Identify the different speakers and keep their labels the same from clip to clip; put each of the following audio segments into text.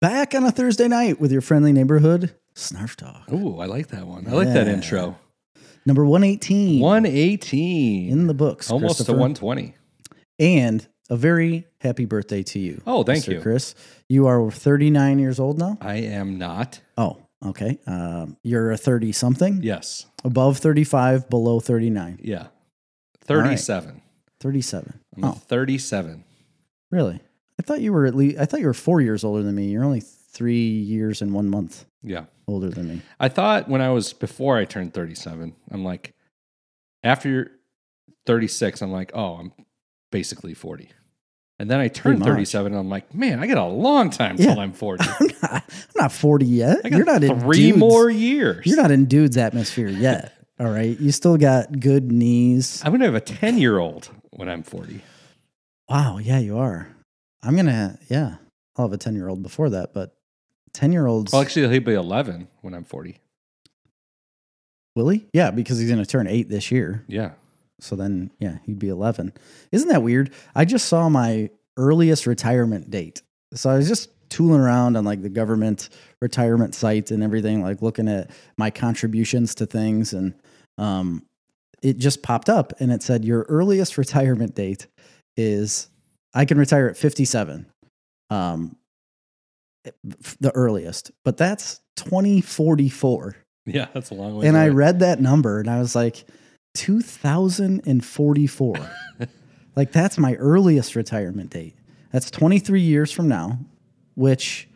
Speaker 1: back on a Thursday night with your friendly neighborhood Snarf Talk.
Speaker 2: Ooh, I like that one. I like that
Speaker 1: Yeah.
Speaker 2: intro.
Speaker 1: Number 118
Speaker 2: 118.
Speaker 1: in the books.
Speaker 2: Almost to
Speaker 1: Christopher.
Speaker 2: 120.
Speaker 1: And a very happy birthday to you.
Speaker 2: Oh, thank
Speaker 1: Mr.
Speaker 2: you.
Speaker 1: Chris. You are 39 years old now.
Speaker 2: I am not.
Speaker 1: Oh, okay. Um, you're a 30 something,
Speaker 2: Yes.
Speaker 1: above 35, below 39,
Speaker 2: Yeah. 37.
Speaker 1: 37.
Speaker 2: I'm
Speaker 1: Oh,
Speaker 2: 37.
Speaker 1: really? I thought you were at least, I thought you were four years older than me. You're only three years and one month
Speaker 2: Yeah.
Speaker 1: older than me.
Speaker 2: I thought when I was before I turned 37, I'm like, after you're 36, I'm like, oh, I'm basically 40. And then I turned
Speaker 1: much.
Speaker 2: 37 and I'm like, man, I got a long time till
Speaker 1: Yeah.
Speaker 2: I'm 40.
Speaker 1: I'm not, I'm not 40 yet.
Speaker 2: I got
Speaker 1: You're not in
Speaker 2: three
Speaker 1: dudes.
Speaker 2: more years.
Speaker 1: You're not in dude's atmosphere yet. All right. You still got good knees.
Speaker 2: I'm going to have a 10 year old when I'm 40.
Speaker 1: Wow. Yeah, you are. I'm going to, yeah, I'll have a 10 year old before that, but 10 year olds,
Speaker 2: Well, actually, he'll be 11 when I'm 40.
Speaker 1: will he? Yeah, because he's going to turn eight this year.
Speaker 2: Yeah.
Speaker 1: So then, yeah, he'd be 11. Isn't that weird? I just saw my earliest retirement date. So I was just tooling around on like the government retirement site and everything, like looking at my contributions to things. And um, it just popped up and it said, Your earliest retirement date is I can retire at 57. Um, the earliest, but that's 2044
Speaker 2: Yeah, that's a long way.
Speaker 1: and I
Speaker 2: away.
Speaker 1: read that number and I was like, 2044. like, that's my earliest retirement date. That's 23 years from now, which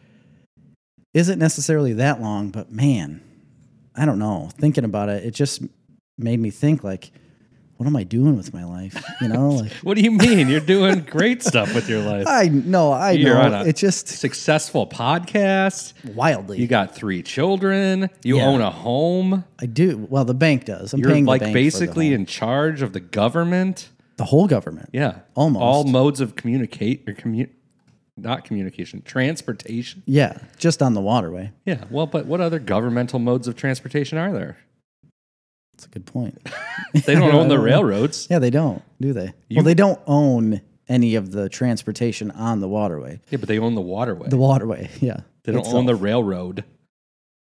Speaker 1: isn't necessarily that long, but man, I don't know. Thinking about it, it just made me think, like, what am I doing with my life? You know, like,
Speaker 2: What do you mean? You're doing great stuff with your life.
Speaker 1: I know, I
Speaker 2: You're on
Speaker 1: know.
Speaker 2: a-
Speaker 1: It's just
Speaker 2: Successful podcast.
Speaker 1: wildly.
Speaker 2: You got three children. You
Speaker 1: Yeah.
Speaker 2: own a home.
Speaker 1: I do. Well, the bank does. I'm
Speaker 2: You're
Speaker 1: paying
Speaker 2: like
Speaker 1: the bank
Speaker 2: basically
Speaker 1: for the, whole,
Speaker 2: in charge of the government.
Speaker 1: the whole government.
Speaker 2: Yeah.
Speaker 1: Almost.
Speaker 2: All modes of communicate or commu not communication, transportation.
Speaker 1: Yeah, just on the waterway.
Speaker 2: Yeah. Well, but what other governmental modes of transportation are there?
Speaker 1: That's a good point.
Speaker 2: They don't
Speaker 1: I
Speaker 2: own the
Speaker 1: don't know.
Speaker 2: railroads.
Speaker 1: Yeah, they don't, do they?
Speaker 2: You-
Speaker 1: well, they don't own any of the transportation on the waterway.
Speaker 2: Yeah, but they own the waterway.
Speaker 1: The waterway, yeah.
Speaker 2: they don't
Speaker 1: itself.
Speaker 2: own the railroad.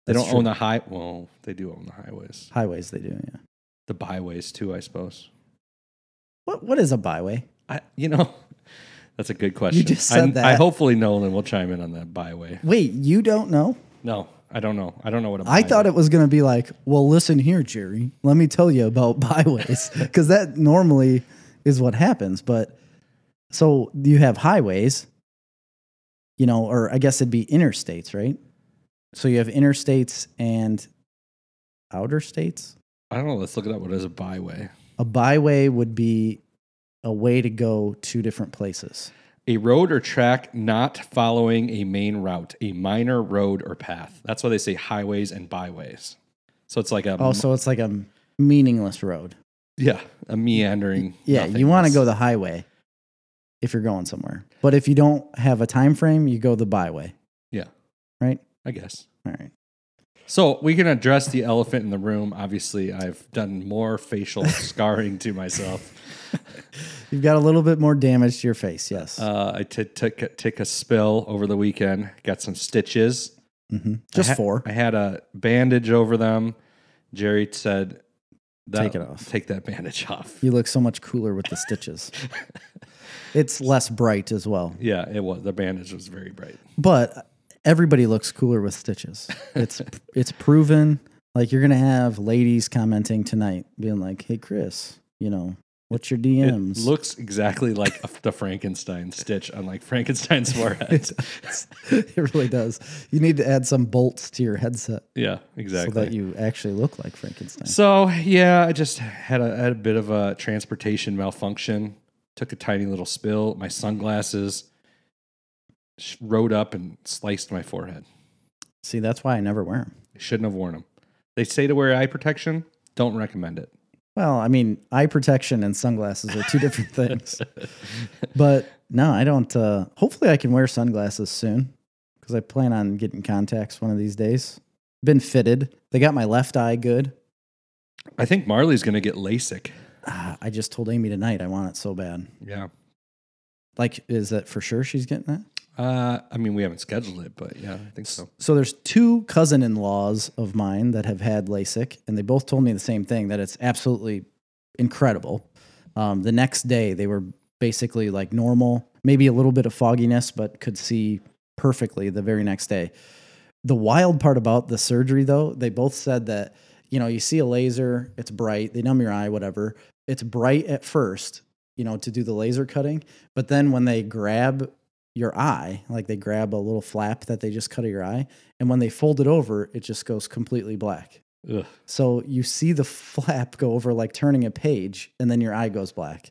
Speaker 2: They
Speaker 1: That's
Speaker 2: don't own the high. Well, they do own the highways,
Speaker 1: highways. They do, yeah.
Speaker 2: the byways too, I suppose.
Speaker 1: What What is a byway?
Speaker 2: I, you know, that's a good question.
Speaker 1: just
Speaker 2: I-
Speaker 1: said that.
Speaker 2: I hopefully Nolan will chime in on that byway.
Speaker 1: Wait, you don't know?
Speaker 2: No, I don't know. I don't know what a
Speaker 1: I thought it was going to be like, well, listen here, Jerry. Let me tell you about byways because that normally is what happens. But so you have highways, you know, or I guess it'd be interstates, right? So you have interstates and outer states.
Speaker 2: I don't know. Let's look it up. What is a byway?
Speaker 1: A byway would be a way to go to different places.
Speaker 2: A road or track not following a main route, a minor road or path. That's why they say highways and byways. So it's like a
Speaker 1: Oh, so it's like a meaningless road.
Speaker 2: yeah, a meandering.
Speaker 1: Yeah, you want to
Speaker 2: nothingness.
Speaker 1: go the highway if you're going somewhere. But if you don't have a time frame, you go the byway.
Speaker 2: Yeah.
Speaker 1: Right?
Speaker 2: I guess.
Speaker 1: All right.
Speaker 2: So we can address the elephant in the room. Obviously, I've done more facial scarring to myself.
Speaker 1: You've got a little bit more damage to your face. Yes.
Speaker 2: Uh, I t- took took a spill over the weekend. Got some stitches.
Speaker 1: hmm Just
Speaker 2: I ha-
Speaker 1: four.
Speaker 2: I had a bandage over them. Jerry said, that,
Speaker 1: Take it off.
Speaker 2: Take that bandage off."
Speaker 1: You look so much cooler with the stitches. it's less bright as well.
Speaker 2: Yeah, it was. The bandage was very bright.
Speaker 1: but everybody looks cooler with stitches. It's it's proven. Like you're gonna have ladies commenting tonight, being like, "Hey, Chris, you know, what's your DMs?"
Speaker 2: It looks exactly like a- the Frankenstein stitch on like Frankenstein's forehead.
Speaker 1: it really does. You need to add some bolts to your headset
Speaker 2: yeah,
Speaker 1: so that
Speaker 2: exactly.
Speaker 1: you actually look like Frankenstein.
Speaker 2: So, yeah, I just had a, had a bit of a transportation malfunction. Took a tiny little spill. My sunglasses sh- rode up and sliced my forehead.
Speaker 1: See, that's why I never wear them.
Speaker 2: Shouldn't have worn them. They say to wear eye protection. Don't recommend it.
Speaker 1: Well, I mean, eye protection and sunglasses are two different things. But no, I don't. Uh, hopefully, I can wear sunglasses soon because I plan on getting contacts one of these days. Been fitted. They got my left eye good.
Speaker 2: I think Marley's going to get LASIK.
Speaker 1: Ah, I just told Amy tonight I want it so bad.
Speaker 2: Yeah.
Speaker 1: Like, is that for sure she's getting that?
Speaker 2: Uh, I mean, we haven't scheduled it, but yeah, I think so.
Speaker 1: So there's two cousin-in-laws of mine that have had LASIK, and they both told me the same thing that it's absolutely incredible. Um, the next day, they were basically like normal, maybe a little bit of fogginess, but could see perfectly the very next day. The wild part about the surgery, though, they both said that you know you see a laser, it's bright, they numb your eye, whatever. It's bright at first, you know, to do the laser cutting, but then when they grab your eye, like they grab a little flap that they just cut of your eye, and when they fold it over, it just goes completely black.
Speaker 2: Ugh.
Speaker 1: So you see the flap go over like turning a page, and then your eye goes black.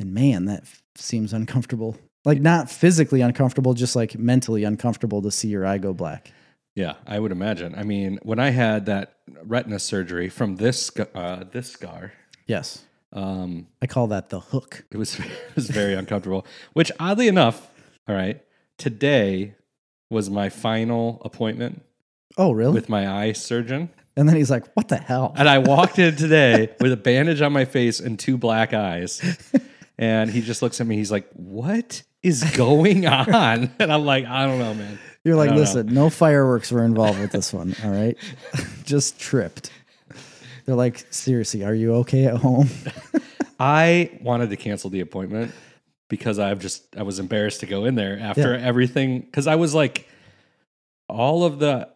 Speaker 1: And man, that f- seems uncomfortable. Like not physically uncomfortable, just like mentally uncomfortable to see your eye go black.
Speaker 2: Yeah, I would imagine. I mean, when I had that retina surgery from this sc- uh, this scar,
Speaker 1: Yes,
Speaker 2: um,
Speaker 1: I call that the hook.
Speaker 2: it was it was very uncomfortable. Which, oddly enough, all right, today was my final appointment
Speaker 1: Oh, really?
Speaker 2: with my eye surgeon,
Speaker 1: and then he's like, "What the hell?"
Speaker 2: and I walked in today with a bandage on my face and two black eyes, and he just looks at me. He's like, "What is going on?" And I'm like, "I don't know, man."
Speaker 1: You're like,
Speaker 2: don't know.
Speaker 1: "Listen, no fireworks were involved with this one. All right, just tripped." They're like, "Seriously, are you okay at home?"
Speaker 2: I wanted to cancel the appointment because I've just I was embarrassed to go in there after everything because I was like all of the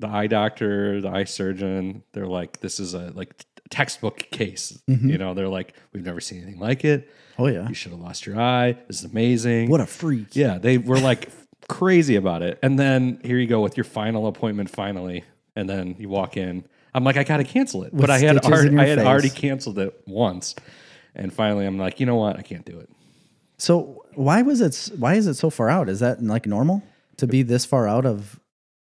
Speaker 2: the eye doctor, the eye surgeon, they're like this is a like t- textbook case.
Speaker 1: Mhm.
Speaker 2: You know, they're like we've never seen anything like it.
Speaker 1: Oh yeah,
Speaker 2: You should have lost your eye. This is amazing.
Speaker 1: what a freak.
Speaker 2: yeah, they were like crazy about it. And then here you go with your final appointment finally and then you walk in. I'm like I got to cancel it.
Speaker 1: With
Speaker 2: but I had
Speaker 1: stitches
Speaker 2: already,
Speaker 1: in
Speaker 2: I
Speaker 1: your
Speaker 2: had already
Speaker 1: face.
Speaker 2: canceled it once. And finally I'm like, "You know what? I can't do it."
Speaker 1: So why was it? s- Why is it so far out? Is that like normal to be this far out of,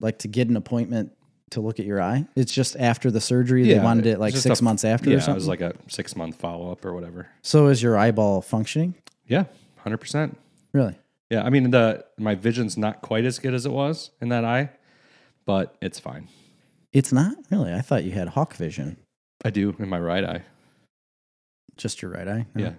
Speaker 1: like, to get an appointment to look at your eye? It's just after the surgery. they
Speaker 2: Yeah,
Speaker 1: wanted
Speaker 2: it
Speaker 1: it like
Speaker 2: was just
Speaker 1: six
Speaker 2: a-
Speaker 1: months after
Speaker 2: yeah,
Speaker 1: or something.
Speaker 2: it was like a 6-month follow-up or whatever.
Speaker 1: so is your eyeball functioning?
Speaker 2: Yeah, 100%.
Speaker 1: Really?
Speaker 2: Yeah, I mean the my vision's not quite as good as it was in that eye, but it's fine.
Speaker 1: It's not really. I thought you had hawk vision.
Speaker 2: I do in my right eye.
Speaker 1: Just your right eye. No?
Speaker 2: Yeah.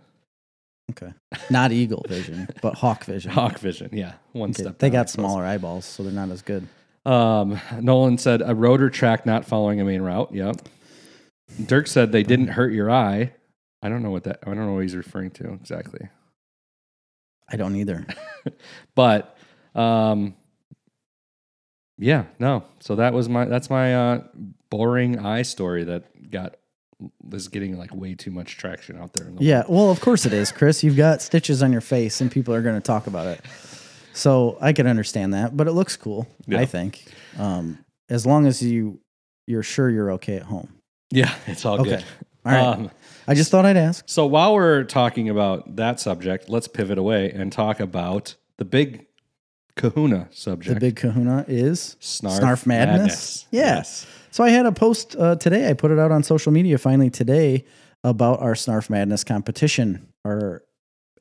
Speaker 1: Okay. Not eagle vision, but hawk vision.
Speaker 2: Hawk vision. Yeah. One
Speaker 1: Okay.
Speaker 2: step.
Speaker 1: They
Speaker 2: down, I
Speaker 1: got
Speaker 2: suppose.
Speaker 1: smaller eyeballs, so they're not as good.
Speaker 2: Um, Nolan said a rotor track not following a main route. Yep. Dirk said they didn't hurt your eye. I don't know what that. I don't know what he's referring to exactly.
Speaker 1: I don't either.
Speaker 2: But, um, yeah, no. So that was my. That's my uh, boring eye story that got was getting like way too much traction out there. In the
Speaker 1: Yeah, well, of course it is, Chris. You've got stitches on your face, and people are going to talk about it. So I can understand that, but it looks cool.
Speaker 2: Yeah.
Speaker 1: I think, um, as long as you you're sure you're okay at home.
Speaker 2: yeah, it's all
Speaker 1: Okay.
Speaker 2: good.
Speaker 1: All right.
Speaker 2: Um,
Speaker 1: I just thought I'd ask.
Speaker 2: So while we're talking about that subject, let's pivot away and talk about the big Kahuna subject.
Speaker 1: The big Kahuna is.
Speaker 2: Snarf,
Speaker 1: Snarf Madness? Yeah.
Speaker 2: Yes.
Speaker 1: So I had a post uh, today. I put it out on social media finally today about our Snarf Madness competition, our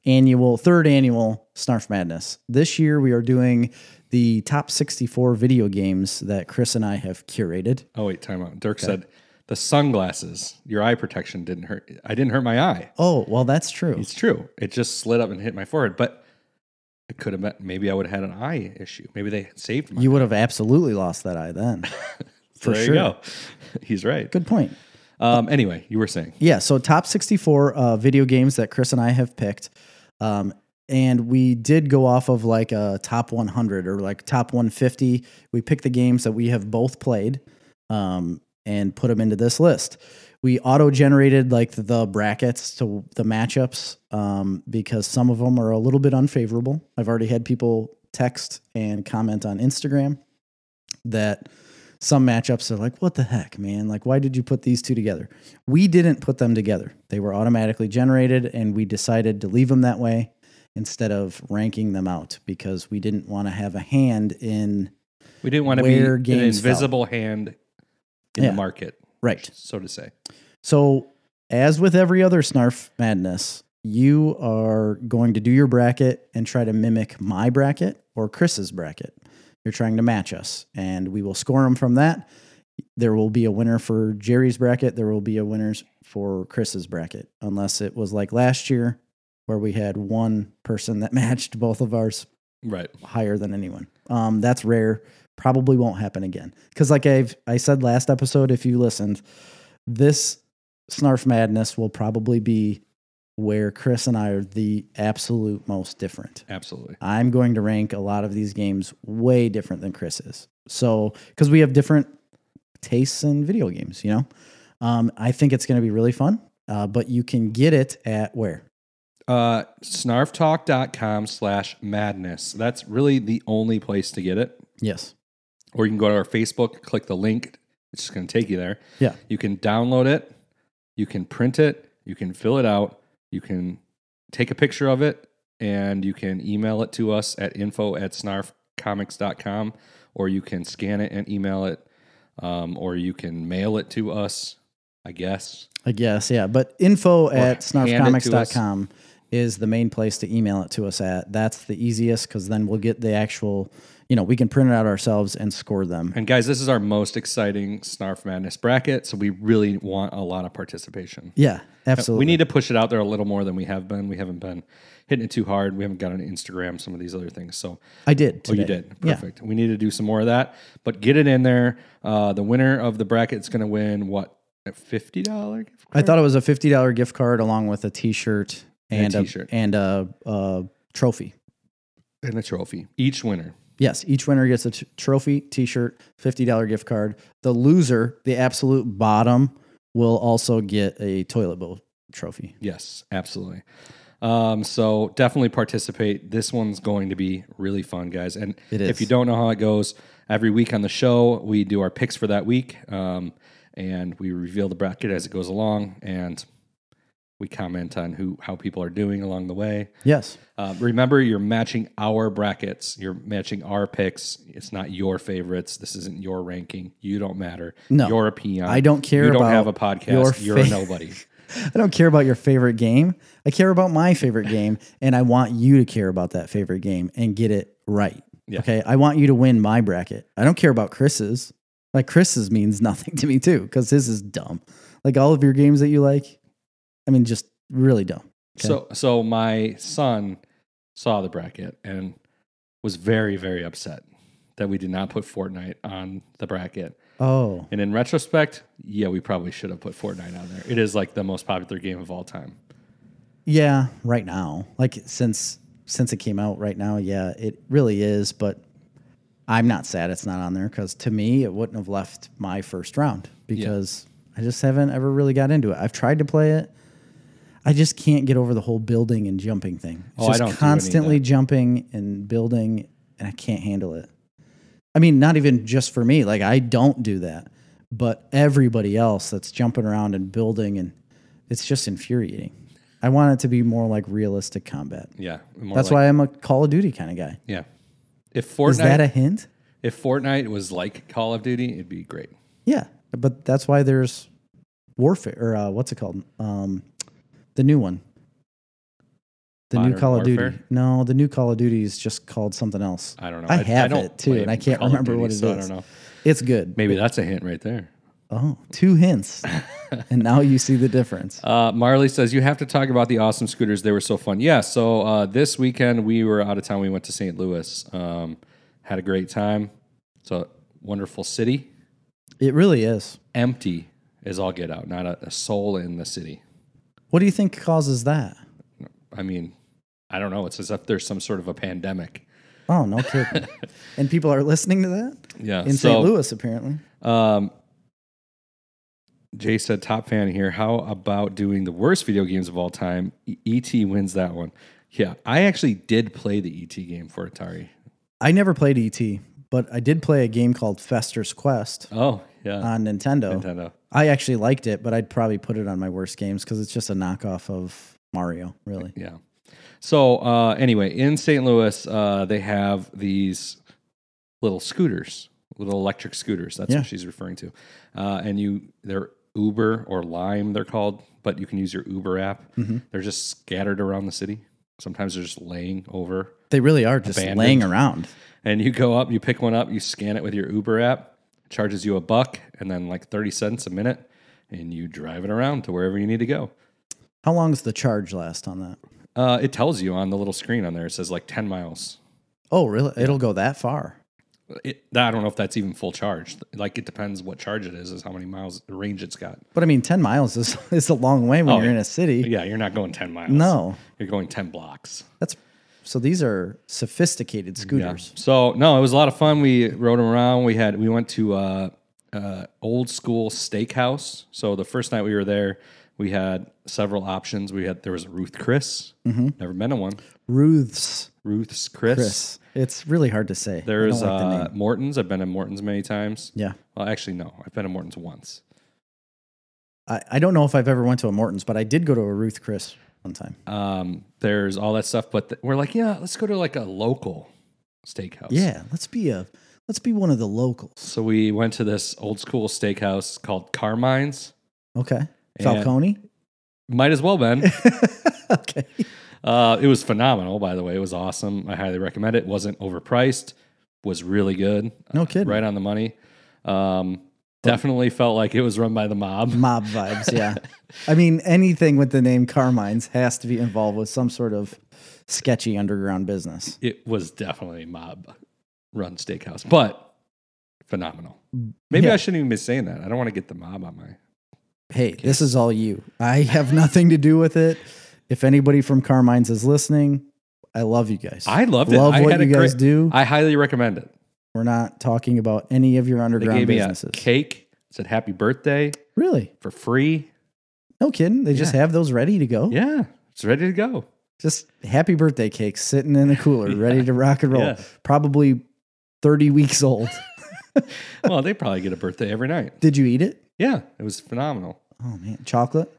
Speaker 1: annual third annual Snarf Madness. This year we are doing the top 64 video games that Chris and I have curated.
Speaker 2: Oh wait, time out. Dirk said the sunglasses, your eye protection didn't hurt. I didn't hurt my eye.
Speaker 1: Oh, well, that's true.
Speaker 2: It's true. It just slid up and hit my forehead, but it could have been maybe I would have had an eye issue. Maybe they saved me.
Speaker 1: You would have absolutely lost that eye then. for
Speaker 2: there
Speaker 1: sure.
Speaker 2: you go. He's right.
Speaker 1: Good point.
Speaker 2: Um, anyway, you were saying.
Speaker 1: Yeah. So top 64 uh, video games that Chris and I have picked. Um, and we did go off of like a top 100 or like top 150. We picked the games that we have both played um, and put them into this list. We auto generated like the brackets to the matchups um, because some of them are a little bit unfavorable. I've already had people text and comment on Instagram that some matchups are like, what the heck, man? Like, why did you put these two together? We didn't put them together. They were automatically generated, and we decided to leave them that way instead of ranking them out because we didn't want to have a hand in.
Speaker 2: We didn't want to
Speaker 1: Where
Speaker 2: be an
Speaker 1: games fell.
Speaker 2: invisible hand in
Speaker 1: Yeah.
Speaker 2: the market,
Speaker 1: Right.
Speaker 2: so to say.
Speaker 1: So, as with every other Snarf Madness, you are going to do your bracket and try to mimic my bracket or Chris's bracket. You're trying to match us, and we will score them from that. There will be a winner for Jerry's bracket. There will be a winners for Chris's bracket, unless it was like last year where we had one person that matched both of ours
Speaker 2: Right.
Speaker 1: higher than anyone. Um, that's rare. Probably won't happen again. Because like I've I said last episode, if you listened, this Snarf Madness will probably be where Chris and I are the absolute most different.
Speaker 2: Absolutely.
Speaker 1: I'm going to rank a lot of these games way different than Chris is. So, because we have different tastes in video games, you know, um, I think it's going to be really fun. Uh, but you can get it at where?
Speaker 2: Uh, snarftalk.com slash madness. That's really the only place to get it.
Speaker 1: Yes.
Speaker 2: Or you can go to our Facebook, click the link. It's just going to take you there.
Speaker 1: Yeah.
Speaker 2: You can download it. You can print it. You can fill it out. You can take a picture of it and you can email it to us at info at snarfcomics.com or you can scan it and email it um, or you can mail it to us, I guess.
Speaker 1: I guess, yeah. But info at
Speaker 2: hand it to
Speaker 1: snarfcomics.com is the main place to email it to us at. That's the easiest because then we'll get the actual, you know, we can print it out ourselves and score them.
Speaker 2: And guys, this is our most exciting Snarf Madness bracket, so we really want a lot of participation.
Speaker 1: Yeah, absolutely.
Speaker 2: Uh, We need to push it out there a little more than we have been. We haven't been hitting it too hard. We haven't got on Instagram, some of these other things. So
Speaker 1: I did.
Speaker 2: Oh, you
Speaker 1: today.
Speaker 2: did. Perfect. We need to do some more of that, but get it in there. Uh, the winner of the bracket is going to win what? A $50 gift
Speaker 1: I
Speaker 2: card?
Speaker 1: thought it was a fifty dollar gift card along with a t shirt and,
Speaker 2: And a
Speaker 1: a
Speaker 2: t-shirt.
Speaker 1: and a, a trophy.
Speaker 2: and a trophy. Each winner.
Speaker 1: Yes, each winner gets a t- trophy, t shirt, fifty dollar gift card. The loser, the absolute bottom, will also get a toilet bowl trophy.
Speaker 2: Yes, absolutely. Um, so definitely participate. This one's going to be really fun, guys. And
Speaker 1: It
Speaker 2: if
Speaker 1: is.
Speaker 2: you don't know how it goes, every week on the show we do our picks for that week, um, and we reveal the bracket as it goes along, and we comment on who how people are doing along the way.
Speaker 1: Yes.
Speaker 2: Uh, remember, you're matching our brackets. You're matching our picks. It's not your favorites. This isn't your ranking. You don't matter.
Speaker 1: No.
Speaker 2: you're a peon.
Speaker 1: I don't care
Speaker 2: Uh, You don't
Speaker 1: about
Speaker 2: have a podcast.
Speaker 1: your
Speaker 2: You're a
Speaker 1: fa-
Speaker 2: nobody.
Speaker 1: I don't care about your favorite game. I care about my favorite game, and I want you to care about that favorite game and get it right.
Speaker 2: Yeah.
Speaker 1: Okay. I want you to win my bracket. I don't care about Chris's. Like Chris's means nothing to me too, because his is dumb. Like all of your games that you like, I mean, just really dumb. Okay.
Speaker 2: So so my son saw the bracket and was very very upset that we did not put Fortnite on the bracket.
Speaker 1: Oh,
Speaker 2: And in retrospect, yeah, we probably should have put Fortnite on there. It is like the most popular game of all time.
Speaker 1: yeah. Right now, like since since it came out, right now, yeah, it really is. But I'm not sad it's not on there because to me, it wouldn't have left my first round because I just haven't ever really got into it. I've tried to play it. I just can't get over the whole building and jumping thing. It's
Speaker 2: Oh,
Speaker 1: just
Speaker 2: I don't do any of
Speaker 1: constantly
Speaker 2: that.
Speaker 1: jumping and building, and I can't handle it. I mean, not even just for me. Like I don't do that, but everybody else that's jumping around and building and it's just infuriating. I want it to be more like realistic combat.
Speaker 2: Yeah, more
Speaker 1: That's
Speaker 2: like-
Speaker 1: why I'm a Call of Duty kind of guy.
Speaker 2: Yeah, if
Speaker 1: Is that
Speaker 2: Fortnite
Speaker 1: a hint?
Speaker 2: if Fortnite was like Call of Duty, it'd be great.
Speaker 1: Yeah, but that's why there's warfare or uh, what's it called? Um, the new one. The new
Speaker 2: Modern
Speaker 1: Call of Duty.
Speaker 2: Warfare?
Speaker 1: No, the new Call of Duty is just called something else.
Speaker 2: I don't know.
Speaker 1: I have
Speaker 2: don't
Speaker 1: it too,
Speaker 2: play
Speaker 1: and I can't
Speaker 2: Call of
Speaker 1: remember
Speaker 2: Duty,
Speaker 1: what it is.
Speaker 2: so I don't know.
Speaker 1: It's good.
Speaker 2: Maybe that's a hint right there.
Speaker 1: Oh, two hints, and now you see the difference.
Speaker 2: Uh, Marley says you have to talk about the awesome scooters. They were so fun. Yeah. So uh, this weekend we were out of town. We went to St. Louis. Um, had a great time. It's a wonderful city.
Speaker 1: It really is.
Speaker 2: Empty as all get out. Not a, a soul in the city.
Speaker 1: What do you think causes that?
Speaker 2: I mean, I don't know. It's as if there's some sort of a pandemic.
Speaker 1: Oh, no kidding. and people are listening to that
Speaker 2: Yeah.
Speaker 1: in
Speaker 2: so,
Speaker 1: St. Louis, apparently.
Speaker 2: Um, Jay said, "Top fan here. How about doing the worst video games of all time? E- ET wins that one." Yeah, I actually did play the ET game for Atari.
Speaker 1: I never played ET, but I did play a game called Fester's Quest
Speaker 2: Oh, yeah.
Speaker 1: on Nintendo.
Speaker 2: Nintendo.
Speaker 1: I actually liked it, but I'd probably put it on my worst games because it's just a knockoff of Mario, really.
Speaker 2: Yeah. So uh, anyway, in St. Louis, uh, they have these little scooters, little electric scooters. That's
Speaker 1: Yeah.
Speaker 2: what she's referring to. Uh, and you, they're Uber or Lime, they're called, but you can use your Uber app. They're just scattered around the city. Sometimes they're just laying over,
Speaker 1: They really are just
Speaker 2: Abandoned.
Speaker 1: laying around.
Speaker 2: and you go up, you pick one up, you scan it with your Uber app, it charges you a buck, and then like thirty cents a minute, and you drive it around to wherever you need to go.
Speaker 1: How long does the charge last on that?
Speaker 2: Uh, it tells you on the little screen on there. It says like ten miles.
Speaker 1: Oh, really? It'll go that far.
Speaker 2: It, I don't know if that's even full charge. Like it depends what charge it is, is how many miles the range it's got.
Speaker 1: But I mean, 10 miles is, is a long way when
Speaker 2: Oh,
Speaker 1: you're in
Speaker 2: yeah.
Speaker 1: a city.
Speaker 2: But yeah, you're not going ten miles.
Speaker 1: No,
Speaker 2: you're going ten blocks.
Speaker 1: that's so these are sophisticated
Speaker 2: Yeah.
Speaker 1: scooters.
Speaker 2: So no, it was a lot of fun. We rode them around. We had we went to uh, uh, old school steakhouse. So the first night we were there, we had several options. We had there was a Ruth Chris. Never been to one.
Speaker 1: Ruth's
Speaker 2: Ruth's Chris.
Speaker 1: Mm-hmm. Chris. It's really hard to say. I
Speaker 2: There
Speaker 1: don't
Speaker 2: is
Speaker 1: like the
Speaker 2: uh,
Speaker 1: name.
Speaker 2: Morton's. I've been to Morton's many times.
Speaker 1: Yeah.
Speaker 2: Well, actually, no. I've been to Morton's once.
Speaker 1: I, I don't know if I've ever went to a Morton's, but I did go to a Ruth Chris one time.
Speaker 2: Um, there's all that stuff, but th- we're like, yeah, let's go to like a local steakhouse.
Speaker 1: Yeah, let's be a let's be one of the locals.
Speaker 2: So we went to this old school steakhouse called Carmine's.
Speaker 1: Okay.
Speaker 2: And-
Speaker 1: Falcone.
Speaker 2: Might as well been.
Speaker 1: okay.
Speaker 2: Uh, it was phenomenal, by the way. It was awesome. I highly recommend it. wasn't overpriced. Was really good.
Speaker 1: No kidding.
Speaker 2: Right on the money. Um, definitely felt like it was run by the mob.
Speaker 1: Mob vibes, yeah. I mean, anything with the name Carmine's has to be involved with some sort of sketchy underground business.
Speaker 2: It was definitely mob run steakhouse, but phenomenal. Maybe
Speaker 1: Yeah.
Speaker 2: I shouldn't even be saying that. I don't want to get the mob on my.
Speaker 1: Hey, this is all you. I have nothing to do with it. If anybody from Carmine's is listening, I love you guys.
Speaker 2: I loved it.
Speaker 1: love
Speaker 2: I
Speaker 1: what
Speaker 2: had
Speaker 1: you
Speaker 2: a
Speaker 1: guys
Speaker 2: great-
Speaker 1: do.
Speaker 2: I highly recommend it.
Speaker 1: We're not talking about any of your
Speaker 2: They
Speaker 1: underground
Speaker 2: gave me
Speaker 1: businesses.
Speaker 2: a cake. Said happy birthday
Speaker 1: Really?
Speaker 2: for free.
Speaker 1: No kidding. They just
Speaker 2: Yeah.
Speaker 1: have those ready to go.
Speaker 2: Yeah, it's ready to go.
Speaker 1: Just happy birthday cakes sitting in the cooler, ready to rock and roll.
Speaker 2: Yeah.
Speaker 1: Probably 30 weeks old.
Speaker 2: well, they probably get a birthday every night.
Speaker 1: Did you eat it?
Speaker 2: Yeah, it was phenomenal.
Speaker 1: Oh man, chocolate.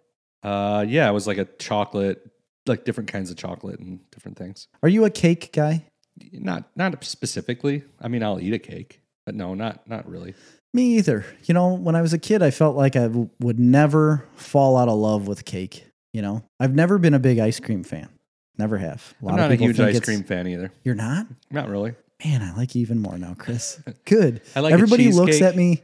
Speaker 2: Uh, yeah, it was like a chocolate, like different kinds of chocolate and different things.
Speaker 1: Are you a cake guy?
Speaker 2: Not not specifically. I mean, I'll eat a cake, but no, not not really.
Speaker 1: Me either. You know, when I was a kid, I felt like I w- would never fall out of love with cake. You know, I've never been a big ice cream fan. Never have.
Speaker 2: I'm not a
Speaker 1: people
Speaker 2: huge
Speaker 1: think
Speaker 2: ice
Speaker 1: it's-
Speaker 2: cream fan either.
Speaker 1: You're not?
Speaker 2: Not really.
Speaker 1: Man, I like you even more now, Chris. Good.
Speaker 2: I like a
Speaker 1: Everybody looks
Speaker 2: cheesecake.
Speaker 1: at me.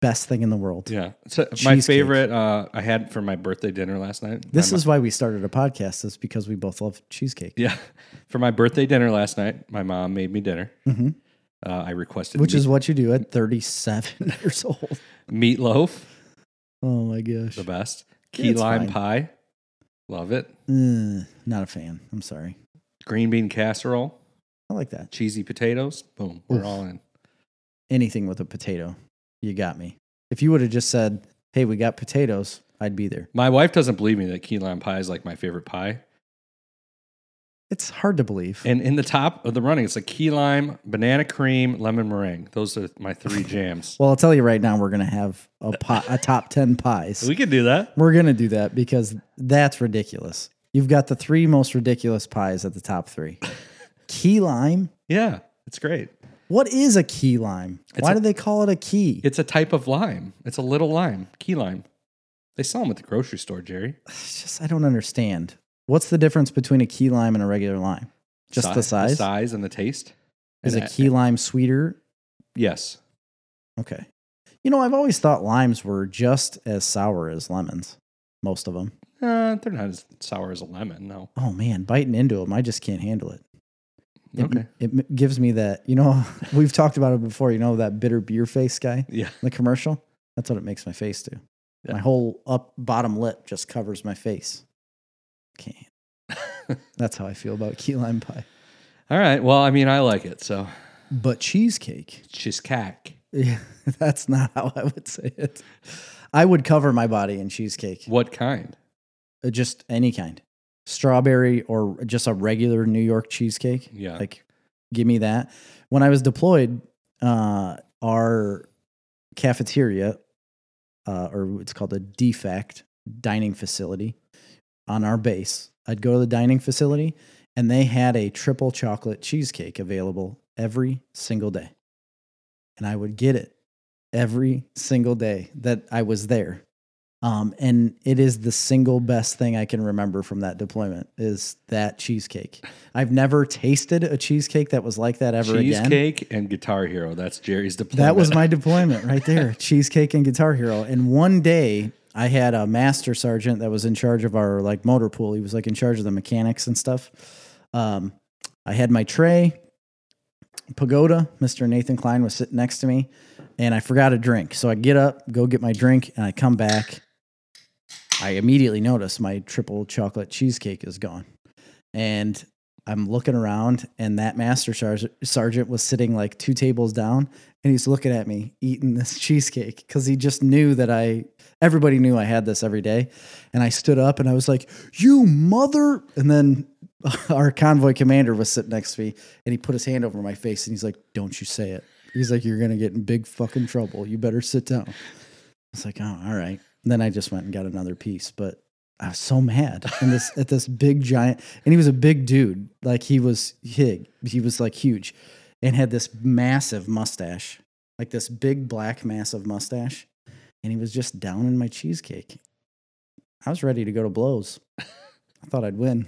Speaker 1: Best thing in the world.
Speaker 2: Yeah. So my
Speaker 1: Cheesecake.
Speaker 2: favorite uh, I had for my birthday dinner last night.
Speaker 1: This
Speaker 2: my,
Speaker 1: is why we started a podcast, is because we both love cheesecake.
Speaker 2: yeah. For my birthday dinner last night, my mom made me dinner.
Speaker 1: Mhm.
Speaker 2: Uh, I requested
Speaker 1: Which
Speaker 2: meat-
Speaker 1: is what you do at 37 years old.
Speaker 2: meatloaf,
Speaker 1: Oh my gosh.
Speaker 2: the best.
Speaker 1: Yeah,
Speaker 2: Key
Speaker 1: it's
Speaker 2: lime
Speaker 1: fine.
Speaker 2: pie, love it.
Speaker 1: Mm, not a fan. I'm sorry.
Speaker 2: Green bean casserole,
Speaker 1: I like that.
Speaker 2: cheesy potatoes. Boom, we're
Speaker 1: Oof.
Speaker 2: all in.
Speaker 1: anything with a potato. You got me. If you would have just said, "Hey, we got potatoes," I'd be there.
Speaker 2: My wife doesn't believe me that key lime pie is like my favorite pie.
Speaker 1: It's hard to believe.
Speaker 2: And in the top of the running, it's like key lime, banana cream, lemon meringue. Those are my three jams.
Speaker 1: well, I'll tell you right now, we're gonna have a pot, a top ten pies.
Speaker 2: we could do that.
Speaker 1: We're gonna do that because that's ridiculous. You've got the three most ridiculous pies at the top three. key lime.
Speaker 2: Yeah, it's great.
Speaker 1: What is a key lime? Why
Speaker 2: a-
Speaker 1: do they call it a key?
Speaker 2: It's a type of lime. It's a little lime, key lime. They sell them at the grocery store, Jerry.
Speaker 1: It's just I don't understand. What's the difference between a key lime and a regular lime? Just the size.
Speaker 2: the size, and the taste.
Speaker 1: Is
Speaker 2: And
Speaker 1: a
Speaker 2: I-
Speaker 1: key lime sweeter
Speaker 2: Yes,
Speaker 1: Okay. You know, I've always thought limes were just as sour as lemons, most of them.
Speaker 2: uh, they're not as sour as a lemon. No.
Speaker 1: Oh man, biting into them, I just can't handle it. It,
Speaker 2: Okay.
Speaker 1: It m- gives me that, you know, we've talked about it before, you know, that bitter beer face guy in
Speaker 2: Yeah.
Speaker 1: the commercial? That's what it makes my face do.
Speaker 2: Yeah.
Speaker 1: My whole up bottom lip just covers my face. Can't. That's how I feel about key lime pie.
Speaker 2: All right. Well, I mean, I like it. So
Speaker 1: But cheesecake.
Speaker 2: cheesecake.
Speaker 1: Yeah, that's not how I would say it. I would cover my body in cheesecake.
Speaker 2: What kind?
Speaker 1: Uh, just any kind strawberry or just a regular new york cheesecake
Speaker 2: Yeah.
Speaker 1: like give me that when i was deployed uh our cafeteria uh or it's called a defect dining facility on our base i'd go to the dining facility and they had a triple chocolate cheesecake available every single day and i would get it every single day that i was there um, and it is the single best thing I can remember from that deployment is that cheesecake. I've never tasted a cheesecake that was like that ever again.
Speaker 2: cheesecake and Guitar Hero. That's Jerry's deployment.
Speaker 1: That was my deployment right there. cheesecake and Guitar Hero. And one day I had a master sergeant that was in charge of our like motor pool. He was like in charge of the mechanics and stuff. Um, I had my tray. Pagoda, Mr. Nathan Klein was sitting next to me, and I forgot a drink. So I get up, go get my drink, and I come back. I immediately notice my triple chocolate cheesecake is gone. And I'm looking around, and that master sergeant, sergeant was sitting like two tables down, and he's looking at me eating this cheesecake because he just knew that I, everybody knew I had this every day. And I stood up and I was like, You mother. And then our convoy commander was sitting next to me, and he put his hand over my face and he's like, Don't you say it. He's like, You're going to get in big fucking trouble. You better sit down. I was like, Oh, all right. And then I just went and got another piece, but I was so mad and this at this big giant and he was a big dude. Like he was big. He was like huge and had this massive mustache. Like this big black massive mustache. And he was just down in my cheesecake. I was ready to go to blows. I thought I'd win.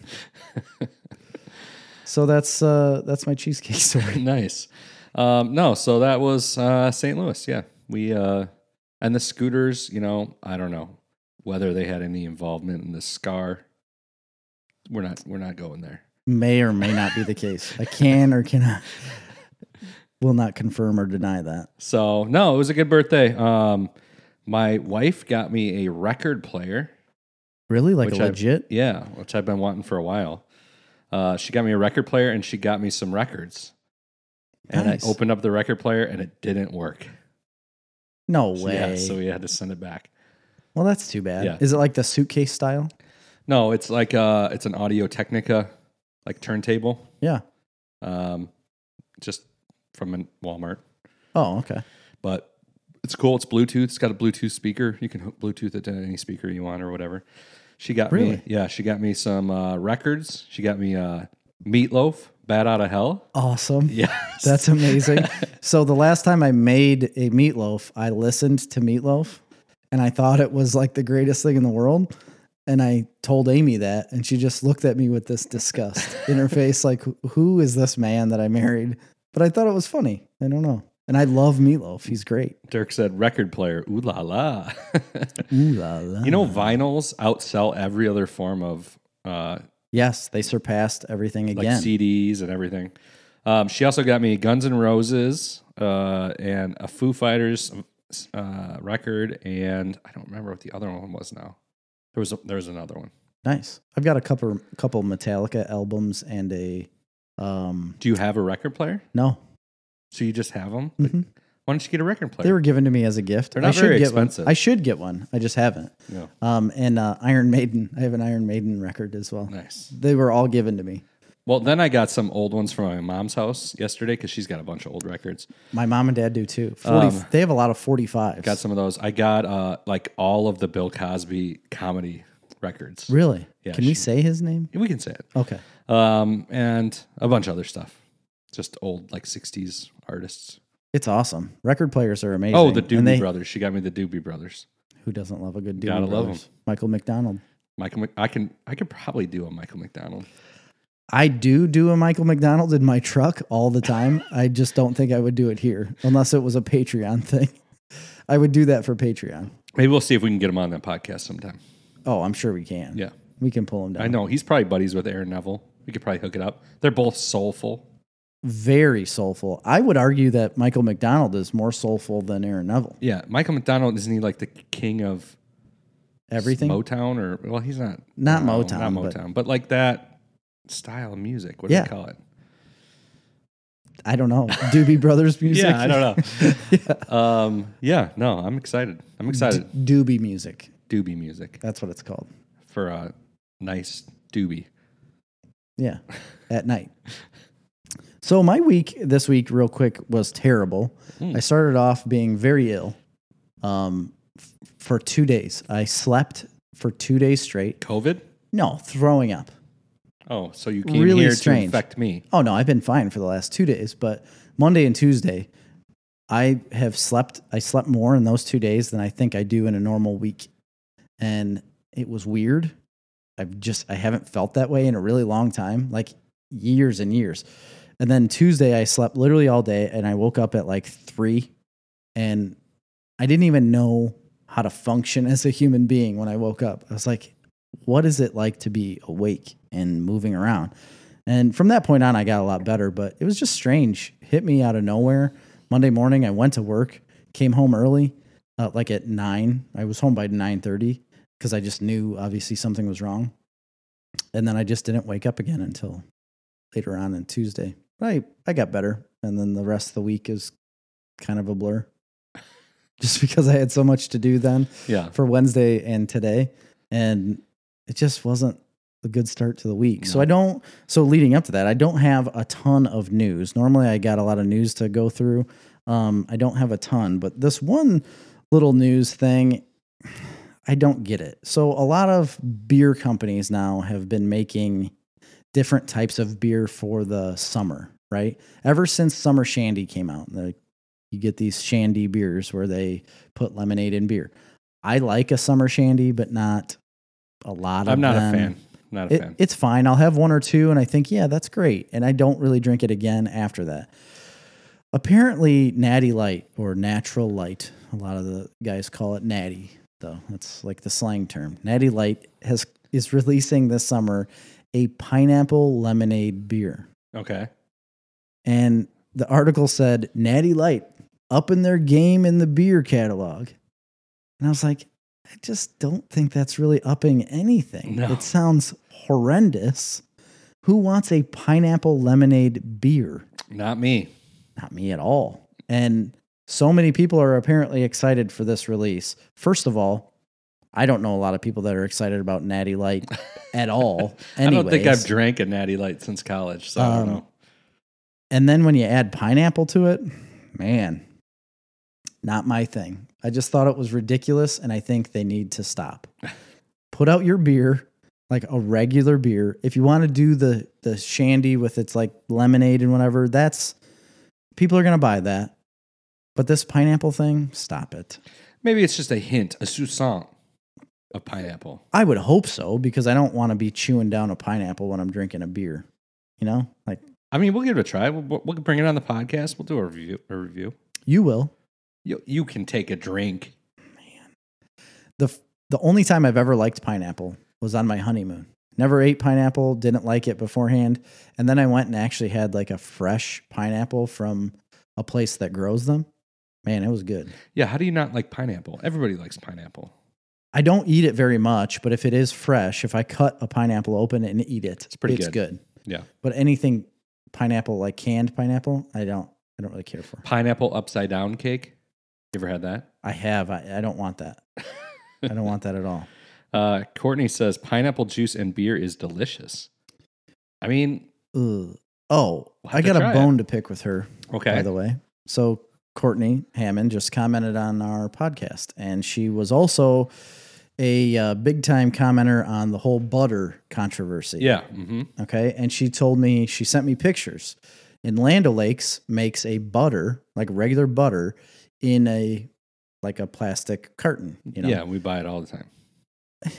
Speaker 1: so that's uh that's my cheesecake story.
Speaker 2: nice. Um, no, so that was uh, St. Louis. Yeah, we uh, and the scooters. You know, I don't know whether they had any involvement in the scar. We're not. We're not going there.
Speaker 1: May or may not be the case. I can or cannot will not confirm or deny that.
Speaker 2: So no, it was a good birthday. Um, my wife got me a record player.
Speaker 1: Really? Like
Speaker 2: Which
Speaker 1: a
Speaker 2: I-
Speaker 1: legit?
Speaker 2: Yeah, which I've been wanting for a while. Uh, she got me a record player and she got me some records. And
Speaker 1: Nice.
Speaker 2: I opened up the record player and it didn't work.
Speaker 1: no
Speaker 2: So,
Speaker 1: way.
Speaker 2: yeah, so we had to send it back.
Speaker 1: Well, that's too bad.
Speaker 2: Yeah.
Speaker 1: Is it like the suitcase style?
Speaker 2: No, it's like uh, it's an Audio Technica, like turntable,
Speaker 1: Yeah.
Speaker 2: um, just from a Walmart.
Speaker 1: Oh, okay.
Speaker 2: But it's cool. It's Bluetooth. It's got a Bluetooth speaker. You can hook Bluetooth it to any speaker you want or whatever. She got
Speaker 1: Really?
Speaker 2: me, yeah. She got me some uh, records. She got me uh, Meatloaf, Bad Out of Hell.
Speaker 1: Awesome.
Speaker 2: Yeah,
Speaker 1: That's amazing. so the last time I made a meatloaf, I listened to meatloaf and I thought it was like the greatest thing in the world. And I told Amy that, and she just looked at me with this disgust in her face, like, who is this man that I married? But I thought it was funny. I don't know. And I love meatloaf. He's great.
Speaker 2: Dirk said record player. Ooh la la.
Speaker 1: Ooh la la.
Speaker 2: you know, vinyls outsell every other form of uh,
Speaker 1: yes, they surpassed everything
Speaker 2: like
Speaker 1: again.
Speaker 2: CDs and everything. Um, she also got me Guns N' Roses uh, and a Foo Fighters uh, record, and I don't remember what the other one was now. There was a, there was another one.
Speaker 1: Nice. I've got a couple couple Metallica albums and a um
Speaker 2: Do you have a record player?
Speaker 1: no.
Speaker 2: So you just have them?
Speaker 1: Mhm.
Speaker 2: Why don't you get a record player?
Speaker 1: They were given to me as a gift.
Speaker 2: They're not
Speaker 1: I should
Speaker 2: very
Speaker 1: get
Speaker 2: expensive.
Speaker 1: One. I should get one. I just haven't.
Speaker 2: Yeah.
Speaker 1: Um and uh, Iron Maiden. I have an Iron Maiden record as well.
Speaker 2: nice.
Speaker 1: They were all given to me.
Speaker 2: Well, then I got some old ones from my mom's house yesterday because she's got a bunch of old records.
Speaker 1: My mom and dad do too. 40,
Speaker 2: Um,
Speaker 1: they have a lot of 45s.
Speaker 2: Got some of those. I got uh, like all of the Bill Cosby comedy records.
Speaker 1: Really?
Speaker 2: Yeah,
Speaker 1: Can we
Speaker 2: she-
Speaker 1: say his name?
Speaker 2: We can say it.
Speaker 1: Okay.
Speaker 2: um, and a bunch of other stuff. Just old like '60s artists.
Speaker 1: It's awesome. Record players are amazing.
Speaker 2: Oh, the
Speaker 1: And
Speaker 2: Doobie
Speaker 1: they-
Speaker 2: Brothers. She got me the Doobie Brothers.
Speaker 1: Who doesn't love a good Doobie
Speaker 2: Gotta love 'em.
Speaker 1: Brothers? Michael McDonald.
Speaker 2: Michael, Mc- I can I could probably do a Michael McDonald.
Speaker 1: I do do a Michael McDonald in my truck all the time. I just don't think I would do it here unless it was a Patreon thing. I would do that for Patreon.
Speaker 2: Maybe we'll see if we can get him on that podcast sometime.
Speaker 1: Oh, I'm sure we can.
Speaker 2: Yeah,
Speaker 1: We can pull him down.
Speaker 2: I know he's probably buddies with Aaron Neville. We could probably hook it up. They're both soulful.
Speaker 1: Very soulful. I would argue that Michael McDonald is more soulful than Aaron Neville.
Speaker 2: Yeah, Michael McDonald isn't he like the king of
Speaker 1: Everything.
Speaker 2: Motown or well he's not
Speaker 1: Not
Speaker 2: no,
Speaker 1: Motown,
Speaker 2: not
Speaker 1: but-
Speaker 2: Motown, but, like that style of music. What
Speaker 1: Yeah.
Speaker 2: do they call it?
Speaker 1: I don't know. Doobie Brothers music.
Speaker 2: Yeah, I don't know. Um, yeah, no, I'm excited. I'm excited.
Speaker 1: Doobie music.
Speaker 2: doobie music
Speaker 1: That's what it's called.
Speaker 2: for a nice doobie.
Speaker 1: Yeah, at night. So my week this week, real quick, was terrible.
Speaker 2: Hmm.
Speaker 1: I started off being very ill um, f- for two days. I slept for two days straight.
Speaker 2: COVID?
Speaker 1: No, throwing up.
Speaker 2: Oh, so you came
Speaker 1: Really
Speaker 2: here
Speaker 1: strange.
Speaker 2: to infect me.
Speaker 1: Oh no, I've been fine for the last two days, but Monday and Tuesday, I have slept. I slept more in those two days than I think I do in a normal week, and it was weird. I've just I haven't felt that way in a really long time, like years and years. And then Tuesday, I slept literally all day, and I woke up at like three, and I didn't even know how to function as a human being when I woke up. I was like, "What is it like to be awake and moving around?" And from that point on, I got a lot better, but it was just strange. Hit me out of nowhere. Monday morning, I went to work, came home early, uh, like at nine. I was home by nine thirty because I just knew obviously something was wrong. And then I just didn't wake up again until later on in Tuesday. But I I got better, and then the rest of the week is kind of a blur, just because I had so much to do then
Speaker 2: Yeah.
Speaker 1: for Wednesday and today, and it just wasn't a good start to the week. So
Speaker 2: No.
Speaker 1: I don't. So leading up to that, I don't have a ton of news. Normally, I got a lot of news to go through. Um, I don't have a ton, but this one little news thing, I don't get it. So a lot of beer companies now have been making different types of beer for the summer, right? Ever since summer shandy came out, like you get these shandy beers where they put lemonade in beer. I like a summer shandy, but not a lot of
Speaker 2: I'm not
Speaker 1: them.
Speaker 2: a fan. Not a
Speaker 1: It-
Speaker 2: fan.
Speaker 1: It's fine. I'll have one or two, and I think, yeah, that's great. And I don't really drink it again after that. Apparently, Natty Light or Natural Light, a lot of the guys call it Natty, though. That's like the slang term. Natty Light has is releasing this summer a pineapple lemonade beer.
Speaker 2: okay.
Speaker 1: And the article said Natty Light upping their game in the beer catalog. And I was like, I just don't think that's really upping anything.
Speaker 2: No.
Speaker 1: It sounds horrendous. Who wants a pineapple lemonade beer?
Speaker 2: Not me.
Speaker 1: Not me at all. And so many people are apparently excited for this release. First of all, I don't know a lot of people that are excited about Natty Light at all.
Speaker 2: I don't think I've
Speaker 1: anyways.
Speaker 2: drank a Natty Light since college, so I
Speaker 1: Um,
Speaker 2: don't know.
Speaker 1: And then when you add pineapple to it, man, not my thing. I just thought it was ridiculous and I think they need to stop. Put out your beer like a regular beer. If you want to do the the shandy with its like lemonade and whatever, that's people are going to buy that. But this pineapple thing, stop it.
Speaker 2: Maybe it's just a hint, a soupçon of pineapple.
Speaker 1: I would hope so because I don't want to be chewing down a pineapple when I'm drinking a beer. You know? Like
Speaker 2: I mean, we'll give it a try. We'll, we'll we'll bring it on the podcast. We'll do a review. A review.
Speaker 1: you will
Speaker 2: You, you can take a drink.
Speaker 1: the f- the only time I've ever liked pineapple was on my honeymoon. Never ate pineapple, didn't like it beforehand, and then I went and actually had like a fresh pineapple from a place that grows them. Man, it was good.
Speaker 2: Yeah. How do you not like pineapple? Everybody likes pineapple.
Speaker 1: I don't eat it very much, but if it is fresh, if I cut a pineapple open and eat it, it's
Speaker 2: pretty
Speaker 1: it's good.
Speaker 2: Yeah.
Speaker 1: But anything pineapple like canned pineapple, I don't I don't really care for.
Speaker 2: Pineapple upside down cake. You ever had that?
Speaker 1: I have I, I don't want that. I don't want that at all.
Speaker 2: Uh, Courtney says pineapple juice and beer is delicious. I mean,
Speaker 1: Ugh. Oh,
Speaker 2: We'll have
Speaker 1: I
Speaker 2: to
Speaker 1: got
Speaker 2: try
Speaker 1: a
Speaker 2: it.
Speaker 1: bone to pick with her. by
Speaker 2: okay.
Speaker 1: the way. So Courtney Hammond just commented on our podcast, and she was also a uh, big time commenter on the whole butter controversy.
Speaker 2: Yeah. hmm
Speaker 1: Okay. And she told me, she sent me pictures. And Land O'Lakes makes a butter, like regular butter, in a like a plastic carton. You know?
Speaker 2: Yeah. We buy it all the time.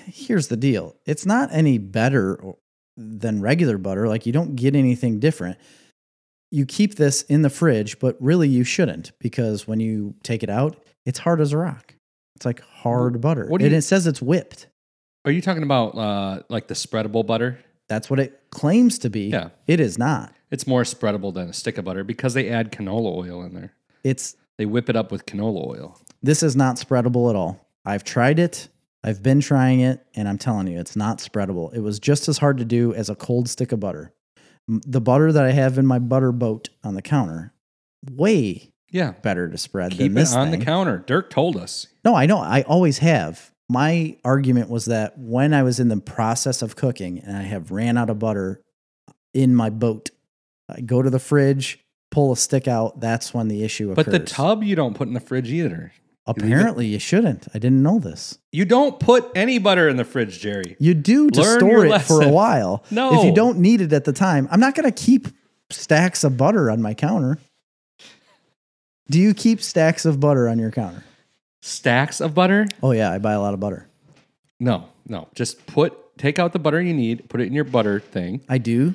Speaker 1: here's the deal it's not any better or- than regular butter like you don't get anything different you keep this in the fridge but really you shouldn't because when you take it out it's hard as a rock it's like hard butter
Speaker 2: what do
Speaker 1: and
Speaker 2: you-
Speaker 1: it says it's whipped
Speaker 2: Are you talking about uh, like the spreadable butter?
Speaker 1: that's what it claims to be
Speaker 2: Yeah.
Speaker 1: it is not
Speaker 2: It's more spreadable than a stick of butter because they add canola oil in there.
Speaker 1: it's
Speaker 2: They whip it up with canola oil.
Speaker 1: this is not spreadable at all i've tried it i've been trying it and i'm telling you it's not spreadable it was just as hard to do as a cold stick of butter M- the butter that i have in my butter boat on the counter way
Speaker 2: Yeah.
Speaker 1: better to spread than
Speaker 2: Keep it
Speaker 1: this
Speaker 2: on
Speaker 1: thing.
Speaker 2: the counter. Dirk told us.
Speaker 1: No, I know. I always have. My argument was that when I was in the process of cooking and I have ran out of butter in my boat, I go to the fridge, pull a stick out. That's when the issue occurs.
Speaker 2: But the tub you don't put in the fridge either.
Speaker 1: Apparently, you shouldn't. I didn't know this.
Speaker 2: You don't put any butter in the fridge, Jerry.
Speaker 1: You do to
Speaker 2: Learn
Speaker 1: store
Speaker 2: your
Speaker 1: it for a
Speaker 2: lesson.
Speaker 1: while.
Speaker 2: No.
Speaker 1: If you don't need it at the time, I'm not going to keep stacks of butter on my counter. Do you keep stacks of butter on your counter?
Speaker 2: Stacks of butter?
Speaker 1: Oh, yeah. I buy a lot of butter.
Speaker 2: No, no. Just put take out the butter you need, put it in your butter thing.
Speaker 1: I do.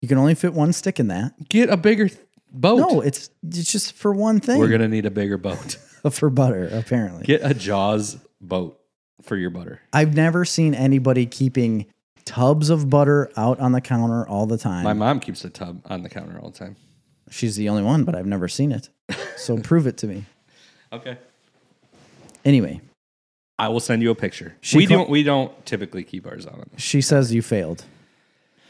Speaker 1: You can only fit one stick in that.
Speaker 2: Get a bigger th- boat.
Speaker 1: No, it's it's just for one thing.
Speaker 2: We're gonna need a bigger boat.
Speaker 1: for butter, apparently.
Speaker 2: Get a Jaws boat for your butter.
Speaker 1: I've never seen anybody keeping tubs of butter out on the counter all the time.
Speaker 2: My mom keeps a tub on the counter all the time.
Speaker 1: She's the only one, but I've never seen it. So prove it to me.
Speaker 2: Okay.
Speaker 1: Anyway,
Speaker 2: I will send you a picture.
Speaker 1: She
Speaker 2: we
Speaker 1: call-
Speaker 2: don't we don't typically keep ours on. it.
Speaker 1: she says you failed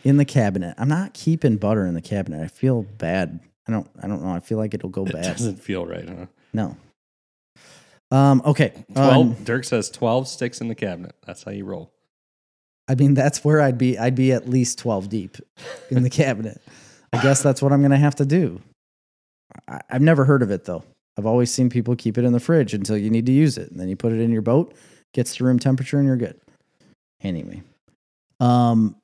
Speaker 1: in the cabinet. I'm not keeping butter in the cabinet. I feel bad. I don't. I don't know. I feel like it'll go
Speaker 2: It
Speaker 1: bad.
Speaker 2: doesn't feel right, huh?
Speaker 1: No. Um. Okay.
Speaker 2: Twelve
Speaker 1: Um,
Speaker 2: Dirk says twelve sticks in the cabinet. That's how you roll.
Speaker 1: I mean, that's where I'd be. I'd be at least twelve deep in the cabinet. I guess that's what I'm gonna have to do. I, I've never heard of it though. I've always seen people keep it in the fridge until you need to use it, and then you put it in your boat, gets to room temperature, and you're good. Anyway, um,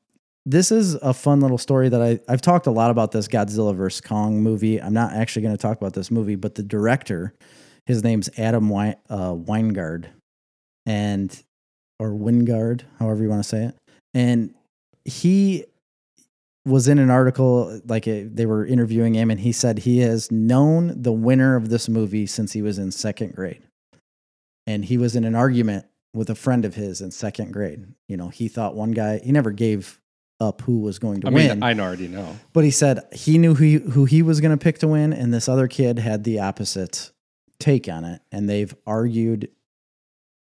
Speaker 1: this is a fun little story that I I've talked a lot about this Godzilla vs Kong movie. I'm not actually going to talk about this movie, but the director, his name's Adam Wei- uh, Weingard, and or Wingard, however you want to say it, and he was in an article like uh, they were interviewing him and he said he has known the winner of this movie since he was in second grade and he was in an argument with a friend of his in second grade you know he thought one guy he never gave up who was going to
Speaker 2: I
Speaker 1: win
Speaker 2: mean, I already know.
Speaker 1: but he said he knew who he, who he was going to pick to win, and this other kid had the opposite take on it, and they've argued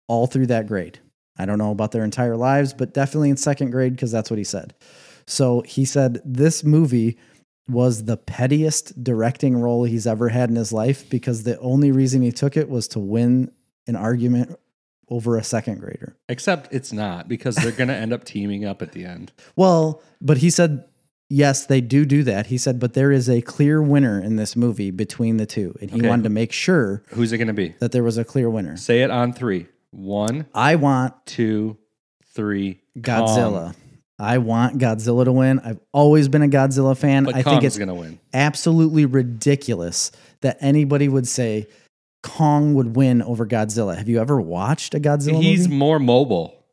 Speaker 1: all through that grade. I don't know about their entire lives, but definitely in second grade because that's what he said. So he said this movie was the pettiest directing role he's ever had in his life because the only reason he took it was to win an argument over a second grader.
Speaker 2: Except it's not because they're going to end up teaming up at the end.
Speaker 1: Well, but he said, yes, they do do that. He said, but there is a clear winner in this movie between the two. And he
Speaker 2: Okay.
Speaker 1: wanted to make sure
Speaker 2: Who's it going to be?
Speaker 1: that there was a clear winner.
Speaker 2: Say it on three. One,
Speaker 1: I want
Speaker 2: two, three. Kong.
Speaker 1: Godzilla. I want Godzilla to win. I've always been a Godzilla fan.
Speaker 2: But
Speaker 1: I
Speaker 2: Kong's
Speaker 1: think it's
Speaker 2: going to win.
Speaker 1: absolutely ridiculous that anybody would say Kong would win over Godzilla. Have you ever watched a Godzilla
Speaker 2: He's
Speaker 1: movie?
Speaker 2: more mobile.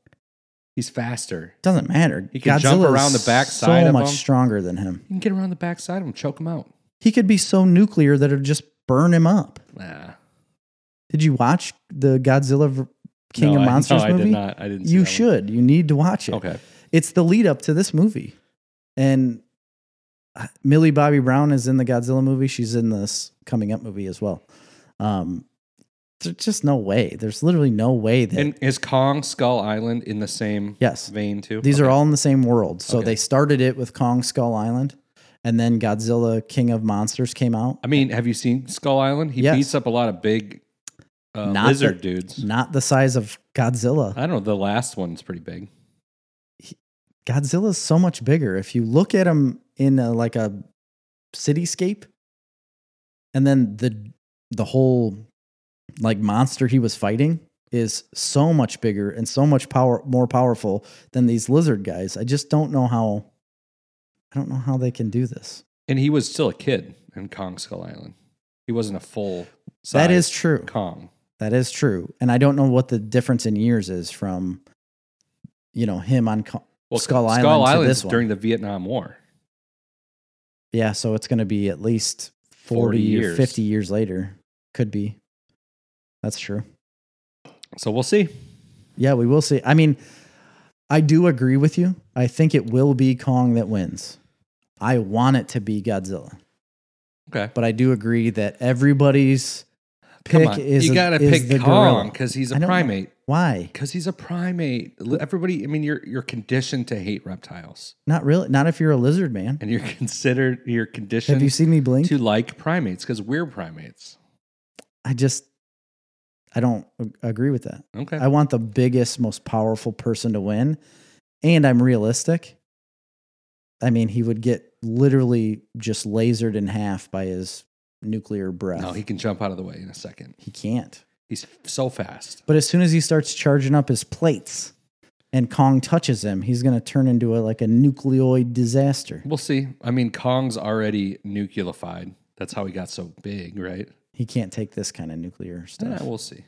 Speaker 2: He's faster.
Speaker 1: Doesn't matter.
Speaker 2: He can jump
Speaker 1: Godzilla is
Speaker 2: around the backside
Speaker 1: so
Speaker 2: of
Speaker 1: much
Speaker 2: him.
Speaker 1: stronger than him.
Speaker 2: You can get around the backside of him, choke him out.
Speaker 1: He could be so nuclear that it'd just burn him up.
Speaker 2: Nah.
Speaker 1: Did you watch the Godzilla v- King
Speaker 2: No,
Speaker 1: of
Speaker 2: I-
Speaker 1: Monsters
Speaker 2: no,
Speaker 1: movie?
Speaker 2: I did not. I didn't. see
Speaker 1: You
Speaker 2: that one.
Speaker 1: should. You need to watch it.
Speaker 2: Okay.
Speaker 1: It's the lead up to this movie. And uh, Millie Bobby Brown is in the Godzilla movie. She's in this coming up movie as well. Um, there's just no way. There's literally no way that.
Speaker 2: And is Kong Skull Island in the same
Speaker 1: yes.
Speaker 2: vein too?
Speaker 1: These are all in the same world. So
Speaker 2: Okay.
Speaker 1: they started it with Kong Skull Island. And then Godzilla King of Monsters came out.
Speaker 2: I mean, have you seen Skull Island? He
Speaker 1: Yes.
Speaker 2: beats up a lot of big uh,
Speaker 1: Not
Speaker 2: lizard
Speaker 1: that-
Speaker 2: dudes.
Speaker 1: Not the size of Godzilla.
Speaker 2: I don't know. The last one's pretty big.
Speaker 1: Godzilla's so much bigger. If you look at him in a, like a cityscape, and then the the whole like monster he was fighting is so much bigger and so much power more powerful than these lizard guys. I just don't know how. I don't know how they can do this.
Speaker 2: And he was still a kid in Kong Skull Island. He wasn't a full.
Speaker 1: That is
Speaker 2: size
Speaker 1: true.
Speaker 2: Kong.
Speaker 1: That is true, and I don't know what the difference in years is from, you know, him on. Co- Skull Island to
Speaker 2: Island's
Speaker 1: this one.
Speaker 2: during the Vietnam War.
Speaker 1: Yeah, so it's going to be at least 40,
Speaker 2: 40
Speaker 1: years.
Speaker 2: years.
Speaker 1: 50 years later. Could be. That's true.
Speaker 2: So we'll see.
Speaker 1: Yeah, we will see. I mean, I do agree with you. I think it will be Kong that wins. I want it to be Godzilla,
Speaker 2: Okay.
Speaker 1: but I do agree that everybody's pick
Speaker 2: Come on.
Speaker 1: is
Speaker 2: you
Speaker 1: a-
Speaker 2: gotta
Speaker 1: is the
Speaker 2: pick Kong
Speaker 1: gorilla.
Speaker 2: because he's
Speaker 1: I don't
Speaker 2: a
Speaker 1: know.
Speaker 2: primate.
Speaker 1: Why?
Speaker 2: Because he's a primate. Li- Everybody, I mean, you're you're conditioned to hate reptiles,
Speaker 1: Not really. Not if you're a lizard man.
Speaker 2: and you're considered you're conditioned
Speaker 1: Have you seen me blink?
Speaker 2: to like primates because we're primates.
Speaker 1: I just, I don't ag- agree with that.
Speaker 2: Okay.
Speaker 1: I want the biggest, most powerful person to win, and I'm realistic. I mean, he would get literally just lasered in half by his nuclear breath.
Speaker 2: no, he can jump out of the way in a second.
Speaker 1: He can't.
Speaker 2: He's f- so fast.
Speaker 1: But as soon as he starts charging up his plates, and Kong touches him, he's going to turn into a like a nucleoid disaster.
Speaker 2: We'll see. I mean, Kong's already nucleofied. That's how he got so big, right?
Speaker 1: He can't take this kind of nuclear stuff.
Speaker 2: Yeah, we'll see.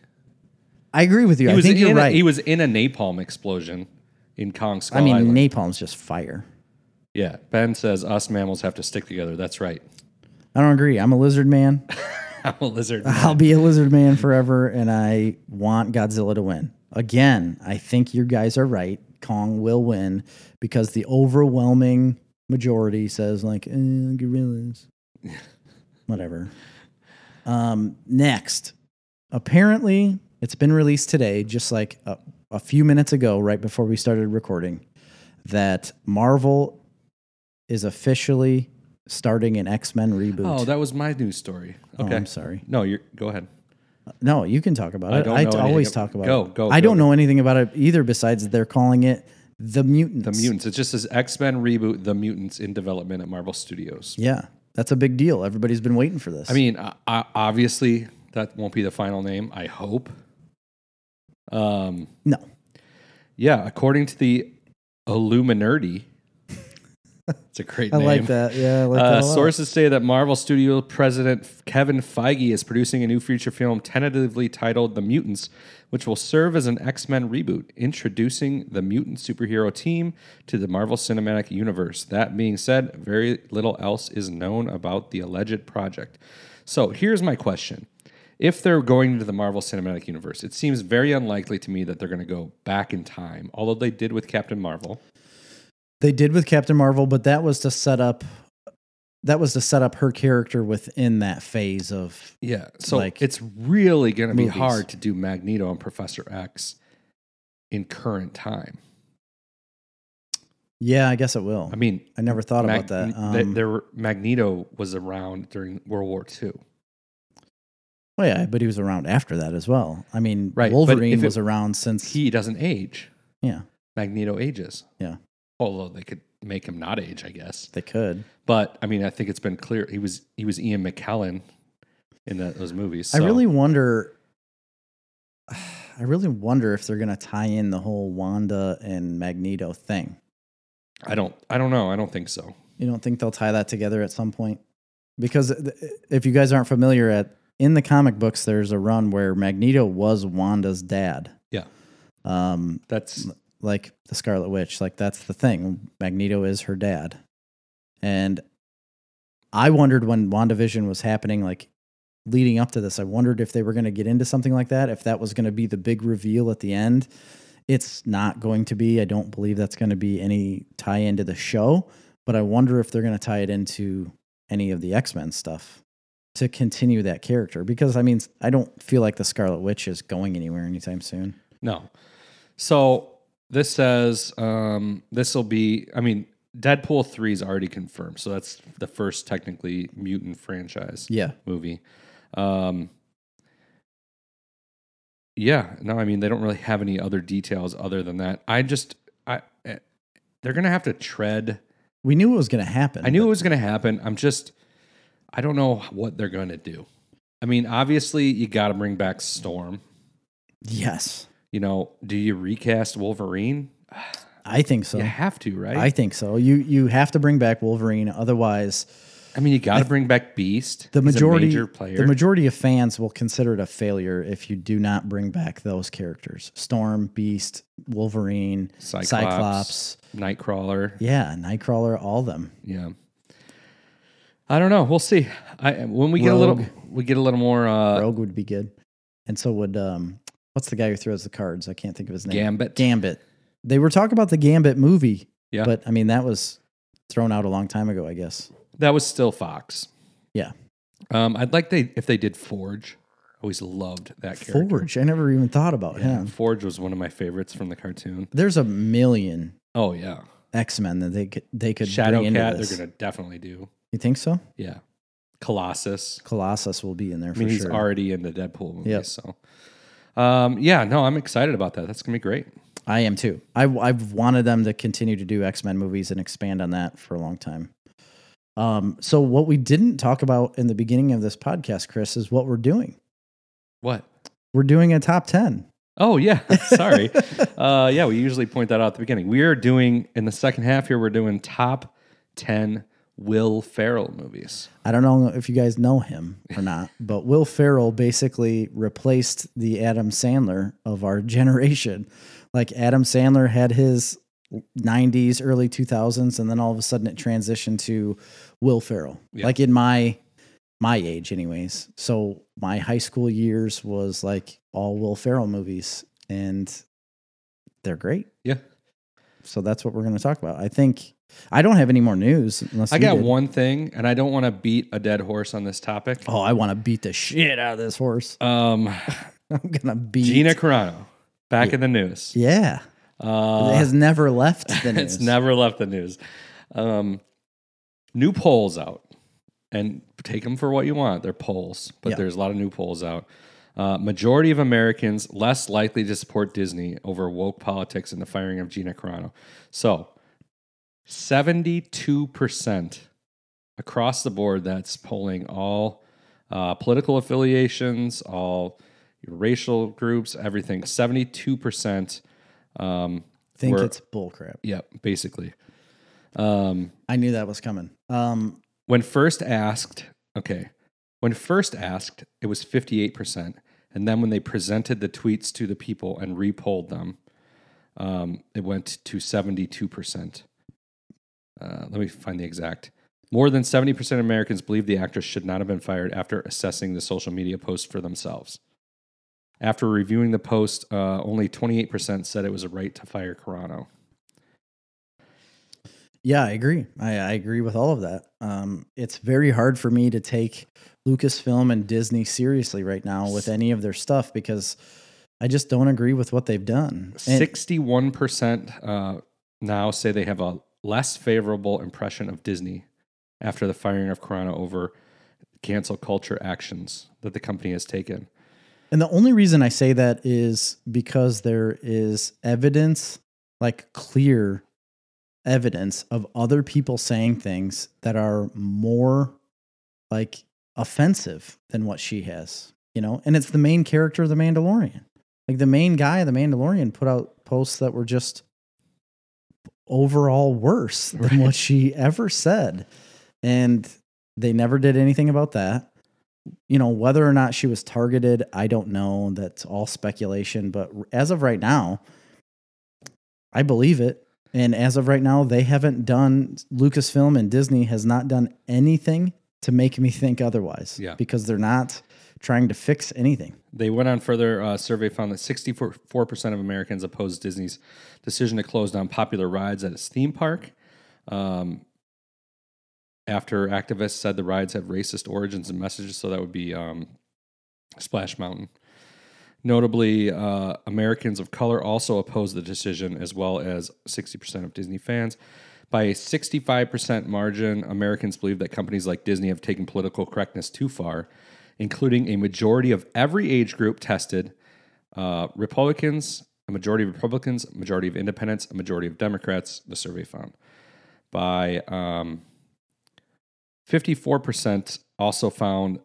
Speaker 1: I agree with you.
Speaker 2: He
Speaker 1: I
Speaker 2: was
Speaker 1: think
Speaker 2: in
Speaker 1: you're
Speaker 2: a,
Speaker 1: right. Oh,
Speaker 2: He was in a napalm explosion in Kong Skull
Speaker 1: I mean,
Speaker 2: Island.
Speaker 1: napalm's just fire.
Speaker 2: yeah, Ben says us mammals have to stick together. That's right.
Speaker 1: I don't agree. I'm a lizard man.
Speaker 2: I'm a lizard.
Speaker 1: I'll be a lizard man forever, and I want Godzilla to win. Again, I think you guys are right. Kong will win because the overwhelming majority says like eh, gorillas, whatever. Um, next, apparently it's been released today, just like a, a few minutes ago, right before we started recording, that Marvel is officially starting an X Men reboot.
Speaker 2: Oh, that was my news story.
Speaker 1: Oh,
Speaker 2: Okay.
Speaker 1: I'm sorry.
Speaker 2: no, you're go ahead.
Speaker 1: No, you can talk about
Speaker 2: I
Speaker 1: it.
Speaker 2: don't
Speaker 1: I
Speaker 2: know
Speaker 1: t-
Speaker 2: anything
Speaker 1: always
Speaker 2: ab-
Speaker 1: talk about
Speaker 2: Go,
Speaker 1: it.
Speaker 2: go,
Speaker 1: I
Speaker 2: go.
Speaker 1: don't know anything about it either, besides they're calling it The Mutants.
Speaker 2: The mutants. It just says X Men reboot The Mutants in development at Marvel Studios.
Speaker 1: Yeah, that's a big deal. Everybody's been waiting for this.
Speaker 2: I mean, I, I, obviously that won't be the final name. I hope. Um.
Speaker 1: no.
Speaker 2: Yeah. According to the Illuminati, it's a great
Speaker 1: I
Speaker 2: name.
Speaker 1: like that. Yeah, I like that.
Speaker 2: Uh,
Speaker 1: a lot.
Speaker 2: sources say that Marvel Studio president Kevin Feige is producing a new feature film tentatively titled The Mutants, which will serve as an X Men reboot, introducing the mutant superhero team to the Marvel Cinematic Universe. That being said, very little else is known about the alleged project. So here's my question. If they're going into the Marvel Cinematic Universe, it seems very unlikely to me that they're going to go back in time, although they did with Captain Marvel.
Speaker 1: They did with Captain Marvel, but that was to set up. That was to set up her character within that phase of.
Speaker 2: Yeah. So
Speaker 1: like,
Speaker 2: it's really going to be
Speaker 1: movies.
Speaker 2: hard to do Magneto and Professor X in current time.
Speaker 1: Yeah, I guess it will.
Speaker 2: I mean,
Speaker 1: I never thought
Speaker 2: Mag-
Speaker 1: about that.
Speaker 2: th-
Speaker 1: Um,
Speaker 2: there were- Magneto was around during World War II.
Speaker 1: well, oh, yeah, but he was around after that as well. I mean,
Speaker 2: Right, but
Speaker 1: Wolverine
Speaker 2: if it-
Speaker 1: was around since.
Speaker 2: He doesn't age.
Speaker 1: yeah,
Speaker 2: Magneto ages.
Speaker 1: Yeah.
Speaker 2: Although they could make him not age, I guess.
Speaker 1: they could.
Speaker 2: But I mean, I think it's been clear he was he was Ian McKellen in that, those movies.
Speaker 1: I
Speaker 2: so-
Speaker 1: really wonder. I really wonder if they're going to tie in the whole Wanda and Magneto thing.
Speaker 2: I don't I don't know. I don't think so.
Speaker 1: You don't think they'll tie that together at some point? Because th- if you guys aren't familiar, at in the comic books, there's a run where Magneto was Wanda's dad.
Speaker 2: Yeah.
Speaker 1: Um,
Speaker 2: That's
Speaker 1: like the Scarlet Witch, like that's the thing. Magneto is her dad, and I wondered when WandaVision was happening, like leading up to this, I wondered if they were going to get into something like that, if that was going to be the big reveal at the end. It's not going to be. I don't believe that's going to be any tie into the show, but I wonder if they're going to tie it into any of the X Men stuff to continue that character. Because I mean, I don't feel like the Scarlet Witch is going anywhere anytime soon.
Speaker 2: No. So this says um, this will be. I mean, Deadpool three is already confirmed, so that's the first technically mutant franchise
Speaker 1: Yeah.
Speaker 2: movie. Um, yeah. No, I mean they don't really have any other details other than that. I just I eh, they're gonna have to tread.
Speaker 1: We knew it was going to happen.
Speaker 2: I knew
Speaker 1: but-
Speaker 2: it was gonna happen. I'm just I don't know what they're gonna do. I mean, obviously you got to bring back Storm.
Speaker 1: Yes,
Speaker 2: You know, do you recast Wolverine?
Speaker 1: I think so.
Speaker 2: You have to, right?
Speaker 1: I think so. You you have to bring back Wolverine, otherwise
Speaker 2: I mean, you got to bring back Beast.
Speaker 1: the
Speaker 2: He's
Speaker 1: majority
Speaker 2: a major player.
Speaker 1: the majority of fans will consider it a failure if you do not bring back those characters: Storm, Beast, Wolverine,
Speaker 2: Cyclops.
Speaker 1: Cyclops,
Speaker 2: Nightcrawler.
Speaker 1: yeah, Nightcrawler, all them.
Speaker 2: Yeah. I don't know. We'll see. I when we get a little
Speaker 1: Rogue.
Speaker 2: we get a little more uh,
Speaker 1: Rogue would be good, and so would um, what's the guy who throws the cards? I can't think of his name.
Speaker 2: Gambit.
Speaker 1: Gambit. They were talking about the Gambit movie,
Speaker 2: Yeah.
Speaker 1: but I mean that was thrown out a long time ago, I guess.
Speaker 2: that was still Fox.
Speaker 1: Yeah.
Speaker 2: Um, I'd like they if they did Forge. I always loved that character.
Speaker 1: Forge. I never even thought about
Speaker 2: Yeah,
Speaker 1: him.
Speaker 2: Forge was one of my favorites from the cartoon.
Speaker 1: there's a million
Speaker 2: Oh yeah.
Speaker 1: X Men that they could they could
Speaker 2: Shadow
Speaker 1: bring
Speaker 2: Cat,
Speaker 1: into
Speaker 2: they're
Speaker 1: this.
Speaker 2: gonna definitely do.
Speaker 1: you think so?
Speaker 2: Yeah. Colossus.
Speaker 1: Colossus will be in there
Speaker 2: I
Speaker 1: for
Speaker 2: mean, he's
Speaker 1: sure.
Speaker 2: already in the Deadpool movie,
Speaker 1: Yep.
Speaker 2: so um, yeah, no, I'm excited about that. That's gonna be great.
Speaker 1: I am too. I I've wanted them to continue to do X Men movies and expand on that for a long time. Um, so what we didn't talk about in the beginning of this podcast, Chris, is what we're doing.
Speaker 2: What?
Speaker 1: We're doing a top ten.
Speaker 2: Oh yeah, sorry. uh, yeah, we usually point that out at the beginning. We are doing in the second half here. We're doing top ten Will Ferrell movies.
Speaker 1: I don't know if you guys know him or not, but Will Ferrell basically replaced the Adam Sandler of our generation. Like Adam Sandler had his 90s, early 2000s, and then all of a sudden it transitioned to Will Ferrell.
Speaker 2: Yeah.
Speaker 1: Like in my my age, anyways. So my high school years was like all Will Ferrell movies, and they're great.
Speaker 2: Yeah,
Speaker 1: So that's what we're going to talk about. I think I don't have any more news. Unless
Speaker 2: I
Speaker 1: you
Speaker 2: got
Speaker 1: did.
Speaker 2: one thing, and I don't want to beat a dead horse on this topic.
Speaker 1: Oh, I want to beat the shit out of this horse.
Speaker 2: Um,
Speaker 1: I'm gonna beat
Speaker 2: Gina Carano, back in the news.
Speaker 1: Yeah,
Speaker 2: Uh,
Speaker 1: it has never left the news.
Speaker 2: it's never left the news. Um, new polls out, and take them for what you want. They're polls, but
Speaker 1: Yeah.
Speaker 2: there's a lot of new polls out. Uh, majority of Americans less likely to support Disney over woke politics and the firing of Gina Carano. So, seventy-two percent across the board. That's polling all uh, political affiliations, all racial groups, everything. Seventy-two percent. Um,
Speaker 1: think
Speaker 2: were-
Speaker 1: it's bullcrap.
Speaker 2: Yep, basically. Um,
Speaker 1: I knew that was coming. Um,
Speaker 2: when first asked, okay, when first asked, it was 58%. And then when they presented the tweets to the people and repolled them, um, it went to 72%. Uh, let me find the exact. More than 70% of Americans believe the actress should not have been fired after assessing the social media post for themselves. After reviewing the post, uh, only 28% said it was a right to fire Carano.
Speaker 1: yeah, I agree. I, I agree with all of that. Um, it's very hard for me to take Lucasfilm and Disney seriously right now with any of their stuff because I just don't agree with what they've done. And-
Speaker 2: Sixty-one percent uh, now say they have a less favorable impression of Disney after the firing of Corona over cancel culture actions that the company has taken.
Speaker 1: And the only reason I say that is because there is evidence, like clear evidence of other people saying things that are more like offensive than what she has, you know? And it's the main character of The Mandalorian. Like the main guy of The Mandalorian put out posts that were just overall worse than
Speaker 2: Right.
Speaker 1: what she ever said. And they never did anything about that you know whether or not she was targeted i don't know that's all speculation but r- as of right now i believe it and as of right now they haven't done lucasfilm and disney has not done anything to make me think otherwise
Speaker 2: Yeah.
Speaker 1: because they're not trying to fix anything
Speaker 2: They went on further uh, survey found that sixty-four percent of Americans oppose Disney's decision to close down popular rides at its theme park. Um, after activists said the rides have racist origins and messages, so that would be um, Splash Mountain. Notably, uh, Americans of color also opposed the decision, as well as 60% of Disney fans. By a 65% margin, Americans believe that companies like Disney have taken political correctness too far, including a majority of every age group tested uh, Republicans, a majority of Republicans, a majority of independents, a majority of Democrats, the survey found. By um, 54% also found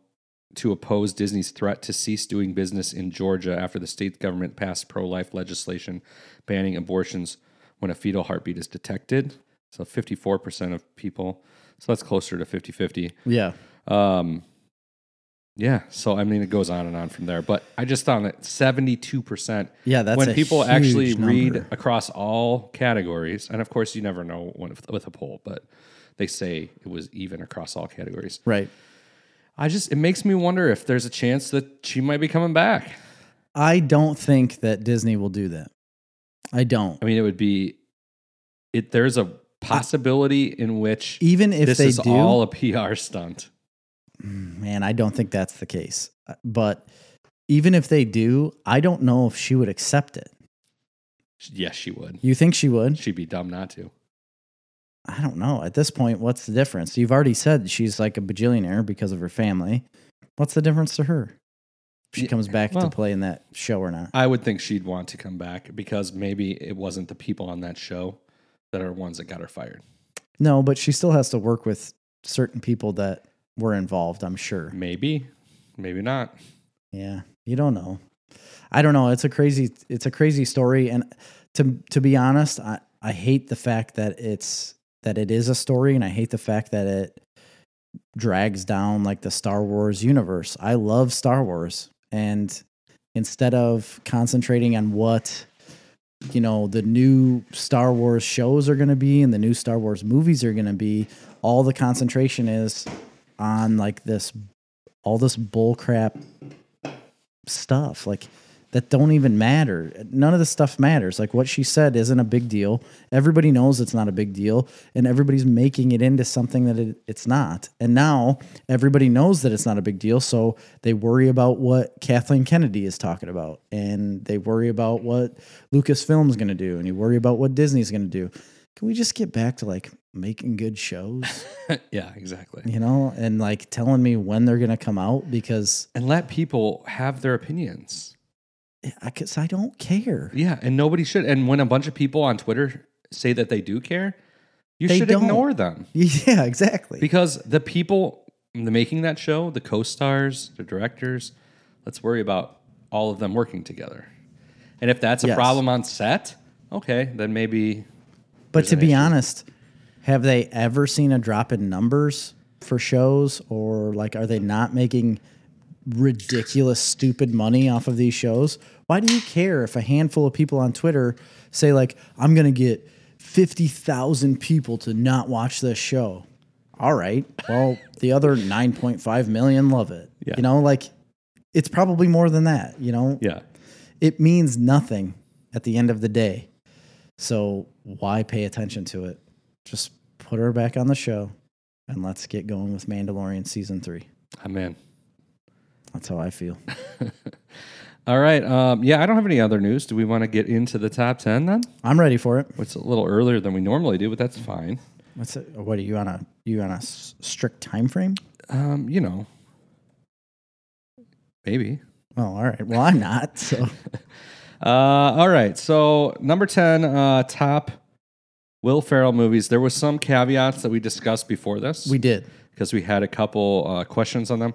Speaker 2: to oppose Disney's threat to cease doing business in Georgia after the state government passed pro life legislation banning abortions when a fetal heartbeat is detected. So 54% of people. So that's closer to 50 50.
Speaker 1: yeah
Speaker 2: Um, yeah. So, I mean, it goes on and on from there. But I just found that 72%.
Speaker 1: yeah that's
Speaker 2: when
Speaker 1: a
Speaker 2: people
Speaker 1: huge
Speaker 2: actually read
Speaker 1: number.
Speaker 2: across all categories, and of course, you never know with with a poll, but they say it was even across all categories.
Speaker 1: right
Speaker 2: I just it makes me wonder if there's a chance that she might be coming back.
Speaker 1: i don't think that disney will do that i don't
Speaker 2: I mean, it would be it. There's a possibility in which
Speaker 1: even E, if
Speaker 2: this
Speaker 1: they
Speaker 2: is
Speaker 1: do
Speaker 2: all a PR stunt.
Speaker 1: Man, I don't think that's the case. Uh, But even if they do, I don't know if she would accept it.
Speaker 2: Yes, she would.
Speaker 1: You think she would?
Speaker 2: She'd be dumb not to.
Speaker 1: I don't know. At this point, what's the difference? You've already said she's like a bajillionaire because of her family. What's the difference to her? If she
Speaker 2: Yeah,
Speaker 1: comes back
Speaker 2: well-
Speaker 1: to play in that show or not.
Speaker 2: I would think she'd want to come back because maybe it wasn't the people on that show that are ones that got her fired.
Speaker 1: No, but she still has to work with certain people that were involved, I'm sure.
Speaker 2: Maybe, maybe not.
Speaker 1: Yeah, you don't know. I don't know. It's a crazy. It's a crazy story, and to to be honest, I I hate the fact that it's that it is a story, and I hate the fact that it drags down like the Star Wars universe. I love Star Wars, and instead of concentrating on what you know the new Star Wars shows are going to be and the new Star Wars movies are going to be, all the concentration is on like this all this bull crap stuff. Like that don't even matter. None of this stuff matters. Like what she said isn't a big deal. Everybody knows it's not a big deal, and everybody's making it into something that it, it's not. And now everybody knows that it's not a big deal, so they worry about what Kathleen Kennedy is talking about, and they worry about what Lucasfilm's going to do, and you worry about what Disney's going to do. Can we just get back to like making good shows,
Speaker 2: yeah, exactly.
Speaker 1: you know, and like telling me when they're going to come out because
Speaker 2: And let people have their opinions.
Speaker 1: I, cause I don't care.
Speaker 2: Yeah, and nobody should. And when a bunch of people on Twitter say that they do care, you
Speaker 1: They
Speaker 2: should
Speaker 1: don't.
Speaker 2: ignore them
Speaker 1: Yeah, exactly.
Speaker 2: because the people the making that show, the co-stars, the directors, let's worry about all of them working together. And if that's a
Speaker 1: Yes.
Speaker 2: problem on set, okay, then maybe
Speaker 1: But to
Speaker 2: an
Speaker 1: be
Speaker 2: issue.
Speaker 1: honest, have they ever seen a drop in numbers for shows or like are they not making ridiculous stupid money off of these shows? Why do you care if a handful of people on Twitter say like I'm going to get 50,000 people to not watch this show? All right. Well, the other 9.5 million love it.
Speaker 2: Yeah.
Speaker 1: You know, like it's probably more than that, you know?
Speaker 2: yeah.
Speaker 1: it means nothing at the end of the day. So why pay attention to it? Just put her back on the show and let's get going with Mandalorian season three.
Speaker 2: I'm in.
Speaker 1: That's how I feel.
Speaker 2: All right. Um, yeah, I don't have any other news. Do we want to get into the top 10 then?
Speaker 1: I'm ready for it.
Speaker 2: It's a little earlier than we normally do, but that's fine.
Speaker 1: What's it? What are you on a you on a s- strict time frame?
Speaker 2: Um, you know, maybe.
Speaker 1: Oh, all right. Well, I'm not. So
Speaker 2: Uh, all right. So number ten, uh, top Will Ferrell movies. There was some caveats that we discussed before this
Speaker 1: we did.
Speaker 2: because we had a couple uh, questions on them.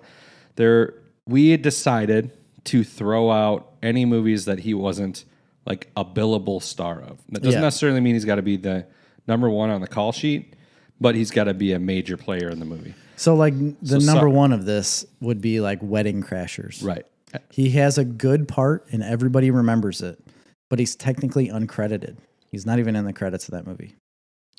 Speaker 2: There, we had decided to throw out any movies that he wasn't like a billable star of. That doesn't
Speaker 1: Yeah.
Speaker 2: necessarily mean he's got to be the number one on the call sheet, but he's got to be a major player in the movie.
Speaker 1: So like n- the
Speaker 2: So
Speaker 1: number
Speaker 2: sorry.
Speaker 1: one of this would be like Wedding Crashers.
Speaker 2: Right.
Speaker 1: He has a good part and everybody remembers it, but he's technically uncredited. He's not even in the credits of that movie.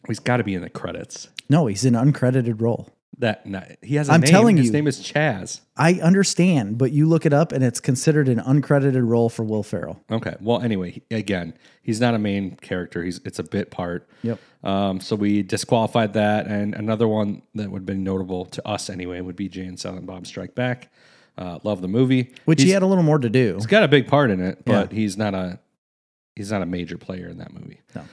Speaker 2: He's got to be in the credits.
Speaker 1: No, he's in an uncredited role.
Speaker 2: That not, he has. i
Speaker 1: I'm telling
Speaker 2: His
Speaker 1: you.
Speaker 2: name is Chaz.
Speaker 1: I understand, but you look it up and it's considered an uncredited role for Will Ferrell.
Speaker 2: Okay. Well, anyway, he- again, he's not a main character. He's it's a bit part.
Speaker 1: Yep.
Speaker 2: Um, so we disqualified that, and another one that would have been notable to us anyway would be Jay and Silent Bob Strike Back. Uh, love the movie.
Speaker 1: Which he
Speaker 2: He's-
Speaker 1: had a little more to do.
Speaker 2: he's got a big part in it, but he's not a he's not a major player in that movie.
Speaker 1: No.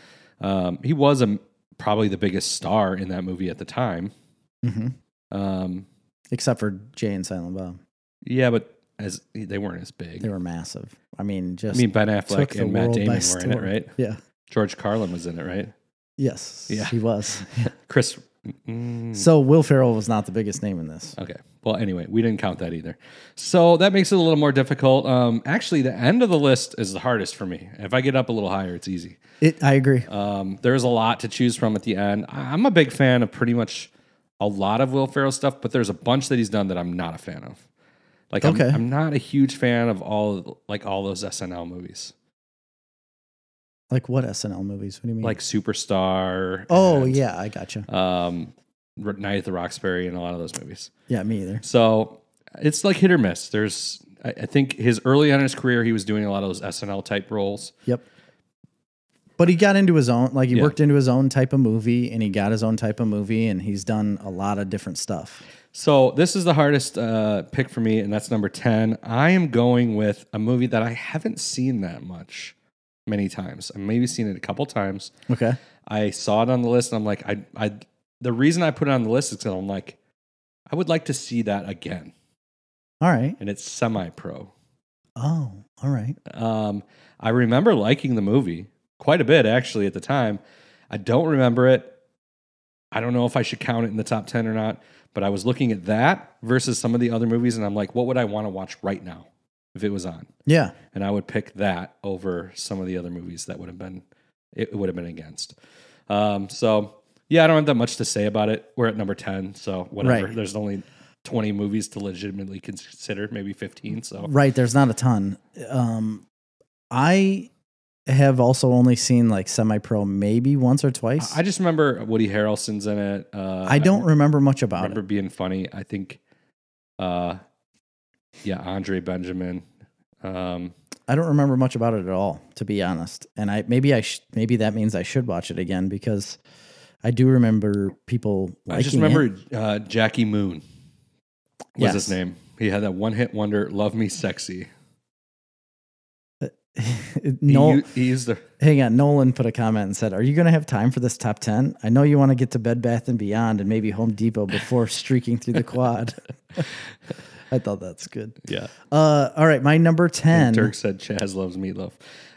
Speaker 2: Um, he was a, probably the biggest star in that movie at the time.
Speaker 1: hmm
Speaker 2: Um,
Speaker 1: Except for Jay and Silent Bob.
Speaker 2: yeah, but as they weren't as big.
Speaker 1: They were massive. I mean,
Speaker 2: I
Speaker 1: just
Speaker 2: mean, Ben
Speaker 1: took
Speaker 2: Affleck
Speaker 1: the
Speaker 2: and Matt
Speaker 1: world by
Speaker 2: Damon were in it,
Speaker 1: storm.
Speaker 2: right?
Speaker 1: Yeah.
Speaker 2: George Carlin was in it, right?
Speaker 1: Yes.
Speaker 2: Yeah.
Speaker 1: He was.
Speaker 2: Chris. mm,
Speaker 1: so Will Ferrell was not the biggest name in this.
Speaker 2: Okay. Well, anyway, we didn't count that either. So that makes it a little more difficult. Um, actually, the end of the list is the hardest for me. If I get up a little higher, it's easy.
Speaker 1: It. I agree.
Speaker 2: Um, there's a lot to choose from at the end. I- I'm a big fan of pretty much a lot of Will Ferrell stuff, but there's a bunch that he's done that I'm not a fan of. Like, I'm,
Speaker 1: Okay.
Speaker 2: I'm not a huge fan of all like all those SNL movies,
Speaker 1: Like what SNL movies? What do you mean?
Speaker 2: like Superstar.
Speaker 1: oh
Speaker 2: and,
Speaker 1: yeah, I gotcha.
Speaker 2: Um, Night at the Roxbury and a lot of those movies.
Speaker 1: Yeah, me either.
Speaker 2: So it's like hit or miss. There's, I, I think his early on in his career, he was doing a lot of those SNL type roles.
Speaker 1: Yep. But he got into his own, like he
Speaker 2: Yeah.
Speaker 1: worked into his own type of movie, and he got his own type of movie, and he's done a lot of different stuff.
Speaker 2: So this is the hardest uh, pick for me, and that's number 10. I am going with a movie that I haven't seen that much many times. I've maybe seen it a couple times.
Speaker 1: Okay.
Speaker 2: I saw it on the list, and I'm like, I, I, the reason I put it on the list is because I'm like, I would like to see that again.
Speaker 1: All right.
Speaker 2: And it's semi pro.
Speaker 1: Oh, all right.
Speaker 2: Um, I remember liking the movie quite a bit actually at the time. I don't remember it. I don't know if I should count it in the top 10 or not, but I was looking at that versus some of the other movies and I'm like, what would I want to watch right now if it was on?
Speaker 1: Yeah.
Speaker 2: And I would pick that over some of the other movies that would have been it would have been against. Um, so yeah, I don't have that much to say about it. We're at number 10, so whatever.
Speaker 1: Right.
Speaker 2: There's only 20 movies to legitimately consider, maybe 15, so
Speaker 1: Right. There's not a ton. Um, I have also only seen like semi pro maybe once or twice.
Speaker 2: I I just remember Woody Harrelson's in it. Uh,
Speaker 1: I don't remember much about
Speaker 2: remember being funny. I think, uh, yeah, Andre Benjamin, Um,
Speaker 1: I don't remember much about it at all, to be honest. And I maybe I sh- maybe that means I should watch it again because I do remember people. Liking
Speaker 2: I just
Speaker 1: it.
Speaker 2: remember uh, Jackie Moon was
Speaker 1: Yes.
Speaker 2: his name. He had that one hit wonder, Love Me Sexy. He
Speaker 1: no.
Speaker 2: u- he used the.
Speaker 1: Hang on, Nolan put a comment and said, "Are you going to have time for this top 10? I know you want to get to Bed Bath and Beyond and maybe Home Depot before streaking through the quad." I thought that's good.
Speaker 2: Yeah.
Speaker 1: Uh, all right, my number 10.
Speaker 2: Dirk said Chaz loves meatloaf.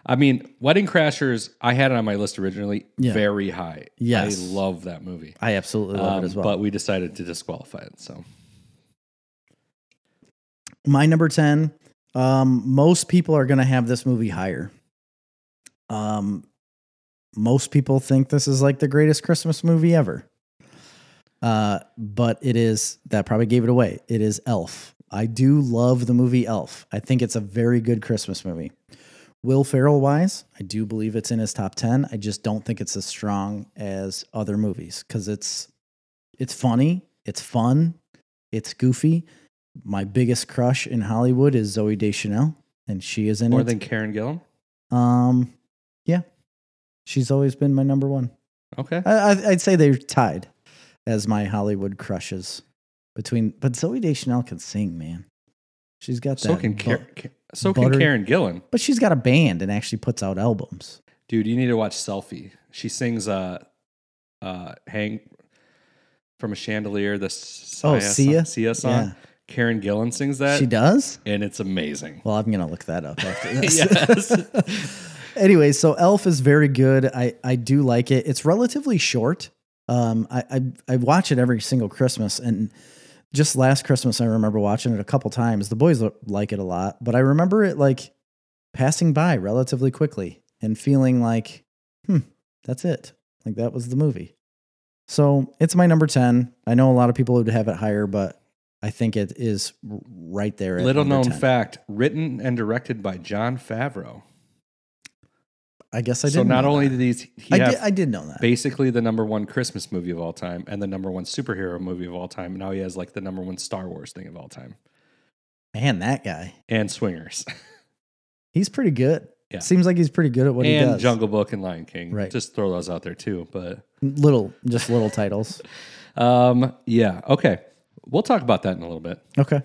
Speaker 2: I mean, Wedding Crashers, I had it on my list originally,
Speaker 1: Yeah.
Speaker 2: very high.
Speaker 1: Yes.
Speaker 2: I love that movie.
Speaker 1: I absolutely love
Speaker 2: Um,
Speaker 1: it as well.
Speaker 2: But we decided to disqualify it. So
Speaker 1: my number 10 um most people are going to have this movie higher um most people think this is like the greatest christmas movie ever uh but it is that probably gave it away it is elf i do love the movie elf i think it's a very good christmas movie will ferrell wise i do believe it's in his top 10 i just don't think it's as strong as other movies because it's it's funny it's fun it's goofy my biggest crush in Hollywood is Zoe Deschanel, and she is in
Speaker 2: more
Speaker 1: it.
Speaker 2: than Karen Gillan.
Speaker 1: um, yeah, she's always been my number one.
Speaker 2: Okay.
Speaker 1: I, I, I'd say they're tied as my Hollywood crushes between. But Zoe Deschanel can sing, man. She's got
Speaker 2: So
Speaker 1: that.
Speaker 2: can,
Speaker 1: bu-
Speaker 2: Car- Ca- so can
Speaker 1: buttery-
Speaker 2: Karen Gillan.
Speaker 1: but she's got a band and actually puts out albums.
Speaker 2: Dude, you need to watch Selfie. She sings uh uh Hang from a Chandelier, the Sia,
Speaker 1: Oh, Sia?
Speaker 2: song, Sia song.
Speaker 1: Yeah.
Speaker 2: Karen Gillan sings that
Speaker 1: she does.
Speaker 2: and it's amazing.
Speaker 1: Well, I'm gonna look that up after this.
Speaker 2: yes.
Speaker 1: anyway, so Elf is very good. I I do like it. It's relatively short. Um, I I, I watch it every single Christmas, and just last Christmas I remember watching it a couple times. The boys lo- like it a lot, but I remember it like passing by relatively quickly and feeling like, hmm, that's it. Like that was the movie. So it's my number ten. I know a lot of people would have it higher, but I think it is r- right there. At
Speaker 2: Little
Speaker 1: number
Speaker 2: known
Speaker 1: 10.
Speaker 2: fact, written and directed by John Favreau.
Speaker 1: I guess I did.
Speaker 2: so not
Speaker 1: know
Speaker 2: only
Speaker 1: that.
Speaker 2: did these he
Speaker 1: I
Speaker 2: have
Speaker 1: did, I did know that.
Speaker 2: basically the number one Christmas movie of all time and the number one superhero movie of all time. Now he has like the number one Star Wars thing of all time.
Speaker 1: Man, that guy.
Speaker 2: And Swingers.
Speaker 1: He's pretty good.
Speaker 2: Yeah.
Speaker 1: Seems like he's pretty good at what he
Speaker 2: and
Speaker 1: does.
Speaker 2: Jungle Book and Lion King.
Speaker 1: Right.
Speaker 2: Just throw those out there too. But
Speaker 1: Little, just little titles.
Speaker 2: um yeah, okay. We'll talk about that in a little bit.
Speaker 1: Okay.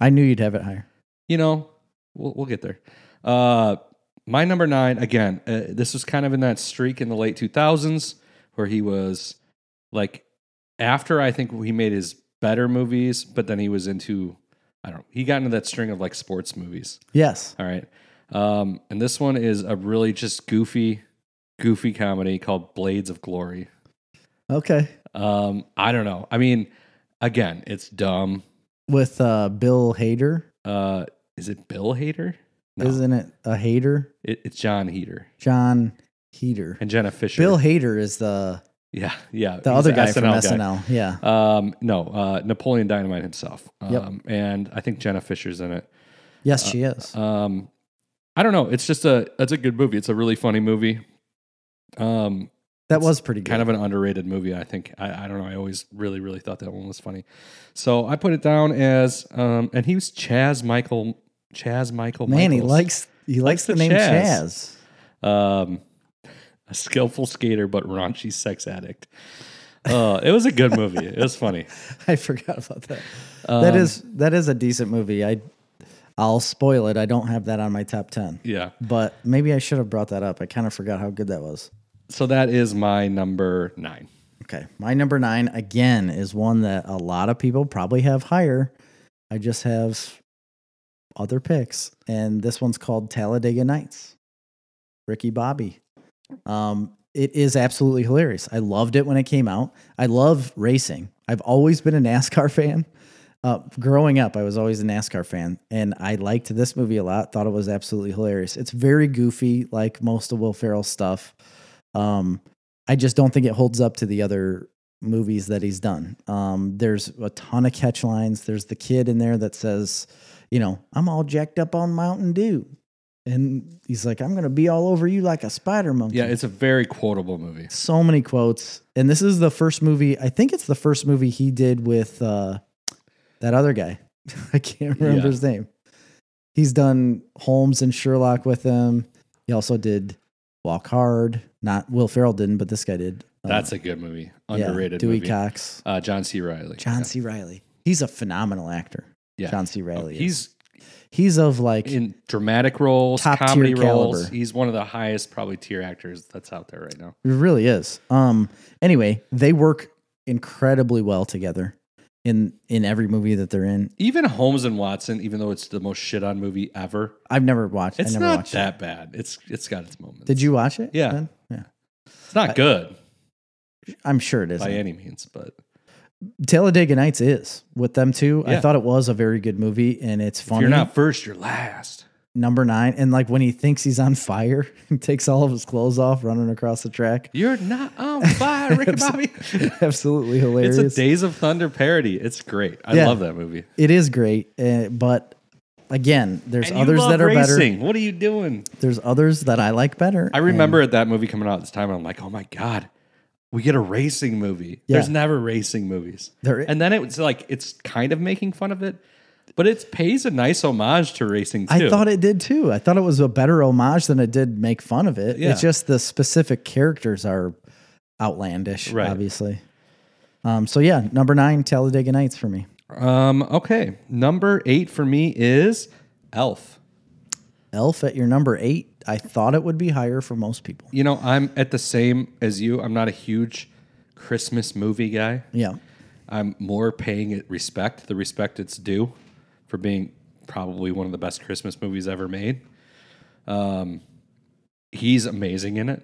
Speaker 1: I knew you'd have it higher.
Speaker 2: you know, we'll, we'll get there. Uh, my number nine, again, uh, this was kind of in that streak in the late 2000s where he was like, after I think he made his better movies, but then he was into, I don't know, he got into that string of like sports movies.
Speaker 1: Yes.
Speaker 2: All right. Um, and this one is a really just goofy, goofy comedy called Blades of Glory.
Speaker 1: Okay.
Speaker 2: Um, I don't know. I mean, again, it's dumb.
Speaker 1: With uh, Bill Hader,
Speaker 2: Uh, is it Bill Hader? No,
Speaker 1: isn't it? A Hader,
Speaker 2: it, it's John Heater.
Speaker 1: John Hader.
Speaker 2: and Jenna Fisher.
Speaker 1: Bill Hader is the
Speaker 2: yeah, yeah,
Speaker 1: the
Speaker 2: he's
Speaker 1: other
Speaker 2: the
Speaker 1: guy from SNL. Yeah.
Speaker 2: Um, no, uh, Napoleon Dynamite himself. Um,
Speaker 1: Yep.
Speaker 2: and I think Jenna Fisher's in it.
Speaker 1: Yes, she is.
Speaker 2: Um, I don't know. It's just a it's a good movie. It's a really funny movie. Um,
Speaker 1: that was pretty good.
Speaker 2: kind of an underrated movie. I think. I, I don't know. I always really really thought that one was funny. So I put it down as um, and he was Chaz Michael Chaz Michael.
Speaker 1: man. He
Speaker 2: Michaels.
Speaker 1: likes he likes, the,
Speaker 2: the
Speaker 1: name Chaz.
Speaker 2: Chaz. um, a skillful skater but raunchy sex addict. Uh, it was a good movie. It was funny.
Speaker 1: I forgot about that. that is that is a decent movie. I I'll spoil it. I don't have that on my top ten.
Speaker 2: Yeah.
Speaker 1: But maybe I should have brought that up. I kind of forgot how good that was.
Speaker 2: So that is my number nine.
Speaker 1: Okay. My number nine, again, is one that a lot of people probably have higher. I just have other picks. And this one's called Talladega Nights, Ricky Bobby. Um, it is absolutely hilarious. I loved it when it came out. I love racing. I've always been a NASCAR fan. Uh, growing up, I was always a NASCAR fan, and I liked this movie a lot. Thought it was absolutely hilarious. It's very goofy, like most of Will Ferrell's stuff. Um, I just don't think it holds up to the other movies that he's done. Um, there's a ton of catch lines. There's the kid in there that says, you know, I'm all jacked up on Mountain Dew. And he's like, I'm going to be all over you like a spider monkey.
Speaker 2: Yeah, it's a very quotable movie.
Speaker 1: so many quotes. And this is the first movie, I think it's the first movie he did with uh, that other guy. I can't remember
Speaker 2: Yeah.
Speaker 1: his name. he's done Holmes and Sherlock with him. He also did Walk Hard. Not Will Ferrell didn't, but this guy did. Uh,
Speaker 2: That's a good movie.
Speaker 1: yeah,
Speaker 2: Underrated
Speaker 1: Dewey
Speaker 2: movie.
Speaker 1: Cox,
Speaker 2: Uh, John C. Riley.
Speaker 1: John C. Riley. He's a phenomenal actor.
Speaker 2: Yeah. Oh,
Speaker 1: John C. Riley. he's
Speaker 2: He's
Speaker 1: he's of like
Speaker 2: in dramatic roles,
Speaker 1: Top tier
Speaker 2: comedy roles.
Speaker 1: caliber.
Speaker 2: He's one of the highest probably tier actors that's out there right now.
Speaker 1: It really is. Um. Anyway, they work incredibly well together in in every movie that they're in.
Speaker 2: Even Holmes and Watson, even though it's the most shit on movie ever,
Speaker 1: I've never watched. I
Speaker 2: it's
Speaker 1: never
Speaker 2: not
Speaker 1: watched
Speaker 2: that bad. It's it's got its moments.
Speaker 1: It. Did you watch it?
Speaker 2: Yeah.
Speaker 1: Ben? Yeah.
Speaker 2: It's not good
Speaker 1: I'm sure it is.
Speaker 2: by any means, but
Speaker 1: Talladega Nights is with them too. I
Speaker 2: Yeah.
Speaker 1: thought it was a very good movie, and it's
Speaker 2: if
Speaker 1: funny.
Speaker 2: you're not first, you're last.
Speaker 1: number nine, and like when he thinks he's on fire, and takes all of his clothes off, running across the track.
Speaker 2: You're not on fire, Rick and Bobby.
Speaker 1: Absolutely hilarious.
Speaker 2: It's a Days of Thunder parody. It's great. I
Speaker 1: Yeah.
Speaker 2: love that movie.
Speaker 1: it is great, uh, but again, there's
Speaker 2: And you
Speaker 1: others
Speaker 2: love
Speaker 1: that are better.
Speaker 2: racing. What are you doing?
Speaker 1: There's others that I like better.
Speaker 2: I remember at that movie coming out at this time, and I'm like, oh my God, we get a racing movie.
Speaker 1: Yeah.
Speaker 2: There's never racing movies.
Speaker 1: There i-
Speaker 2: and then it was like, it's kind of making fun of it, but it pays a nice homage to racing too.
Speaker 1: I thought it did too. I thought it was a better homage than it did make fun of it.
Speaker 2: Yeah.
Speaker 1: It's just the specific characters are outlandish,
Speaker 2: Right.
Speaker 1: obviously. Um, so yeah, number nine, Talladega Nights for me.
Speaker 2: Um, okay. Number eight for me is Elf.
Speaker 1: Elf at your number eight. I thought it would be higher for most people.
Speaker 2: You know, I'm at the same as you. I'm not a huge Christmas movie guy.
Speaker 1: Yeah.
Speaker 2: I'm more paying it respect, the respect it's due for being probably one of the best Christmas movies ever made. Um, he's amazing in it.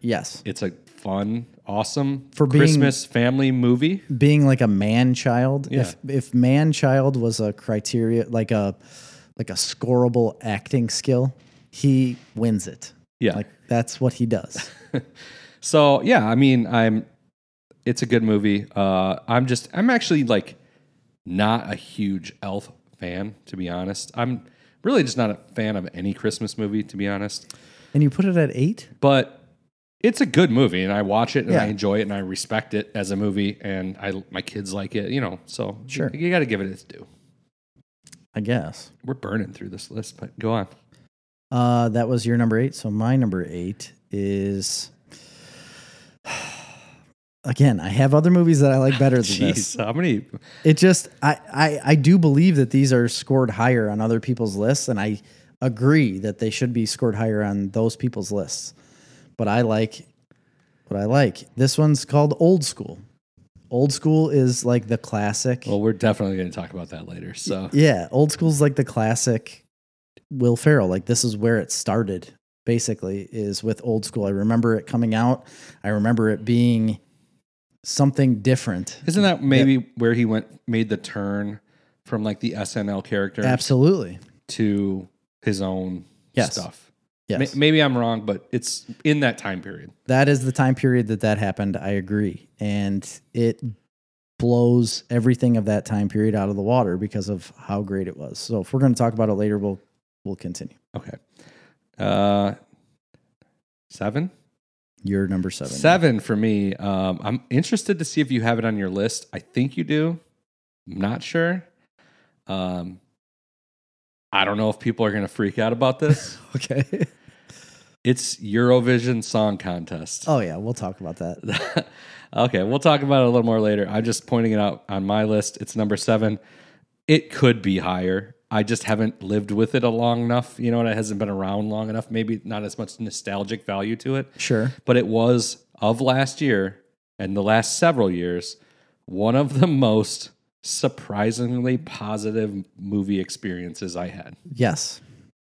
Speaker 1: Yes.
Speaker 2: It's a fun, awesome
Speaker 1: For being-
Speaker 2: Christmas family movie.
Speaker 1: Being like a man child.
Speaker 2: Yeah.
Speaker 1: If if man child was a criteria like a like a scorable acting skill, he wins it.
Speaker 2: Yeah.
Speaker 1: Like that's what he does.
Speaker 2: so yeah, I mean, I'm. It's a good movie. Uh, I'm just. I'm actually like not a huge Elf fan, to be honest. I'm really just not a fan of any Christmas movie, to be honest.
Speaker 1: and you put it at eight?
Speaker 2: but it's a good movie and I watch it and
Speaker 1: Yeah.
Speaker 2: I enjoy it and I respect it as a movie and I my kids like it, you know. So
Speaker 1: Sure.
Speaker 2: you, got to give it its due.
Speaker 1: I guess.
Speaker 2: We're burning through this list, but go on.
Speaker 1: Uh, that was your number eight. So my number eight is. Again, I have other movies that I like better than this.
Speaker 2: Jeez, how many?
Speaker 1: It just, I, I, I do believe that these are scored higher on other people's lists, and I agree that they should be scored higher on those people's lists. But I like what I like. This one's called Old School. Old School is like the classic.
Speaker 2: Well, we're definitely going to talk about that later. So
Speaker 1: Yeah, old school's like the classic Will Ferrell. Like this is where it started. Basically, is with old school. I remember it coming out. I remember it being something different.
Speaker 2: isn't that maybe where he went made the turn from like the SNL character
Speaker 1: Absolutely.
Speaker 2: to his own
Speaker 1: Yes.
Speaker 2: stuff? Ma-
Speaker 1: Yes.
Speaker 2: maybe I'm wrong, but it's in that time period.
Speaker 1: that is the time period that that happened. I agree. And it blows everything of that time period out of the water because of how great it was. So if we're going to talk about it later, we'll we'll continue.
Speaker 2: Okay. Uh, seven.
Speaker 1: You're number 7.
Speaker 2: Seven for me. Um, I'm interested to see if you have it on your list. I think you do. I'm not sure. Um, I don't know if people are going to freak out about this.
Speaker 1: Okay.
Speaker 2: it's Eurovision Song Contest.
Speaker 1: oh yeah, we'll talk about that.
Speaker 2: okay, we'll talk about it a little more later. I'm just pointing it out on my list. It's number seven. It could be higher. I just haven't lived with it a long enough. You know, and it hasn't been around long enough. Maybe not as much nostalgic value to it
Speaker 1: Sure.
Speaker 2: but it was of last year and the last several years one of the most surprisingly positive movie experiences I had.
Speaker 1: Yes.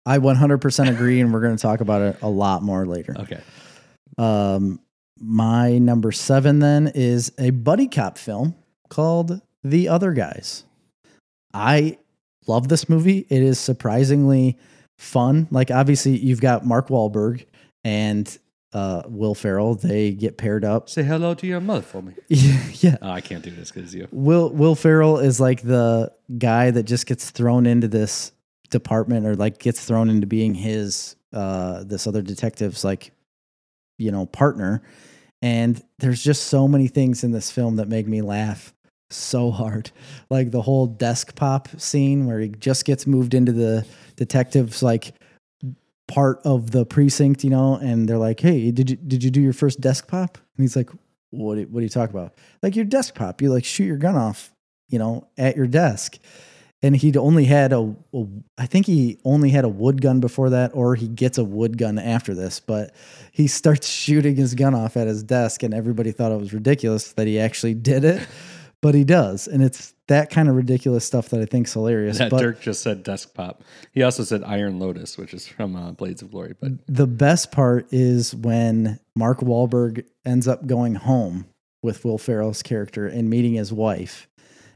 Speaker 1: I 100% agree, and we're going to talk about it a lot more later.
Speaker 2: Okay.
Speaker 1: Um, my number seven then is a buddy cop film called The Other Guys. I love this movie. It is surprisingly fun. Like, obviously, you've got Mark Wahlberg and uh, Will Ferrell. They get paired up.
Speaker 2: Say hello to your mother for me.
Speaker 1: yeah,
Speaker 2: Oh, I can't do this because you.
Speaker 1: Will Will Ferrell is like the guy that just gets thrown into this department or like gets thrown into being his uh this other detective's like you know partner and there's just so many things in this film that make me laugh so hard. Like the whole desk pop scene where he just gets moved into the detective's like part of the precinct, you know, and they're like, "Hey, did you did you do your first desk pop?" And he's like, "What do- what are you talking about?" Like your desk pop, you like shoot your gun off, you know, at your desk. And he'd only had a, a I think he only had a wood gun before that or he gets a wood gun after this, but he starts shooting his gun off at his desk and everybody thought it was ridiculous that he actually did it. But he does, and it's that kind of ridiculous stuff that I think's hilarious.
Speaker 2: That
Speaker 1: but
Speaker 2: Dirk just said desk pop. He also said Iron Lotus, which is from uh, Blades of Glory. But
Speaker 1: The best part is when Mark Wahlberg ends up going home with Will Ferrell's character and meeting his wife.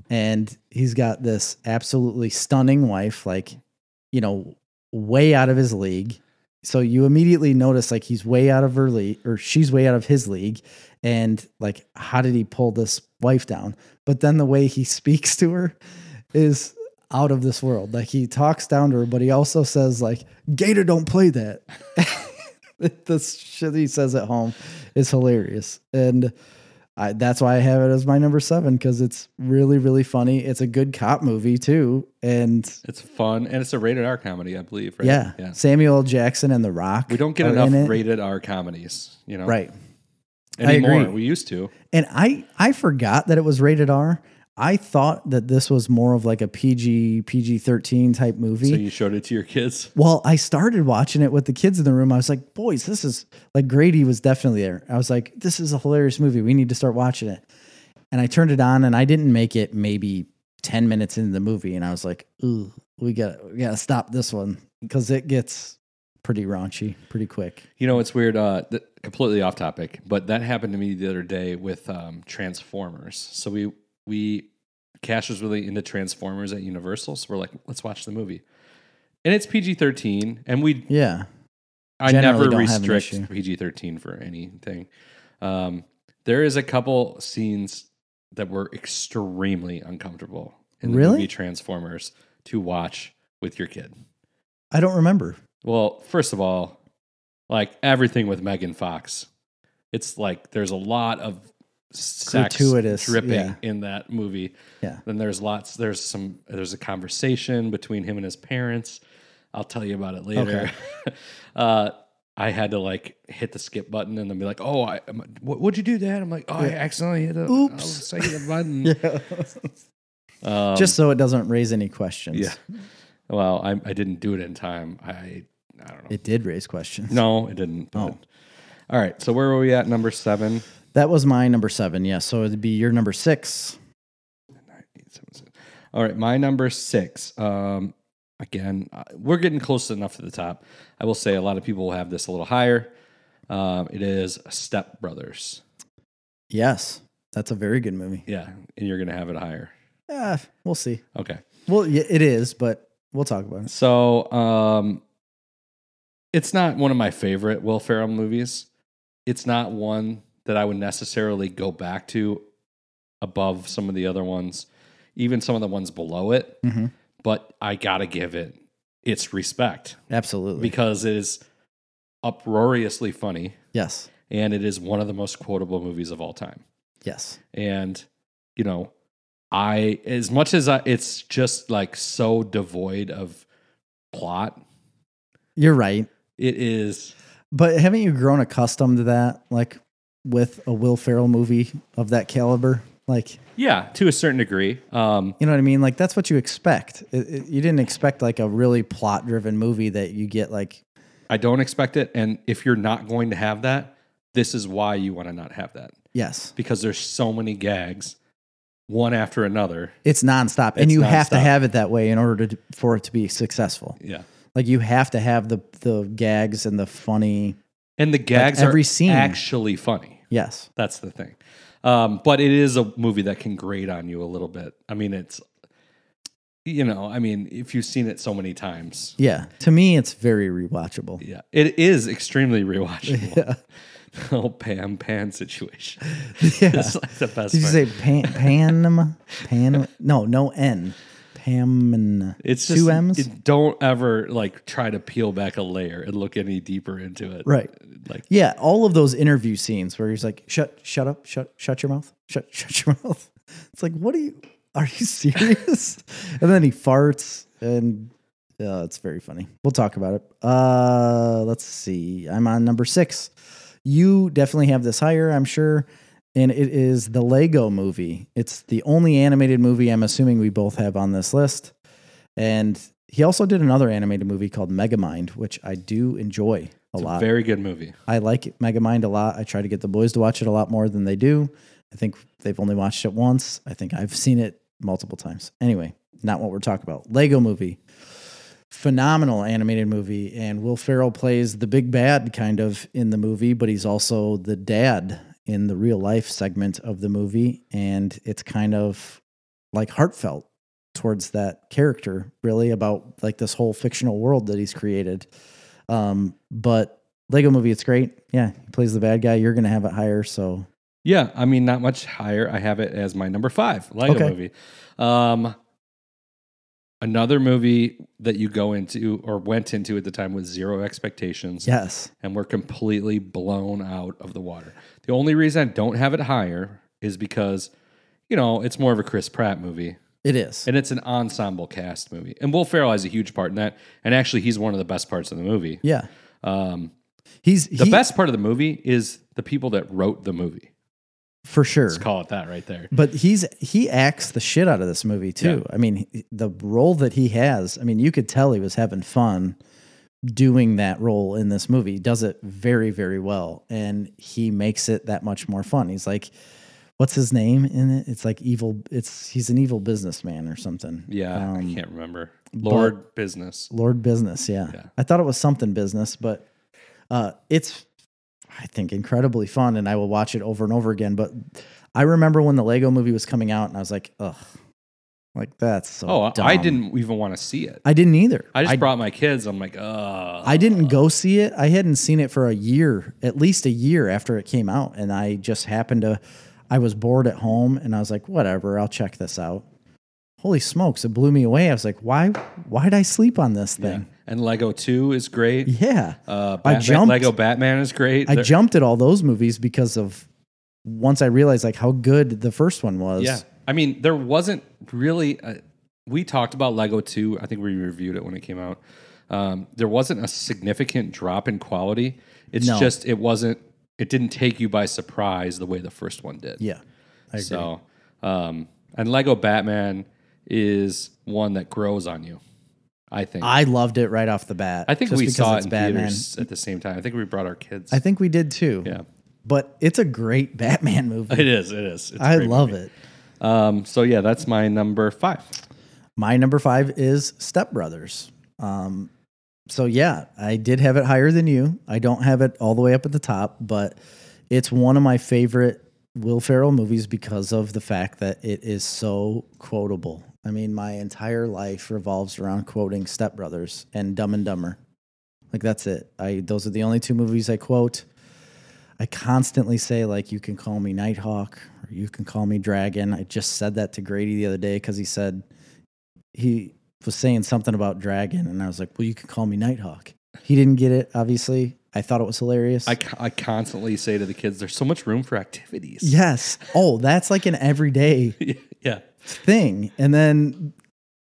Speaker 1: And he's got this absolutely stunning wife, like, you know, way out of his league. So you immediately notice like he's way out of her league or she's way out of his league. And like, how did he pull this wife down? But then the way he speaks to her is out of this world. Like he talks down to her, but he also says like, Gator don't play that. the shit he says at home is hilarious, and I, that's why I have it as my number seven because it's really really funny. It's a good cop movie too, and
Speaker 2: it's fun and it's a rated R comedy, I believe. Right?
Speaker 1: yeah,
Speaker 2: yeah.
Speaker 1: Samuel L. Jackson and The Rock.
Speaker 2: We don't get
Speaker 1: are
Speaker 2: enough
Speaker 1: in it.
Speaker 2: rated R comedies, you know.
Speaker 1: right? I
Speaker 2: Anymore.
Speaker 1: agree.
Speaker 2: We used to.
Speaker 1: And I I forgot that it was rated R. I thought that this was more of like a PG PG thirteen type movie.
Speaker 2: So you showed it to your kids.
Speaker 1: Well, I started watching it with the kids in the room. I was like, boys, this is like Grady was definitely there. I was like, this is a hilarious movie. We need to start watching it. And I turned it on and I didn't make it maybe 10 minutes into the movie. And I was like, ooh, we got we gotta stop this one because it gets pretty raunchy pretty quick.
Speaker 2: You know, it's weird. Uh, th- completely off topic, but that happened to me the other day with um, Transformers. So we we Cash was really into Transformers at Universal, so we're like, let's watch the movie. And it's PG thirteen, and we
Speaker 1: Yeah.
Speaker 2: I
Speaker 1: Generally
Speaker 2: never
Speaker 1: don't have an issue.
Speaker 2: restrict PG thirteen for anything. Um, there is a couple scenes that were extremely uncomfortable in the
Speaker 1: Really?
Speaker 2: movie Transformers to watch with your kid.
Speaker 1: I don't remember.
Speaker 2: Well, first of all, like everything with Megan Fox, it's like there's a lot of sex
Speaker 1: Gratuitous,
Speaker 2: dripping
Speaker 1: yeah.
Speaker 2: in that movie.
Speaker 1: Yeah.
Speaker 2: Then there's lots. There's some. There's a conversation between him and his parents. I'll tell you about it later. uh, I had to like hit the skip button and then be like, "Oh, I, I'm- what, would you do, Dad?" I'm like, "Oh, I accidentally hit a
Speaker 1: Oops.
Speaker 2: I hit a button."
Speaker 1: Yeah.
Speaker 2: Um,
Speaker 1: Just so it doesn't raise any questions.
Speaker 2: yeah. Well, I, I didn't do it in time. I I don't know.
Speaker 1: It did raise questions.
Speaker 2: No, it didn't. but-
Speaker 1: Oh.
Speaker 2: All right. So where were we at? Number seven.
Speaker 1: That was my number seven. Yeah. So it'd be your number six.
Speaker 2: Eight, seven, six. All right. My number six. Um, again, uh, we're getting close enough to the top. I will say a lot of people will have this a little higher. Um, it is Step Brothers.
Speaker 1: Yes. That's a very good movie.
Speaker 2: Yeah. And you're going to have it higher.
Speaker 1: Ah, we'll see.
Speaker 2: Okay.
Speaker 1: Well, yeah, it is, but we'll talk about it.
Speaker 2: So um, it's not one of my favorite Will Ferrell movies. It's not one that I would necessarily go back to above some of the other ones, even some of the ones below it.
Speaker 1: Mhm.
Speaker 2: But I gotta give it its respect
Speaker 1: Absolutely.
Speaker 2: because it is uproariously funny
Speaker 1: yes.
Speaker 2: and it is one of the most quotable movies of all time
Speaker 1: Yes.
Speaker 2: and you know i as much as I, it's just like so devoid of plot
Speaker 1: You're right.
Speaker 2: it is
Speaker 1: But haven't you grown accustomed to that? Like with a Will Ferrell movie of that caliber? Like,
Speaker 2: yeah to a certain degree um
Speaker 1: you know what I mean? Like, that's what you expect. It, it- you didn't expect like a really plot driven movie that you get like,
Speaker 2: i don't expect it and if you're not going to have that this is why you want to not have that
Speaker 1: yes,
Speaker 2: because there's so many gags one after another
Speaker 1: it's nonstop. and
Speaker 2: It's
Speaker 1: you have to
Speaker 2: nonstop.
Speaker 1: have it that way in order to, for it to be successful.
Speaker 2: yeah
Speaker 1: Like, you have to have the, the gags and the funny.
Speaker 2: and the gags
Speaker 1: every
Speaker 2: are
Speaker 1: scene.
Speaker 2: actually funny
Speaker 1: Yes.
Speaker 2: that's the thing um but it is a movie that can grate on you a little bit i mean it's you know i mean if you've seen it so many times
Speaker 1: Yeah. To me, it's very rewatchable.
Speaker 2: Yeah, it is extremely rewatchable. The whole Pam Pan situation.
Speaker 1: Yeah.
Speaker 2: It's like the best.
Speaker 1: Did you
Speaker 2: part.
Speaker 1: say pan, Panama? Pan? No, no N. Pam.
Speaker 2: it's
Speaker 1: two
Speaker 2: just,
Speaker 1: M's?
Speaker 2: it- don't ever like try to peel back a layer and look any deeper into it.
Speaker 1: Right.
Speaker 2: Like
Speaker 1: Yeah, all of those interview scenes where he's like, "Shut, shut up, shut, shut your mouth, shut, shut your mouth." It's It's like, what are you? Are you serious? and then he farts, and uh, it's very funny. We'll talk about it. Uh, let's see. I'm on number six. You definitely have this higher, I'm sure. And it is the Lego movie. It's the only animated movie I'm assuming we both have on this list. And he also did another animated movie called Megamind, which I do enjoy a
Speaker 2: It's a
Speaker 1: lot.
Speaker 2: very good movie.
Speaker 1: I like Megamind a lot. I try to get the boys to watch it a lot more than they do. I think they've only watched it once. I think I've seen it multiple times. Anyway, not what we're talking about. Lego movie. Phenomenal animated movie. And Will Ferrell plays the big bad kind of in the movie, but he's also the dad in the real life segment of the movie. And it's kind of like heartfelt towards that character, really, about like this whole fictional world that he's created. Um, but Lego movie, it's great. Yeah, he plays the bad guy. You're gonna have it higher, so
Speaker 2: Yeah, I mean, not much higher. I have it as my number five Lego
Speaker 1: Okay.
Speaker 2: movie. Um, another movie that you go into or went into at the time with zero expectations,
Speaker 1: yes.
Speaker 2: and were completely blown out of the water. The only reason I don't have it higher is because, you know, it's more of a Chris Pratt movie,
Speaker 1: It is.
Speaker 2: and it's an ensemble cast movie, and Will Ferrell has a huge part in that. And actually, he's one of the best parts of the movie.
Speaker 1: yeah.
Speaker 2: Um,
Speaker 1: He's
Speaker 2: the
Speaker 1: he-
Speaker 2: best part of the movie is the people that wrote the movie.
Speaker 1: for sure.
Speaker 2: Let's call it that right there.
Speaker 1: But he's he acts the shit out of this movie too. I mean, he- the role that he has, I mean, you could tell he was having fun doing that role in this movie. He does it very, very well. And he makes it that much more fun. He's like, what's his name in it? It's like evil it's he's an evil businessman or something.
Speaker 2: Yeah,
Speaker 1: Um,
Speaker 2: I can't remember. Lord Business.
Speaker 1: Lord Business, yeah.
Speaker 2: Yeah.
Speaker 1: I thought it was something business, but uh, it's I think incredibly fun, and I will watch it over and over again. But I remember when the Lego Movie was coming out, and I was like, ugh, like that's so.
Speaker 2: Oh, I- I
Speaker 1: dumb."
Speaker 2: didn't even want to see it.
Speaker 1: I didn't either.
Speaker 2: I just
Speaker 1: I,
Speaker 2: brought my kids. I'm like, uh
Speaker 1: I didn't go see it. I hadn't seen it for a year, at least a year after it came out, and I just happened to. I was bored at home, and I was like, whatever, I'll check this out. Holy smokes! It blew me away. I was like, why? Why'd I sleep on this thing?
Speaker 2: And Lego Two is great.
Speaker 1: yeah.
Speaker 2: Uh,
Speaker 1: I
Speaker 2: Batman-
Speaker 1: jumped.
Speaker 2: Lego Batman is great.
Speaker 1: I
Speaker 2: They're-
Speaker 1: jumped at all those movies because of once I realized like how good the first one was.
Speaker 2: Yeah, I mean, there wasn't really. A, we talked about Lego Two. I think we reviewed it when it came out. Um, there wasn't a significant drop in quality. It's
Speaker 1: No.
Speaker 2: just it wasn't. It didn't take you by surprise the way the first one did.
Speaker 1: Yeah. I agree.
Speaker 2: So, um, and Lego Batman is one that grows on you. I think. I,
Speaker 1: I loved it right off the bat.
Speaker 2: think
Speaker 1: just
Speaker 2: we
Speaker 1: because
Speaker 2: saw it
Speaker 1: it's
Speaker 2: in
Speaker 1: Batman.
Speaker 2: theaters at the same time. I think we brought our kids.
Speaker 1: I think we did too.
Speaker 2: yeah,
Speaker 1: But it's a great Batman movie.
Speaker 2: it is. It is. It's a
Speaker 1: I
Speaker 2: great
Speaker 1: love
Speaker 2: movie.
Speaker 1: it.
Speaker 2: Um, so yeah, that's my number five.
Speaker 1: My number five is Step Brothers. Um, so yeah, I did have it higher than you. I don't have it all the way up at the top, but it's one of my favorite Will Ferrell movies because of the fact that it is so quotable. I mean, my entire life revolves around quoting Step Brothers and Dumb and Dumber. Like that's it. I those are the only two movies I quote. I constantly say like you can call me Nighthawk or you can call me Dragon. I just said that to Grady the other day cuz he said he was saying something about dragon, and I was like, "Well, you can call me Nighthawk." He didn't get it, obviously. I thought it was hilarious.
Speaker 2: I, co- I constantly say to the kids, there's so much room for activities.
Speaker 1: yes. Oh, that's like an everyday
Speaker 2: yeah.
Speaker 1: thing. And then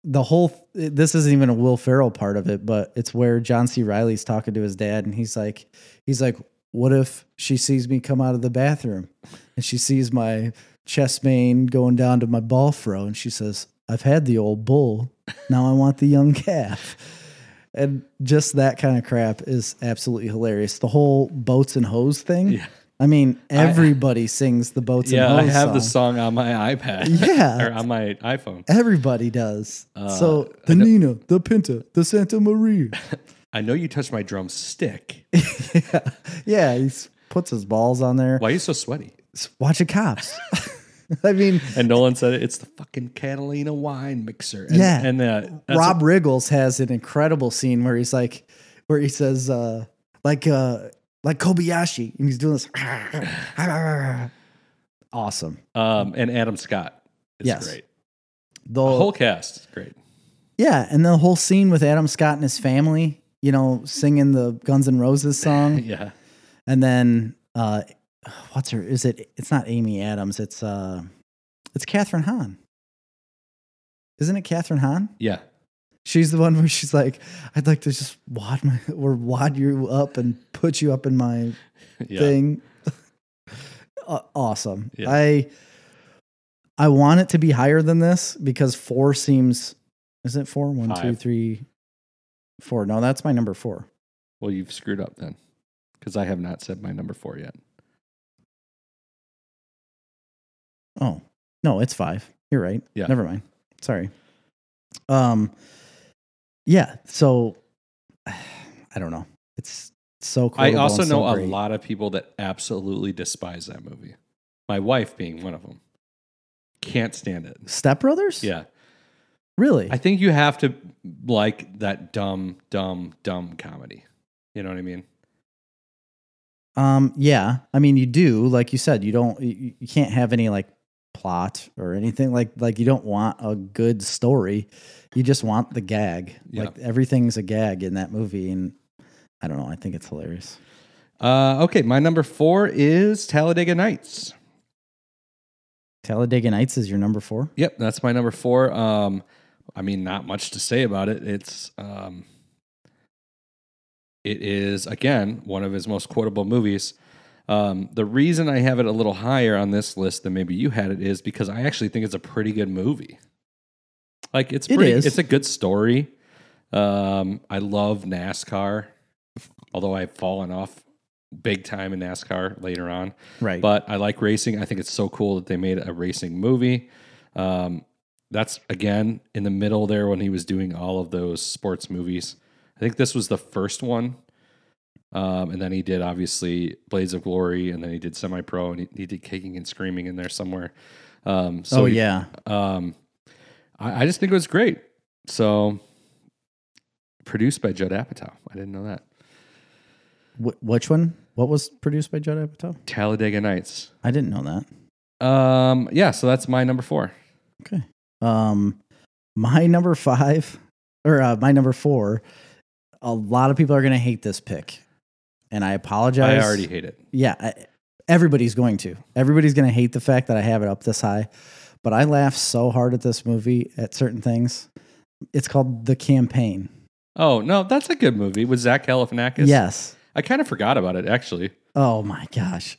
Speaker 1: the whole this isn't even a Will Ferrell part of it, but it's where John C. Riley's talking to his dad, and he's like, he's like, "What if she sees me come out of the bathroom, and she sees my chest mane going down to my ball fro, and she says." I've had the old bull. Now I want the young calf. And just that kind of crap is absolutely hilarious. The whole boats and hose thing.
Speaker 2: Yeah.
Speaker 1: I mean, everybody sings the boats
Speaker 2: Yeah. I
Speaker 1: and hose.
Speaker 2: have the
Speaker 1: song.
Speaker 2: song on my iPad.
Speaker 1: Yeah.
Speaker 2: or on my iPhone.
Speaker 1: Everybody does.
Speaker 2: Uh,
Speaker 1: so the Nina, the Pinta, the Santa Maria.
Speaker 2: I know you touched my drum stick.
Speaker 1: yeah. yeah, he s- puts his balls on there.
Speaker 2: Why are you so sweaty?
Speaker 1: S- Watch it, cops. I mean,
Speaker 2: And Nolan said it. It's the fucking Catalina wine mixer. And,
Speaker 1: Yeah.
Speaker 2: And uh, that's
Speaker 1: Rob Riggles has an incredible scene where he's like, where he says, uh, like, uh, like Kobayashi, and he's doing this. awesome.
Speaker 2: um, and Adam Scott is
Speaker 1: Yes.
Speaker 2: great.
Speaker 1: The
Speaker 2: The whole cast is great.
Speaker 1: yeah, and the whole scene with Adam Scott and his family, you know, singing the Guns N' Roses song.
Speaker 2: Yeah.
Speaker 1: And then uh what's her is it it's not Amy Adams, it's uh It's Catherine Hahn. Isn't it Catherine Hahn?
Speaker 2: Yeah.
Speaker 1: She's the one where she's like, I'd like to just wad my or wad you up and put you up in my
Speaker 2: Yeah.
Speaker 1: thing. Aw- awesome.
Speaker 2: Yeah.
Speaker 1: I I want it to be higher than this because four seems isn't it four? One, two, three, four.
Speaker 2: Five.
Speaker 1: No, that's my number four.
Speaker 2: Well, you've screwed up then because I have not said my number four yet.
Speaker 1: Oh. No, it's five. You're right.
Speaker 2: Yeah.
Speaker 1: Never mind. Sorry. Um yeah, so I don't know. It's so cool.
Speaker 2: I also know a lot of people that absolutely despise that movie. My wife being one of them. Can't stand it.
Speaker 1: Step Brothers?
Speaker 2: Yeah.
Speaker 1: Really?
Speaker 2: I think you have to like that dumb, dumb, dumb comedy. You know what I mean?
Speaker 1: Um, yeah. I mean, you do, like you said, you don't, you, you can't have any like plot or anything like, like you don't want a good story. You just want the gag.
Speaker 2: Yeah.
Speaker 1: Like everything's a gag in that movie. And I don't know. I think it's hilarious.
Speaker 2: Uh, okay, my number four is Talladega Nights.
Speaker 1: Talladega Nights is your number four.
Speaker 2: Yep, that's my number four. Um, I mean, not much to say about it. It's um, it is again one of his most quotable movies. Um, the reason I have it a little higher on this list than maybe you had it is because I actually think it's a pretty good movie. Like it's
Speaker 1: It
Speaker 2: pretty,
Speaker 1: is.
Speaker 2: it's a good story. Um, I love NASCAR, although I've fallen off big time in NASCAR later on.
Speaker 1: Right.
Speaker 2: But I like racing. I think it's so cool that they made a racing movie. Um, that's again in the middle there when he was doing all of those sports movies. I think this was the first one. Um, and then he did obviously Blades of Glory, and then he did Semi Pro, and he, he did Kicking and Screaming in there somewhere. Um, so
Speaker 1: oh
Speaker 2: he-
Speaker 1: yeah.
Speaker 2: um, I, I just think it was great. So produced by Judd Apatow. I didn't know that.
Speaker 1: Wh- which one? What was produced by Judd Apatow?
Speaker 2: Talladega Nights.
Speaker 1: I didn't know that.
Speaker 2: Um, yeah, so that's my number four.
Speaker 1: Okay. Um, my number five or uh, my number four, a lot of people are going to hate this pick. And I apologize.
Speaker 2: I already hate it.
Speaker 1: yeah, I, everybody's going to. Everybody's going to hate the fact that I have it up this high, but I laugh so hard at this movie at certain things. It's called The Campaign.
Speaker 2: Oh no, that's a good movie with Zach Galifianakis.
Speaker 1: Yes.
Speaker 2: I kind of forgot about it actually.
Speaker 1: Oh my gosh.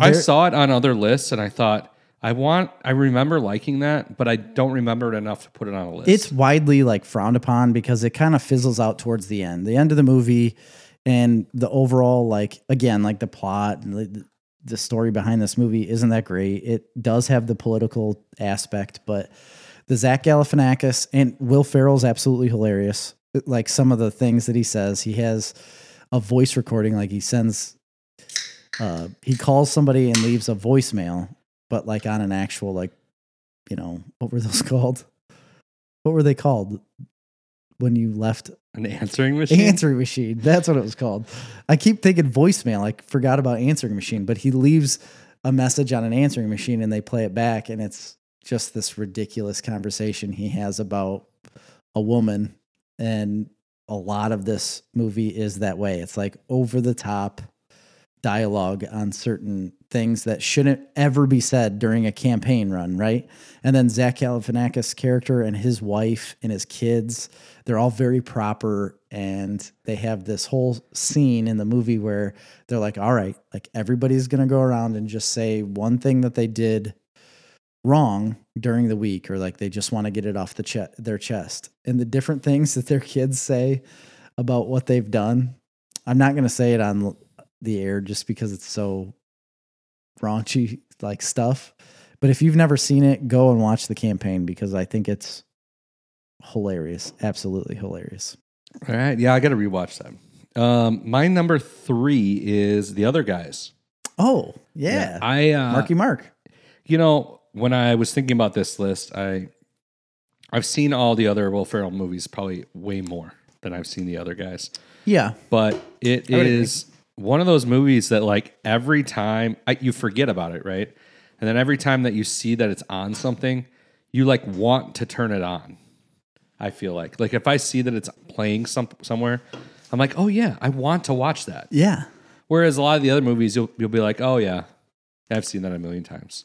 Speaker 2: I
Speaker 1: There-
Speaker 2: saw it on other lists, and I thought I want. I remember liking that, but I don't remember it enough to put it on a list.
Speaker 1: it's widely like frowned upon because it kind of fizzles out towards the end the end of the movie and the overall like again like the plot and the, the story behind this movie isn't that great it does have the political aspect but the zach galifianakis and will ferrell's absolutely hilarious like some of the things that he says he has a voice recording like he sends uh he calls somebody and leaves a voicemail but like on an actual like you know what were those called what were they called when you left
Speaker 2: an answering machine.
Speaker 1: answering machine that's what it was called i keep thinking voicemail i forgot about answering machine but he leaves a message on an answering machine and they play it back and it's just this ridiculous conversation he has about a woman and a lot of this movie is that way it's like over the top dialogue on certain things that shouldn't ever be said during a campaign run, right? And then Zach Galifianakis' character and his wife and his kids, they're all very proper and they have this whole scene in the movie where they're like, "All right, like everybody's going to go around and just say one thing that they did wrong during the week or like they just want to get it off the che- their chest." And the different things that their kids say about what they've done. I'm not going to say it on the air just because it's so raunchy like stuff. But if you've never seen it, go and watch the campaign because I think it's hilarious, absolutely hilarious.
Speaker 2: All right, yeah, I got to rewatch that. Um, my number three is the other guys.
Speaker 1: Oh yeah,
Speaker 2: I uh,
Speaker 1: Marky Mark.
Speaker 2: You know, when I was thinking about this list, I I've seen all the other Will Ferrell movies probably way more than I've seen the other guys.
Speaker 1: Yeah,
Speaker 2: But it
Speaker 1: I would agree.
Speaker 2: is one of those movies that like every time I, you forget about it, right? And then every time that you see that it's on something, you like want to turn it on. I feel like like if I see that it's playing some somewhere, I'm like, "Oh yeah, I want to watch that."
Speaker 1: yeah,
Speaker 2: Whereas a lot of the other movies, you'll you'll be like, oh yeah, I've seen that a million times.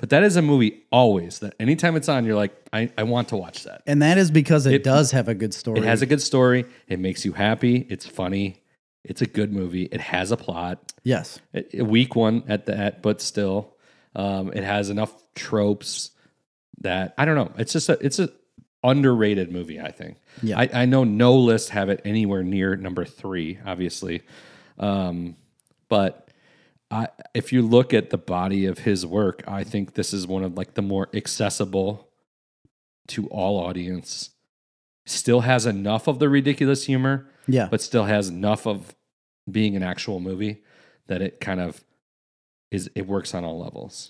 Speaker 2: But that is a movie always that anytime it's on, you're like, I, I want to watch that.
Speaker 1: And that is because it,
Speaker 2: It-
Speaker 1: does have a good story.
Speaker 2: It has a good story. It makes you happy. It's funny. It's a good movie. It has a plot.
Speaker 1: yes.
Speaker 2: A a weak one at that, but still, um, it has enough tropes that I don't know. It's just a it's a underrated movie. I think.
Speaker 1: Yeah.
Speaker 2: I, I know no list have it anywhere near number three, obviously, um, but I if you look at the body of his work, I think this is one of like the more accessible to all audience. Still has enough of the ridiculous humor
Speaker 1: Yeah.
Speaker 2: but still has enough of being an actual movie that it kind of is it works on all levels.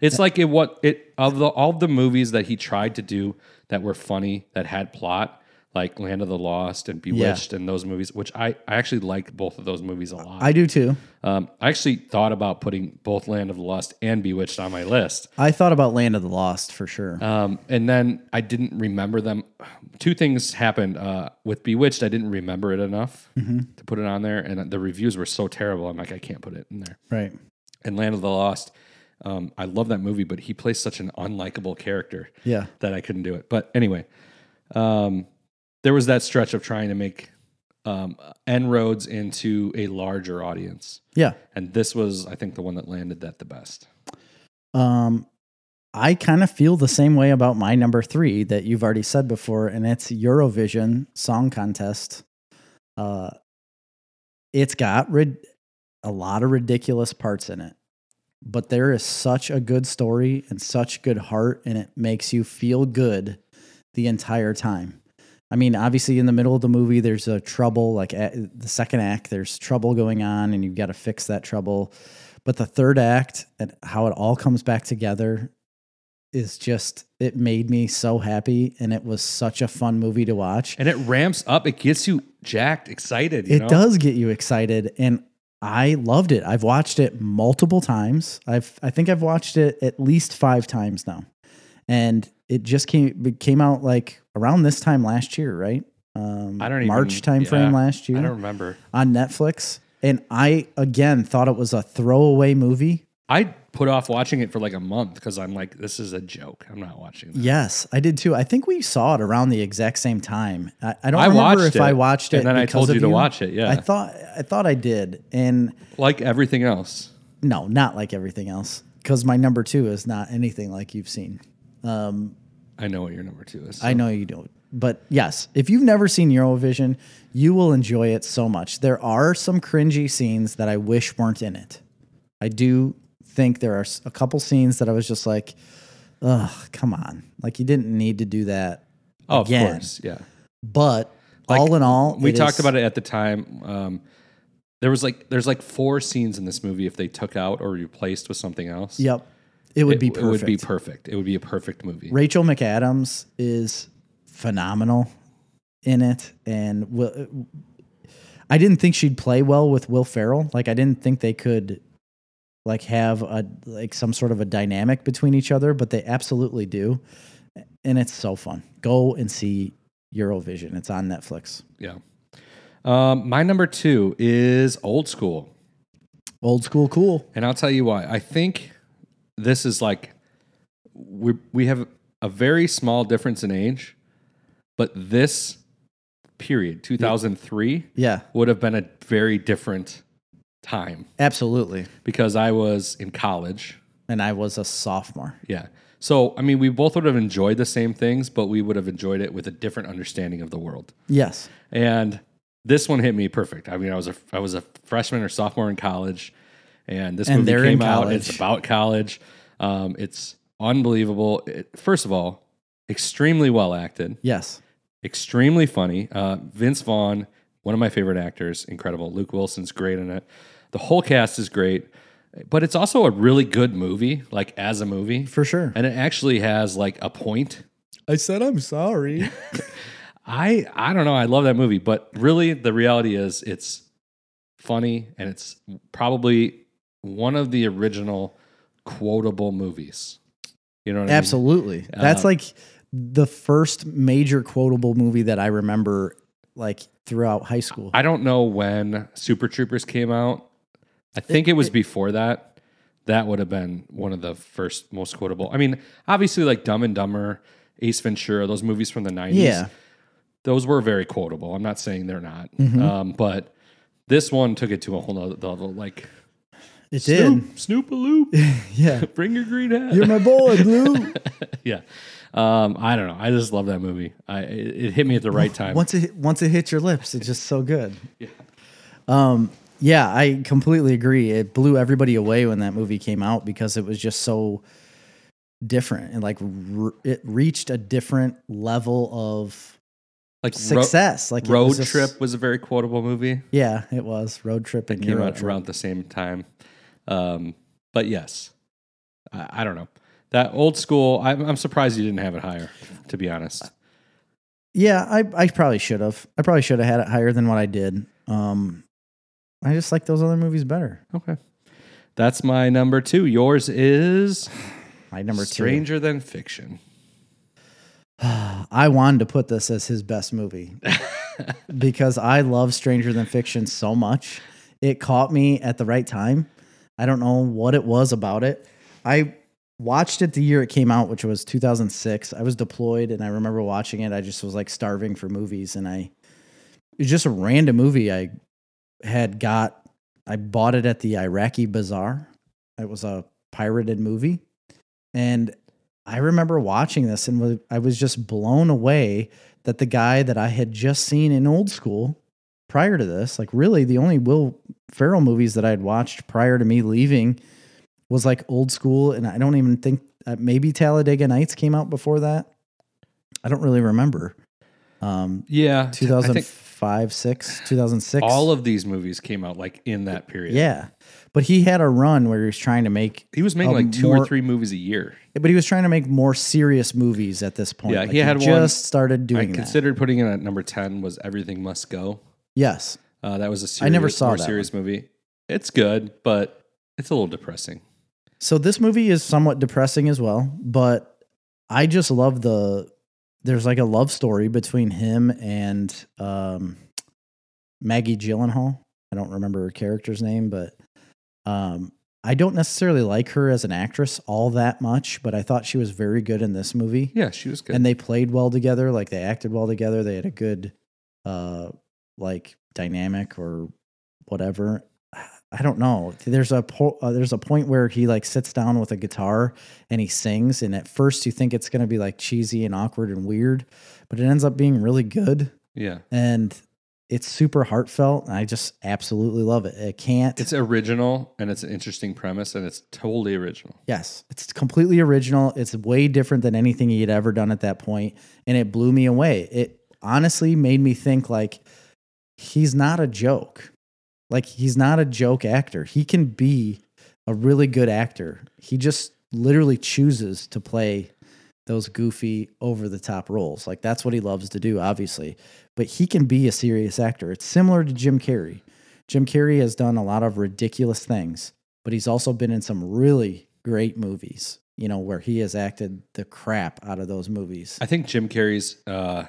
Speaker 2: It's like it what it of the all the movies that he tried to do that were funny that had plot like Land of the Lost and Bewitched and those movies, which I I actually liked both of those movies a lot.
Speaker 1: I do too.
Speaker 2: um, I actually thought about putting both Land of the Lost and Bewitched on my list.
Speaker 1: I thought about Land of the Lost for sure.
Speaker 2: Um, and then I didn't remember them. Two things happened uh, with Bewitched. I didn't remember it enough to put it on there, and the reviews were so terrible. I'm like, I can't put it in there.
Speaker 1: right.
Speaker 2: And Land of the Lost. Um, I love that movie, but he plays such an unlikable character
Speaker 1: Yeah.
Speaker 2: that I couldn't do it. But anyway, um, there was that stretch of trying to make um, inroads into a larger audience,
Speaker 1: Yeah.
Speaker 2: and this was, I think, the one that landed that the best.
Speaker 1: Um, I kind of feel the same way about my number three that you've already said before, and it's Eurovision Song Contest. Uh, it's got rid- a lot of ridiculous parts in it, but there is such a good story and such good heart, and it makes you feel good the entire time. I mean, obviously, in the middle of the movie, there's a trouble, like a the second act, there's trouble going on, and you've got to fix that trouble. But the third act and how it all comes back together is just, it made me so happy. And it was such a fun movie to watch.
Speaker 2: And it ramps up; it gets you jacked, excited. You
Speaker 1: It
Speaker 2: know?
Speaker 1: does get you excited, and I loved it. I've watched it multiple times. I've I think I've watched it at least five times now, and it just came it came out like around this time last year, right? Um,
Speaker 2: I don't even-
Speaker 1: March time frame
Speaker 2: yeah.
Speaker 1: last
Speaker 2: I don't
Speaker 1: year
Speaker 2: remember.
Speaker 1: on Netflix, and I again thought it was a throwaway movie.
Speaker 2: I put off watching it for like a month because I'm like, this is a joke. I'm not watching this.
Speaker 1: Yes, I did too. I think we saw it around the exact same time. I, I don't
Speaker 2: I
Speaker 1: remember
Speaker 2: watched
Speaker 1: if I
Speaker 2: it,
Speaker 1: watched it,
Speaker 2: and then I
Speaker 1: because
Speaker 2: told
Speaker 1: of
Speaker 2: you to watch it, yeah.
Speaker 1: I thought I thought I did, and.
Speaker 2: Like everything else.
Speaker 1: no, not like everything else. Because my number two is not anything like you've seen.
Speaker 2: I know what your number two is.
Speaker 1: I know you don't. But yes, if you've never seen Eurovision, you will enjoy it so much. There are some cringy scenes that I wish weren't in it. I do think there are s- a couple scenes that I was just like, ugh, come on. Like, you didn't need to do that.
Speaker 2: oh,
Speaker 1: again.
Speaker 2: of course. Yeah.
Speaker 1: But all in all,
Speaker 2: We talked
Speaker 1: is-
Speaker 2: about it at the time. Um, there was like, there's like four scenes in this movie if they took out or replaced with something else.
Speaker 1: Yep. It would be
Speaker 2: It
Speaker 1: perfect.
Speaker 2: would be perfect. It would be a perfect movie.
Speaker 1: Rachel McAdams is phenomenal in it, and Will, I didn't think she'd play well with Will Ferrell. Like I didn't think they could like have a like some sort of a dynamic between each other, but they absolutely do, and it's so fun. Go and see Eurovision. It's on Netflix.
Speaker 2: Yeah. Um, my number two is Old School.
Speaker 1: Old school, cool.
Speaker 2: And I'll tell you why. I think this is like we we have a very small difference in age, but this period, 2003,
Speaker 1: Yeah,
Speaker 2: would have been a very different time
Speaker 1: absolutely.
Speaker 2: because I was in college.
Speaker 1: And I was a sophomore.
Speaker 2: Yeah. So, I mean, we both would have enjoyed the same things, but we would have enjoyed it with a different understanding of the world.
Speaker 1: Yes.
Speaker 2: And this one hit me perfect. I mean, I was a I was a freshman or sophomore in college, and this
Speaker 1: And they're
Speaker 2: movie
Speaker 1: in
Speaker 2: came out.
Speaker 1: college.
Speaker 2: It's about college. Um, it's unbelievable. It, first of all, extremely well acted,
Speaker 1: Yes.
Speaker 2: extremely funny. Uh, Vince Vaughn, one of my favorite actors, incredible. Luke Wilson's great in it. The whole cast is great, but it's also a really good movie, like as a movie,
Speaker 1: For sure.
Speaker 2: and it actually has like a point.
Speaker 1: I said I'm sorry.
Speaker 2: I I don't know. I love that movie, but really, the reality is it's funny and it's probably one of the original quotable movies. You know what
Speaker 1: Absolutely. That's
Speaker 2: Uh,
Speaker 1: like the first major quotable movie that I remember like throughout high school.
Speaker 2: I mean? I don't know when Super Troopers came out. I think it, was before that. that would have been one of the first most quotable. I mean, obviously, like Dumb and Dumber, Ace Ventura, those movies from the 90s,
Speaker 1: Yeah.
Speaker 2: those were very quotable. I'm not saying they're not,
Speaker 1: Mhm.
Speaker 2: um, but this one took it to a whole nother level. Like,
Speaker 1: It
Speaker 2: Snoop, Snoop a loop,
Speaker 1: did. yeah.
Speaker 2: bring your green hat.
Speaker 1: You're my boy, Blue.
Speaker 2: yeah. Um, I don't know. I just love that movie. I it, it hit me at the right time.
Speaker 1: once it once it hits your lips, it's just so good.
Speaker 2: Yeah.
Speaker 1: Um, yeah, I completely agree. It blew everybody away when that movie came out because it was just so different and like re- it reached a different level of
Speaker 2: like ro-
Speaker 1: success. like it
Speaker 2: Road
Speaker 1: was just-
Speaker 2: Trip was a very quotable movie
Speaker 1: Yeah, it was road trip
Speaker 2: that
Speaker 1: and
Speaker 2: came
Speaker 1: Euro
Speaker 2: out
Speaker 1: Trip.
Speaker 2: around the same time. Um, but yes, I, I don't know. That old school. I'm, I'm surprised you didn't have it higher. To be honest,
Speaker 1: Yeah, I I probably should have. I probably should have had it higher than what I did. Um, I just like those other movies better.
Speaker 2: okay. That's my number two. Yours is
Speaker 1: My number two.
Speaker 2: Stranger Than Fiction.
Speaker 1: I wanted to put this as his best movie because I love Stranger Than Fiction so much. It caught me at the right time. I don't know what it was about it. I watched it the year it came out, which was 2006. I was deployed and I remember watching it. I just was like starving for movies and I it was just a random movie I had got. I bought it at the Iraqi Bazaar. It was a pirated movie. And I remember watching this and was- I was just blown away that the guy that I had just seen in old school prior to this, like really the only Will Ferrell movies that I had watched prior to me leaving was like old school. And I don't even think uh, maybe Talladega Nights came out before that. I don't really remember. Um,
Speaker 2: Yeah, t- I think
Speaker 1: 2005, 6, 2006.
Speaker 2: all of these movies came out like in that period.
Speaker 1: yeah. But he had a run where he was trying to make
Speaker 2: he was
Speaker 1: Um,
Speaker 2: making like two or
Speaker 1: more-
Speaker 2: three movies a year.
Speaker 1: but he was trying to make more serious movies at this point.
Speaker 2: Yeah,
Speaker 1: Like,
Speaker 2: he had one-
Speaker 1: just started
Speaker 2: I
Speaker 1: doing that.
Speaker 2: considered putting it at number ten was Everything Must Go.
Speaker 1: Yes.
Speaker 2: Uh, that was a
Speaker 1: I
Speaker 2: serious,
Speaker 1: never saw
Speaker 2: more
Speaker 1: that
Speaker 2: serious movie. It's good, but it's a little depressing.
Speaker 1: So this movie is somewhat depressing as well, but I just love the there's like a love story between him and um Maggie Gyllenhaal. I don't remember her character's name, but um I don't necessarily like her as an actress all that much, but I thought she was very good in this movie.
Speaker 2: Yeah, she was good.
Speaker 1: and they played well together like they acted well together they had a good uh like dynamic or whatever i don't know there's a po- uh, there's a point where he like sits down with a guitar and he sings and at first you think it's going to be like cheesy and awkward and weird but it ends up being really good
Speaker 2: yeah,
Speaker 1: and it's super heartfelt and i just absolutely love it it can't
Speaker 2: it's original and it's an interesting premise and it's totally original.
Speaker 1: Yes, it's completely original. It's way different than anything he had ever done at that point, and it blew me away. It honestly made me think like he's not a joke. Like he's not a joke actor. He can be a really good actor. He just literally chooses to play those goofy over the top roles. Like that's what he loves to do obviously. But he can be a serious actor. It's similar to Jim Carrey. Jim Carrey has done a lot of ridiculous things but he's also been in some really great movies, you know, where he has acted the crap out of those movies.
Speaker 2: I think Jim Carrey's uh,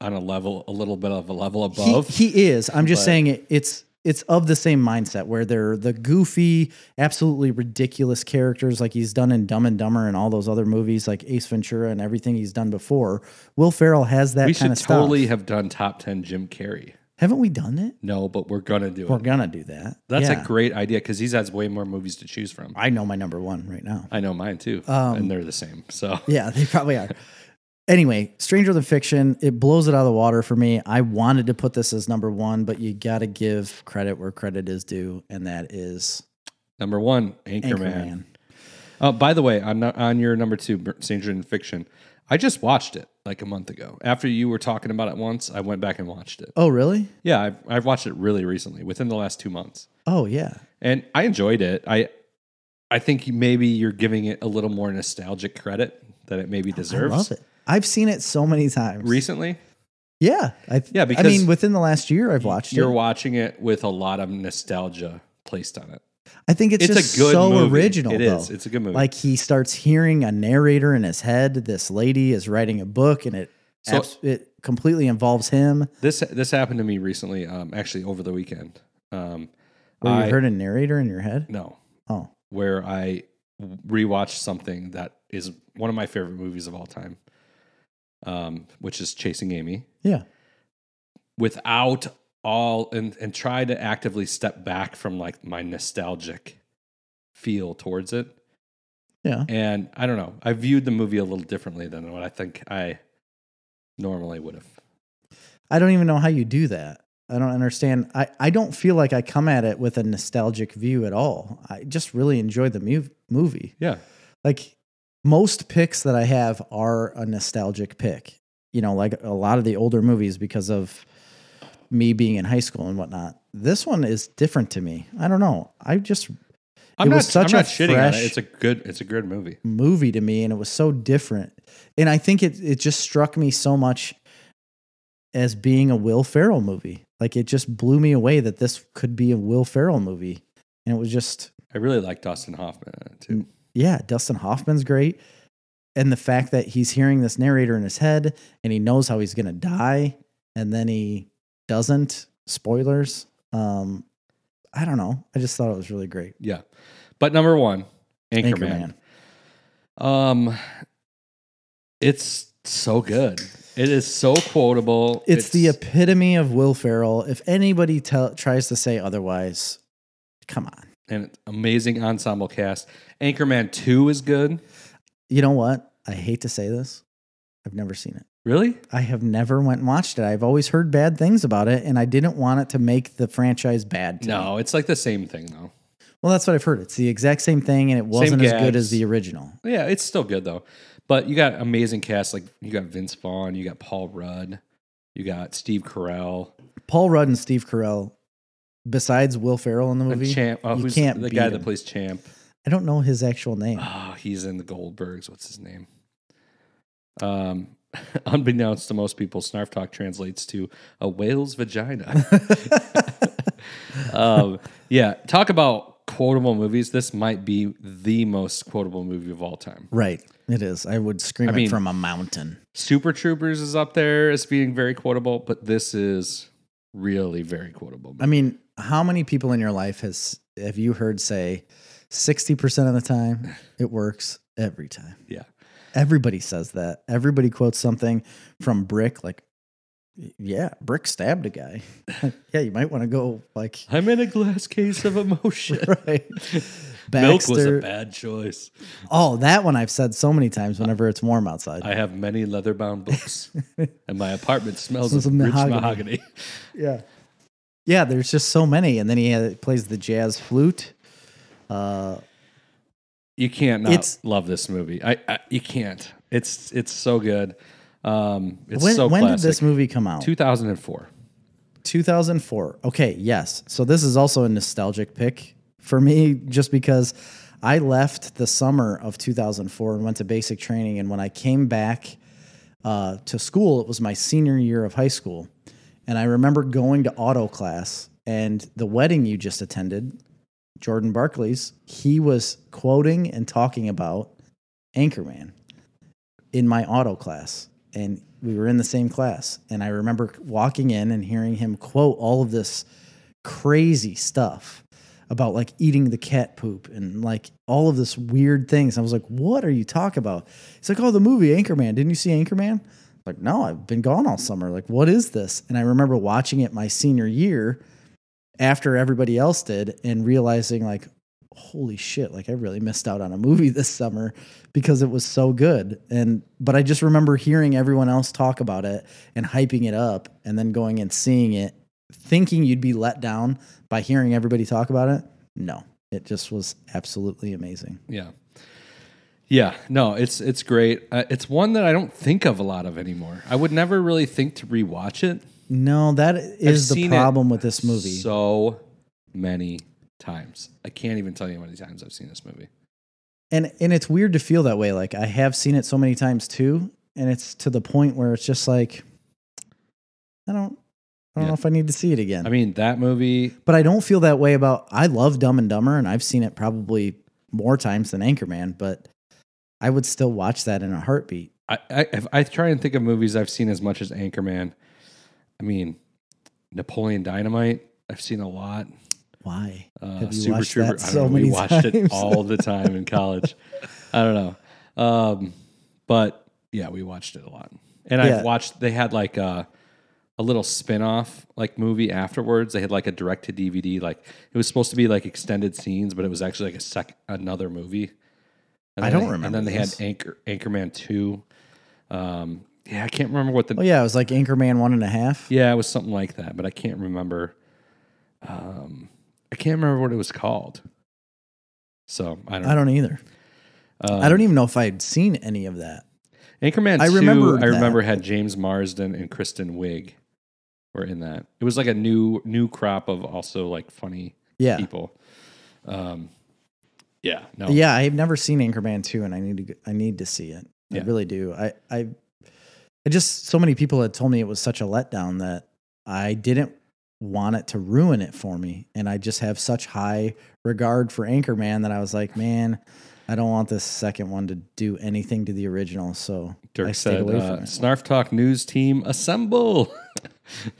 Speaker 2: on a level, a little bit of a level
Speaker 1: He-
Speaker 2: above.
Speaker 1: He, is. I'm just
Speaker 2: but-
Speaker 1: saying it, it's it's of the same mindset where they're the goofy, absolutely ridiculous characters like he's done in Dumb and Dumber and all those other movies like Ace Ventura and everything he's done before. Will Ferrell has that
Speaker 2: we
Speaker 1: kind
Speaker 2: should
Speaker 1: of stuff.
Speaker 2: totally have done top ten Jim Carrey.
Speaker 1: Haven't we done it?
Speaker 2: No, but we're gonna do
Speaker 1: We're
Speaker 2: it.
Speaker 1: gonna do that.
Speaker 2: That's
Speaker 1: Yeah.
Speaker 2: a great idea because he has way more movies to choose from.
Speaker 1: I Um, know my number one right now.
Speaker 2: I know mine too, and they're the same. So
Speaker 1: Yeah, they probably are. anyway, Stranger Than Fiction, it blows it out of the water for me. I wanted to put this as number one, but you got to give credit where credit is due, and that is
Speaker 2: number one, Anchorman.
Speaker 1: Anchorman.
Speaker 2: Uh, by the way, on on your number two, Br- Stranger in Fiction, I just watched it like a month ago. After you were talking about it once, I went back and watched it.
Speaker 1: Oh, really?
Speaker 2: Yeah, I've, I've watched it really recently, within the last two months,
Speaker 1: Oh, yeah.
Speaker 2: and I enjoyed it. I I think maybe you're giving it a little more nostalgic credit than it maybe deserves.
Speaker 1: I love it. I've seen it so many times.
Speaker 2: Recently,
Speaker 1: yeah. I th-
Speaker 2: Yeah,
Speaker 1: I
Speaker 2: because
Speaker 1: mean, within the last year, I've watched
Speaker 2: you're
Speaker 1: it.
Speaker 2: watching it with a lot of nostalgia placed on it.
Speaker 1: I think it's,
Speaker 2: It's,
Speaker 1: just
Speaker 2: a good
Speaker 1: so
Speaker 2: movie.
Speaker 1: original,
Speaker 2: It
Speaker 1: though.
Speaker 2: is. It's a good movie.
Speaker 1: like he starts hearing a narrator in his head. This lady is writing a book, and it
Speaker 2: So-
Speaker 1: abs- it completely involves him.
Speaker 2: this this happened to me recently. Um, actually over the weekend. Um,
Speaker 1: Where
Speaker 2: I-
Speaker 1: you heard a narrator in your head.
Speaker 2: no,
Speaker 1: Oh,
Speaker 2: where I rewatched something that is one of my favorite movies of all time, um, which is Chasing Amy,
Speaker 1: Yeah.
Speaker 2: without all and and try to actively step back from like my nostalgic feel towards it.
Speaker 1: Yeah.
Speaker 2: And I don't know. I viewed the movie a little differently than what I think I normally would have.
Speaker 1: I don't even know how you do that. I don't understand. I, I don't feel like I come at it with a nostalgic view at all. I just really enjoy the mu- movie.
Speaker 2: Yeah.
Speaker 1: Like most picks that I have are a nostalgic pick. You know, like a lot of the older movies because of me being in high school and whatnot. This one is different to me. I don't know. I just
Speaker 2: I'm
Speaker 1: It
Speaker 2: not,
Speaker 1: was such
Speaker 2: I'm
Speaker 1: a
Speaker 2: not shitting on
Speaker 1: fresh-
Speaker 2: it. It's a good it's a good movie.
Speaker 1: movie to me and it was so different and i think it, it just struck me so much as being a will ferrell movie like it just blew me away that this could be a will ferrell movie and it was just
Speaker 2: I really like Dustin Hoffman in it,
Speaker 1: Mm.
Speaker 2: too.
Speaker 1: yeah dustin hoffman's great and the fact that he's hearing this narrator in his head and he knows how he's going to die and then he doesn't spoilers um i don't know i just thought it was really great
Speaker 2: Yeah. But number one, Anchorman.
Speaker 1: Anchorman.
Speaker 2: Um it's so good. It is so quotable.
Speaker 1: it's the epitome of Will Ferrell. If anybody tell, tries to say otherwise, come on.
Speaker 2: an amazing ensemble cast. Anchorman 2 is good.
Speaker 1: You know what? I hate to say this. I've never seen it.
Speaker 2: Really?
Speaker 1: I have never went and watched it. I've always heard bad things about it, and I didn't want it to make the franchise bad. To me.
Speaker 2: No, it's like the same thing though.
Speaker 1: Well, that's what I've heard. It's the exact same thing, and it wasn't as good
Speaker 2: gags.
Speaker 1: as the original.
Speaker 2: Yeah, it's still good though. But you got amazing cast like you got Vince Vaughn, you got Paul Rudd, you got Steve Carell,
Speaker 1: Paul Rudd and Steve Carell, besides Will Ferrell in the
Speaker 2: and
Speaker 1: movie,
Speaker 2: Champ. Oh,
Speaker 1: you
Speaker 2: who's
Speaker 1: can't
Speaker 2: the
Speaker 1: beat
Speaker 2: guy
Speaker 1: him.
Speaker 2: that plays Champ?
Speaker 1: I don't know his actual name.
Speaker 2: Oh, he's in the Goldbergs. What's his name? Um, unbeknownst to most people, snarf talk translates to a whale's vagina. um, yeah, talk about quotable movies. This might be the most quotable movie of all time.
Speaker 1: right, it is. I would scream it
Speaker 2: mean-
Speaker 1: from a mountain.
Speaker 2: Super Troopers is up there as being very quotable, but this is really very quotable.
Speaker 1: I mean, how many people in your life has have you heard say 60% of the time it works every time?
Speaker 2: Yeah.
Speaker 1: Everybody says that. Everybody quotes something from Brick like yeah, Brick stabbed a guy. yeah, you might want to go like
Speaker 2: I'm in a glass case of emotion.
Speaker 1: right.
Speaker 2: Milk was a
Speaker 1: Baxter.
Speaker 2: bad choice.
Speaker 1: Oh, that one I've said so many times whenever it's warm outside.
Speaker 2: I have many leather-bound books, and my apartment smells
Speaker 1: Smells
Speaker 2: of
Speaker 1: of
Speaker 2: rich
Speaker 1: mahogany.
Speaker 2: mahogany.
Speaker 1: yeah. Yeah, there's just so many and then he had, plays the jazz flute. Uh
Speaker 2: You can't not
Speaker 1: It's-
Speaker 2: love this movie. I, I you can't. It's it's so good. Um, it's
Speaker 1: when,
Speaker 2: so
Speaker 1: when did
Speaker 2: classic.
Speaker 1: this movie come out?
Speaker 2: 2004.
Speaker 1: 2004. Okay, yes. So this is also a nostalgic pick for me just because I left the summer of 2004 and went to basic training. And when I came back uh, to school, it was my senior year of high school. And I remember going to auto class and the wedding you just attended, Jordan Barclays, he was quoting and talking about Anchorman in my auto class and we were in the same class and i remember walking in and hearing him quote all of this crazy stuff about like eating the cat poop and like all of this weird things i was like what are you talking about it's like oh the movie anchorman didn't you see anchorman like no i've been gone all summer like what is this and i remember watching it my senior year after everybody else did and realizing like holy shit like i really missed out on a movie this summer because it was so good and but i just remember hearing everyone else talk about it and hyping it up and then going and seeing it thinking you'd be let down by hearing everybody talk about it no it just was absolutely amazing
Speaker 2: Yeah. Yeah, no, it's it's great. Uh, it's one that I don't think of a lot of anymore. I would never really think to rewatch it.
Speaker 1: no that is the
Speaker 2: seen it
Speaker 1: problem with this movie
Speaker 2: So many times. I can't even tell you how many times I've seen this movie.
Speaker 1: and and it's weird to feel that way like i have seen it so many times too and it's to the point where it's just like i don't i don't
Speaker 2: Yeah.
Speaker 1: know if i need to see it again
Speaker 2: I mean, that movie,
Speaker 1: but i don't feel that way about i love dumb and dumber and i've seen it probably more times than anchorman but i would still watch that in a heartbeat
Speaker 2: I, I if I try and think of movies I've seen as much as Anchorman. I mean, Napoleon Dynamite, I've seen a lot.
Speaker 1: Why?
Speaker 2: Uh,
Speaker 1: Have you
Speaker 2: Super
Speaker 1: watched
Speaker 2: Trooper.
Speaker 1: that
Speaker 2: I don't
Speaker 1: so
Speaker 2: know, we
Speaker 1: many
Speaker 2: watched
Speaker 1: times?
Speaker 2: it all the time in college. I don't know, um, but yeah, we watched it a lot. And
Speaker 1: Yeah.
Speaker 2: I've watched. They had like a, a little spin-off like movie afterwards. They had like a direct to DVD. Like it was supposed to be like extended scenes, but it was actually like a sec another movie. And
Speaker 3: I don't
Speaker 2: then they- And
Speaker 3: remember
Speaker 2: then they
Speaker 3: this.
Speaker 2: had Anchor Anchorman Two. Um, yeah, I can't remember what the
Speaker 1: Oh yeah, it was like Anchorman one and a half.
Speaker 2: yeah, it was something like that, but I can't remember. Um, I can't remember what it was called. So I don't.
Speaker 1: I don't either.
Speaker 2: um,
Speaker 1: I don't even know if I'd seen any of that.
Speaker 2: Anchorman.
Speaker 1: I
Speaker 2: I
Speaker 1: remembered
Speaker 2: remember. I
Speaker 1: that.
Speaker 2: remember had James Marsden and Kristen Wiig were in that. It was like a new new crop of also like funny
Speaker 1: Yeah,
Speaker 2: people. Um, yeah. No.
Speaker 1: yeah. I've never seen Anchorman two, and I need to. go- I need to see it.
Speaker 2: Yeah.
Speaker 1: I really do. I, I, I just so many people had told me it was such a letdown that I didn't want it to ruin it for me, and I just have such high regard for Anchorman that I was like, man, I don't want this second one to do anything to the original. So I
Speaker 2: Dirk
Speaker 1: stayed
Speaker 2: said,
Speaker 1: away
Speaker 2: uh,
Speaker 1: from it.
Speaker 2: "Snarf Talk News Team assemble."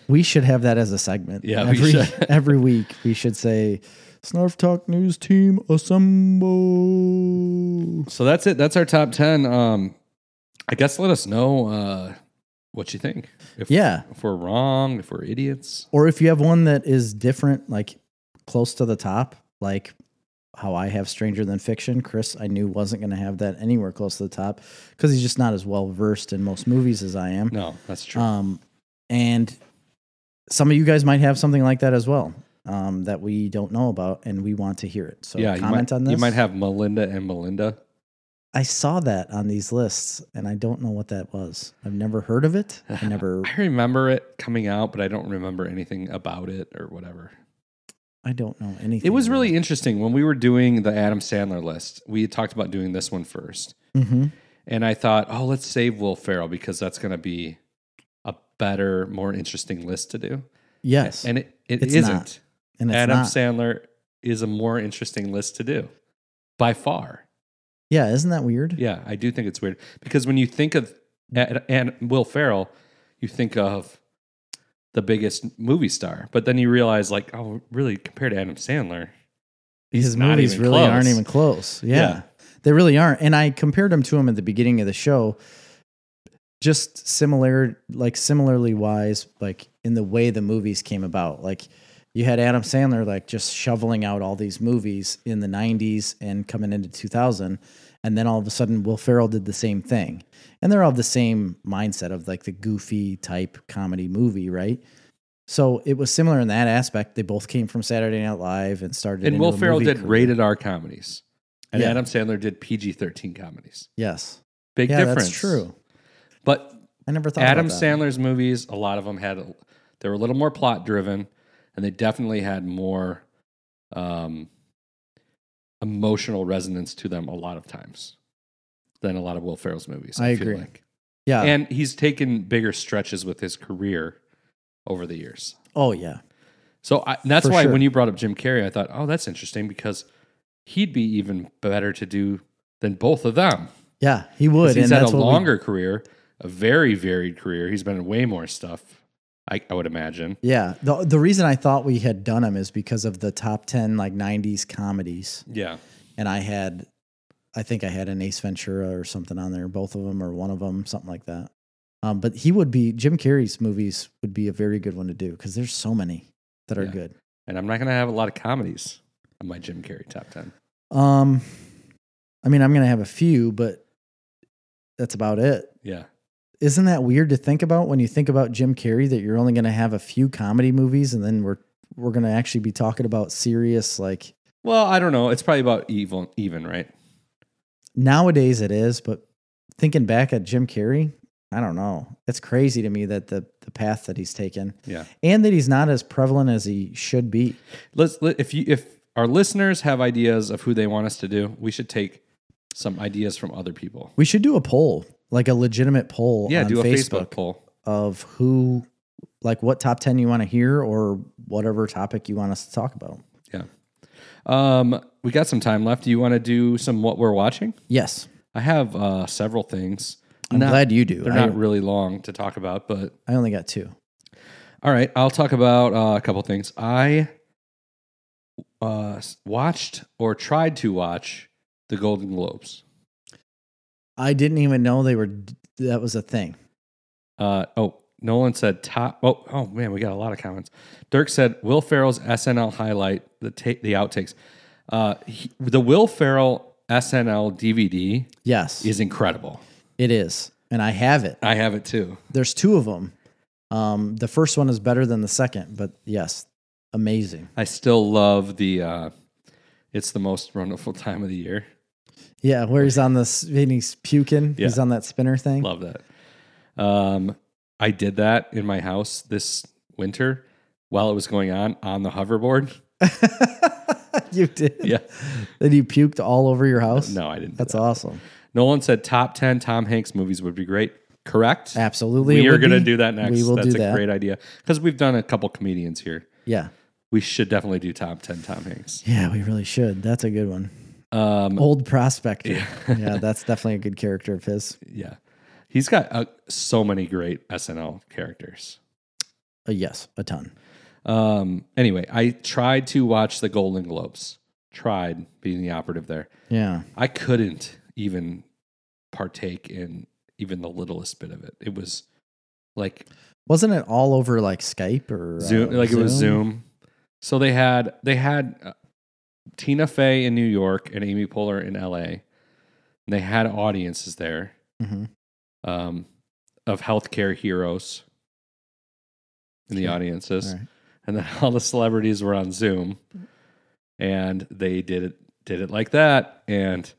Speaker 1: We should have that as a segment.
Speaker 2: Yeah, we
Speaker 1: every
Speaker 2: should.
Speaker 1: every week we should say, Snarf Talk News Team assemble.
Speaker 2: so that's it. That's our top ten. Um, I guess let us know uh, what you think. If
Speaker 1: Yeah.
Speaker 2: if we're wrong, if we're idiots.
Speaker 1: Or if you have one that is different, like close to the top, like how I have Stranger Than Fiction, Chris, I knew wasn't going to have that anywhere close to the top because he's just not as well versed in most movies as I am.
Speaker 2: No, that's true.
Speaker 1: Um, and some of you guys might have something like that as well um, that we don't know about and we want to hear it. So
Speaker 2: yeah,
Speaker 1: comment
Speaker 2: you might,
Speaker 1: on this.
Speaker 2: You might have Melinda and Melinda.
Speaker 1: I saw that on these lists and I don't know what that was. I've never heard of it. I never,
Speaker 2: I remember it coming out, but I don't remember anything about it or whatever.
Speaker 1: I don't know anything.
Speaker 2: It was really interesting when we were doing the Adam Sandler list. We had talked about doing this one first,
Speaker 1: hmm
Speaker 2: and I thought, oh, let's save Will Ferrell because that's going to be a better, more interesting list to do.
Speaker 1: Yes.
Speaker 2: and it, it
Speaker 1: It's
Speaker 2: isn't.
Speaker 1: not. And it's
Speaker 2: Adam
Speaker 1: not.
Speaker 2: Sandler is a more interesting list to do by far.
Speaker 1: yeah, isn't that weird?
Speaker 2: Yeah, I do think it's weird because when you think of and, and Will Ferrell, you think of the biggest movie star, but then you realize like, oh, really? Compared to Adam Sandler,
Speaker 1: His
Speaker 2: not
Speaker 1: movies
Speaker 2: even
Speaker 1: really
Speaker 2: close.
Speaker 1: aren't even close. Yeah,
Speaker 2: Yeah.
Speaker 1: They really aren't. And I compared him to him at the beginning of the show. Just similar like similarly wise, like in the way the movies came about. Like you had Adam Sandler like just shoveling out all these movies in the 90s and coming into 2000 and then all of a sudden Will Ferrell did the same thing. And they're all the same mindset of like the goofy type comedy movie, right? So it was similar in that aspect. They both came from Saturday Night Live and started.
Speaker 2: and
Speaker 1: into
Speaker 2: Will
Speaker 1: a
Speaker 2: Ferrell
Speaker 1: movie
Speaker 2: did
Speaker 1: career.
Speaker 2: rated R comedies, and
Speaker 1: Yeah.
Speaker 2: Adam Sandler did PG thirteen comedies.
Speaker 1: Yes.
Speaker 2: Big
Speaker 1: yeah,
Speaker 2: difference.
Speaker 1: that's true.
Speaker 2: But
Speaker 1: I never thought
Speaker 2: Adam
Speaker 1: about that.
Speaker 2: Sandler's movies, a lot of them had a- they were a little more plot driven, and they definitely had more um, emotional resonance to them a lot of times than a lot of Will Ferrell's movies.
Speaker 1: I agree. Uh, Yeah.
Speaker 2: and he's taken bigger stretches with his career over the years.
Speaker 1: oh yeah.
Speaker 2: So I, and that's
Speaker 1: For
Speaker 2: why
Speaker 1: sure.
Speaker 2: when you brought up Jim Carrey, I thought, oh, that's interesting because he'd be even better to do than both of them.
Speaker 1: Yeah, he would.
Speaker 2: He's
Speaker 1: and
Speaker 2: had a
Speaker 1: that's what we-
Speaker 2: longer career, a very varied career. He's been in way more stuff, I, I would imagine.
Speaker 1: yeah. The the reason I thought we had done him is because of the top ten like nineties comedies.
Speaker 2: Yeah.
Speaker 1: And I had I think I had an Ace Ventura or something on there, both of them or one of them, something like that. Um, but he would be Jim Carrey's movies would be a very good one to do because there's so many that are
Speaker 2: Yeah.
Speaker 1: good.
Speaker 2: And I'm not going to have a lot of comedies on my Jim Carrey top 10.
Speaker 1: Um, I mean, I'm gonna have a few, but that's about it.
Speaker 2: Yeah.
Speaker 1: isn't that weird to think about when you think about Jim Carrey that you're only going to have a few comedy movies and then we're we're going to actually be talking about serious like
Speaker 2: Well, I don't know. It's probably about evil, even, right?
Speaker 1: nowadays it is but thinking back at Jim Carrey I don't know it's crazy to me that the the path that he's taken
Speaker 2: Yeah.
Speaker 1: and that he's not as prevalent as he should be
Speaker 2: Let's, let, if you, if our listeners have ideas of who they want us to do, we should take some ideas from other people.
Speaker 1: we should do a poll like a legitimate poll
Speaker 2: Yeah.
Speaker 1: on
Speaker 2: Do a
Speaker 1: Facebook,
Speaker 2: Facebook poll.
Speaker 1: of who like what top 10 you want to hear or whatever topic you want us to talk about
Speaker 2: Um, we got some time left. Do you want to do some what we're watching?
Speaker 1: yes
Speaker 2: I have uh, several things.
Speaker 1: I'm
Speaker 2: Not-
Speaker 1: glad you do
Speaker 2: They're
Speaker 1: I,
Speaker 2: not really long to talk about, but
Speaker 1: I only got two
Speaker 2: all right, I'll talk about uh, a couple things. I uh, s- watched or tried to watch the Golden Globes?
Speaker 1: I didn't even know they were d- that was a thing.
Speaker 2: Uh, oh, Nolan said top. Oh, oh man, we got a lot of comments. Dirk said Will Ferrell's SNL highlight, the ta- the outtakes. Uh, he- the Will Ferrell SNL DVD
Speaker 1: Yes,
Speaker 2: is incredible.
Speaker 1: it is, and I have it.
Speaker 2: I have it too.
Speaker 1: There's two of them. Um, the first one is better than the second, but yes, amazing.
Speaker 2: I still love the. Uh, it's the most wonderful time of the year.
Speaker 1: Yeah, where he's on this, and he's puking. He's
Speaker 2: Yeah.
Speaker 1: on that spinner thing.
Speaker 2: Love that. Um, I did that in my house this winter while it was going on on the hoverboard.
Speaker 1: you did.
Speaker 2: Yeah.
Speaker 1: Then you puked all over your house.
Speaker 2: No, I didn't.
Speaker 1: that's awesome.
Speaker 2: Nolan said top 10 Tom Hanks movies would be great. Correct.
Speaker 1: Absolutely,
Speaker 2: We
Speaker 1: it
Speaker 2: are
Speaker 1: would
Speaker 2: going to
Speaker 1: be.
Speaker 2: do that next.
Speaker 1: We will
Speaker 2: That's
Speaker 1: do
Speaker 2: a
Speaker 1: that.
Speaker 2: great idea because we've done a couple comedians here.
Speaker 1: Yeah,
Speaker 2: We should definitely do top 10 Tom Hanks.
Speaker 1: yeah, we really should. That's a good one.
Speaker 2: Um,
Speaker 1: Old prospector. Yeah, that's definitely a good character of his.
Speaker 2: yeah. He's got uh, so many great SNL characters.
Speaker 1: Uh, yes, a ton.
Speaker 2: Um, anyway, I tried to watch the Golden Globes. Tried being the operative there.
Speaker 1: Yeah,
Speaker 2: I couldn't even partake in even the littlest bit of it. It was like
Speaker 1: wasn't it all over like Skype or
Speaker 2: Zoom,
Speaker 1: uh,
Speaker 2: like it was Zoom. So they had they had uh, Tina Fey in New York and Amy Poehler in L.A. And they had audiences there
Speaker 1: Mhm.
Speaker 2: um, of healthcare heroes in the
Speaker 1: Sure.
Speaker 2: audiences,
Speaker 1: All right.
Speaker 2: and then all the celebrities were on Zoom, and they did it did it like that. And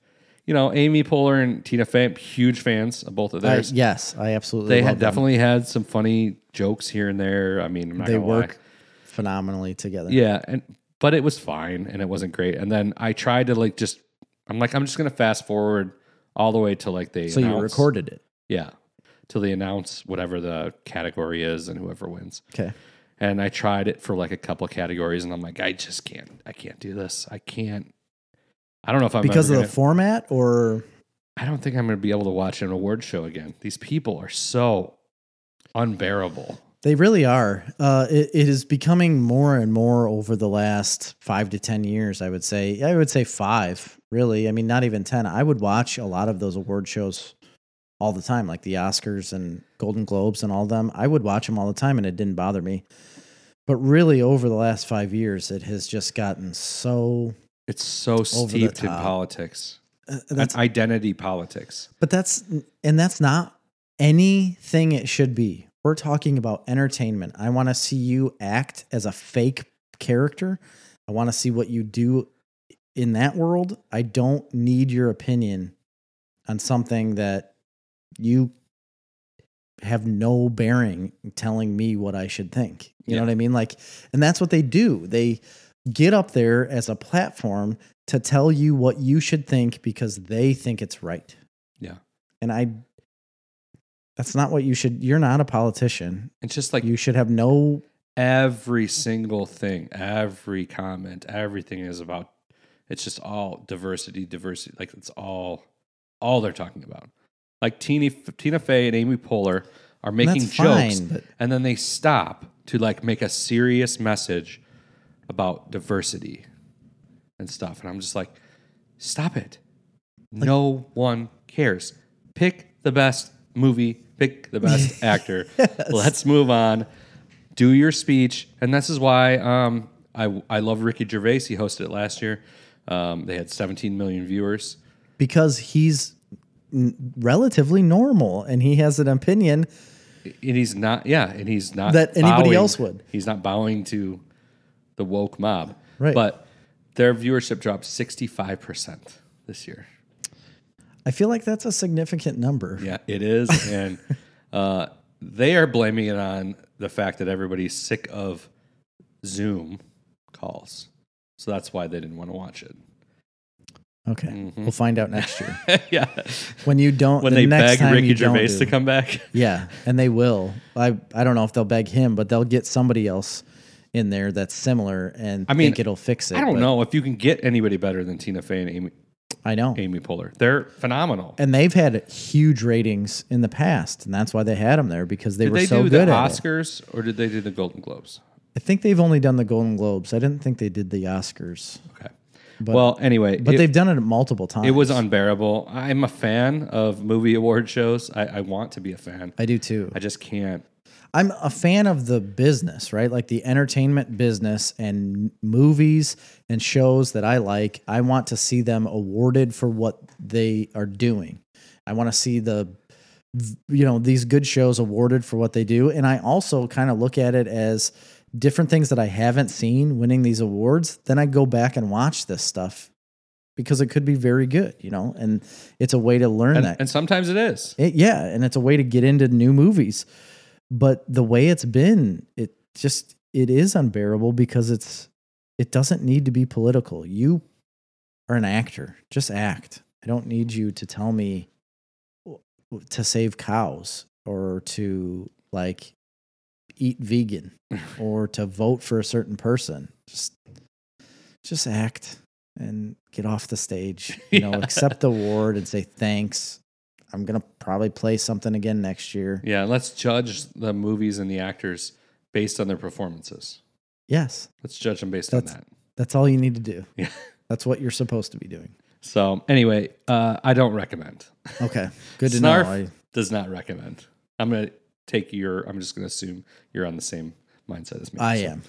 Speaker 2: you know, Amy Poehler and Tina Fey, huge fans of both of
Speaker 1: I-
Speaker 2: theirs.
Speaker 1: yes, I absolutely.
Speaker 2: they
Speaker 1: love
Speaker 2: had
Speaker 1: them.
Speaker 2: definitely had some funny jokes here and there. I mean, I'm not
Speaker 1: They
Speaker 2: gonna lie.
Speaker 1: work phenomenally together.
Speaker 2: Yeah, and but it was fine and it wasn't great. And then I tried to like just I'm like I'm just gonna fast forward all the way to like they
Speaker 1: So you
Speaker 2: announce-
Speaker 1: recorded it.
Speaker 2: yeah till they announce whatever the category is and whoever wins.
Speaker 1: Okay.
Speaker 2: And I tried it for like a couple categories and I'm like I just can't I can't do this I can't I don't know if I'm
Speaker 1: because of
Speaker 2: ever
Speaker 1: the
Speaker 2: gonna-
Speaker 1: format or
Speaker 2: I don't think I'm gonna be able to watch an award show again. These people are so unbearable.
Speaker 1: They really are. Uh, it, it is becoming more and more over the last five to 10 years, I would say. I would say five, really. I mean, not even 10. I would watch a lot of those award shows all the time, like the Oscars and Golden Globes and all of them. I would watch them all the time and it didn't bother me. But really, over the last five years, it has just gotten so.
Speaker 2: It's so steeped in
Speaker 1: top.
Speaker 2: politics,
Speaker 1: uh,
Speaker 2: and
Speaker 1: That's,
Speaker 2: identity politics.
Speaker 1: but that's, and that's not anything it should be. We're talking about entertainment. I want to see you act as a fake character. I want to see what you do in that world. I don't need your opinion on something that you have no bearing telling me what I should think. You know
Speaker 2: Yeah.
Speaker 1: what I mean? Like, and that's what they do. They get up there as a platform to tell you what you should think because they think it's right.
Speaker 2: Yeah.
Speaker 1: And I, that's not what you should, you're not a politician.
Speaker 2: It's just like
Speaker 1: You should have no
Speaker 2: every single thing, every comment, everything is about. It's just all diversity, diversity. Like it's all, all they're talking about. Like Tina, Tina Fey and Amy Poehler are making
Speaker 1: that's
Speaker 2: jokes,
Speaker 1: fine, but-
Speaker 2: and then they stop to like make a serious message about diversity and stuff. And I'm just like, stop it. no one cares. Pick the best movie. Pick the best actor. Let's move on. Do your speech, and this is why um, I I love Ricky Gervais. He hosted it last year. Um, they had 17 million viewers.
Speaker 1: because he's n- relatively normal and he has an opinion.
Speaker 2: and he's not yeah and he's not
Speaker 1: That anybody
Speaker 2: bowing-
Speaker 1: else would.
Speaker 2: he's not bowing to the woke mob
Speaker 1: Right.
Speaker 2: but their viewership dropped 65% this year
Speaker 1: I feel like that's a significant number.
Speaker 2: yeah it is and uh, they are blaming it on the fact that everybody's sick of zoom calls so that's why they didn't want to watch it
Speaker 1: Okay. We'll find out next year.
Speaker 2: yeah
Speaker 1: When you don't,
Speaker 2: Mm-hmm. when
Speaker 1: the
Speaker 2: they
Speaker 1: next
Speaker 2: beg
Speaker 1: time
Speaker 2: ricky
Speaker 1: you don't
Speaker 2: gervais
Speaker 1: do-
Speaker 2: to come back
Speaker 1: Yeah. And they will. I, I don't know if they'll beg him, but they'll get somebody else in there that's similar and I
Speaker 2: mean,
Speaker 1: think it'll fix it.
Speaker 2: i don't
Speaker 1: but
Speaker 2: know if you can get anybody better than tina fey and amy,
Speaker 1: I know.
Speaker 2: amy poehler they're phenomenal
Speaker 1: And they've had huge ratings in the past, and that's why they had them there because they
Speaker 2: Did
Speaker 1: were
Speaker 2: they
Speaker 1: so
Speaker 2: do
Speaker 1: good
Speaker 2: the
Speaker 1: at it.
Speaker 2: Oscars or did they do the Golden Globes?
Speaker 1: I think they've only done the Golden Globes. I didn't think they did the Oscars,
Speaker 2: Okay.
Speaker 1: but
Speaker 2: well, anyway,
Speaker 1: but
Speaker 2: it,
Speaker 1: they've done it multiple times.
Speaker 2: it was unbearable. I'm a fan of movie award shows. I, I want to be a fan.
Speaker 1: I do too.
Speaker 2: I just can't.
Speaker 1: I'm a fan of the business, right? Like the entertainment business and movies and shows that I like. I want to see them awarded for what they are doing. I want to see the you know these good shows awarded for what they do and I also kind of look at it as different things that I haven't seen winning these awards, then I go back and watch this stuff because it could be very good, you know? And it's a way to learn
Speaker 2: And,
Speaker 1: that.
Speaker 2: and sometimes it is.
Speaker 1: It, yeah, and it's a way to get into new movies. But the way it's been, it just it is unbearable because it's it doesn't need to be political. You are an actor. Just act. I don't need you to tell me w- w- to save cows or to like eat vegan or to vote for a certain person. Just just act and get off the stage, you know,
Speaker 2: Yeah.
Speaker 1: accept the award and say thanks. I'm going to probably play something again next year.
Speaker 2: Yeah, let's judge the movies and the actors based on their performances.
Speaker 1: Yes,
Speaker 2: Let's judge them based
Speaker 1: That's-
Speaker 2: on that.
Speaker 1: that's all you need to do.
Speaker 2: Yeah.
Speaker 1: That's what you're supposed to be doing.
Speaker 2: So anyway, uh, I don't recommend.
Speaker 1: Okay. Good to
Speaker 2: Snarf
Speaker 1: know. I,
Speaker 2: does not recommend. I'm gonna take your. I'm just gonna assume you're on the same mindset as me.
Speaker 1: I
Speaker 2: So,
Speaker 1: am.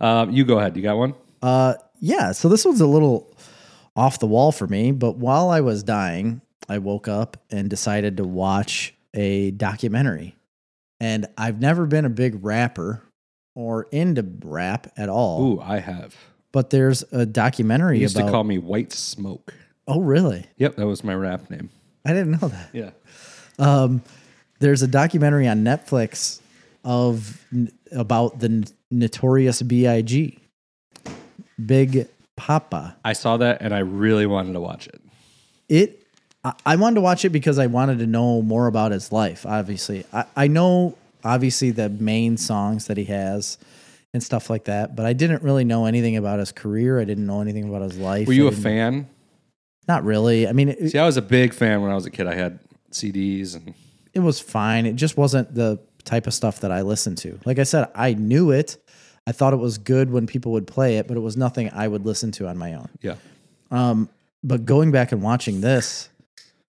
Speaker 2: Um, you go ahead. You got one.
Speaker 1: Uh, yeah. So this one's a little off the wall for me, but while I was dying, I woke up and decided to watch a documentary. And I've never been a big rapper or into rap at all,
Speaker 2: Ooh, I have.
Speaker 1: but there's a documentary
Speaker 2: You used
Speaker 1: about.
Speaker 2: to call me White Smoke.
Speaker 1: oh, really?
Speaker 2: Yep, that was my rap name.
Speaker 1: I didn't know that.
Speaker 2: Yeah.
Speaker 1: Um, there's a documentary on Netflix of about the n- notorious B.I.G. Big Papa.
Speaker 2: I saw that and I really wanted to watch it.
Speaker 1: it I, I wanted to watch it because i wanted to know more about his life obviously I, I know obviously the main songs that he has and stuff like that but i didn't really know anything about his career i didn't know anything about his life
Speaker 2: Were you
Speaker 1: I
Speaker 2: a
Speaker 1: didn't-
Speaker 2: fan?
Speaker 1: not really i mean it,
Speaker 2: See, I was a big fan when I was a kid. I had CDs and
Speaker 1: it was fine it just wasn't the type of stuff that i listened to like i said i knew it i thought it was good when people would play it but it was nothing i would listen to on my own
Speaker 2: yeah.
Speaker 1: Um, but going back and watching this,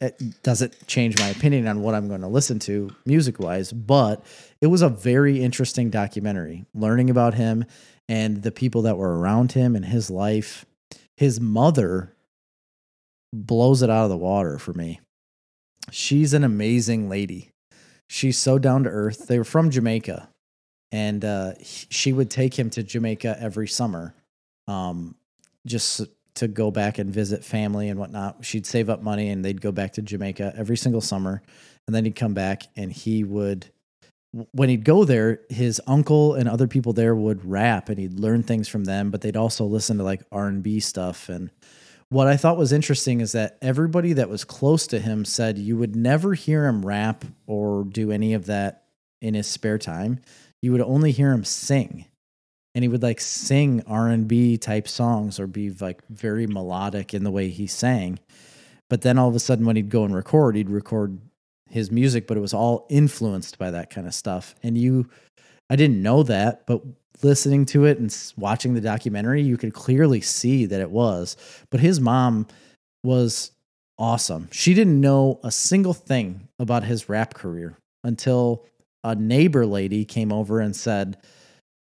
Speaker 1: it doesn't change my opinion on what I'm going to listen to music wise, but it was a very interesting documentary learning about him and the people that were around him and his life. His mother blows it out of the water for me. She's an amazing lady. She's so down to earth. They were from Jamaica, and uh, he- she would take him to Jamaica every summer. Um, just to go back and visit family and whatnot. She'd save up money and they'd go back to Jamaica every single summer. And then he'd come back and he would, when he'd go there, his uncle and other people there would rap and he'd learn things from them, but they'd also listen to like R and B stuff. And what I thought was interesting is that everybody that was close to him said you would never hear him rap or do any of that in his spare time. You would only hear him sing and he would like sing r&b type songs or be like very melodic in the way he sang but then all of a sudden when he'd go and record he'd record his music but it was all influenced by that kind of stuff and you i didn't know that but listening to it and s- watching the documentary you could clearly see that it was but his mom was awesome she didn't know a single thing about his rap career until a neighbor lady came over and said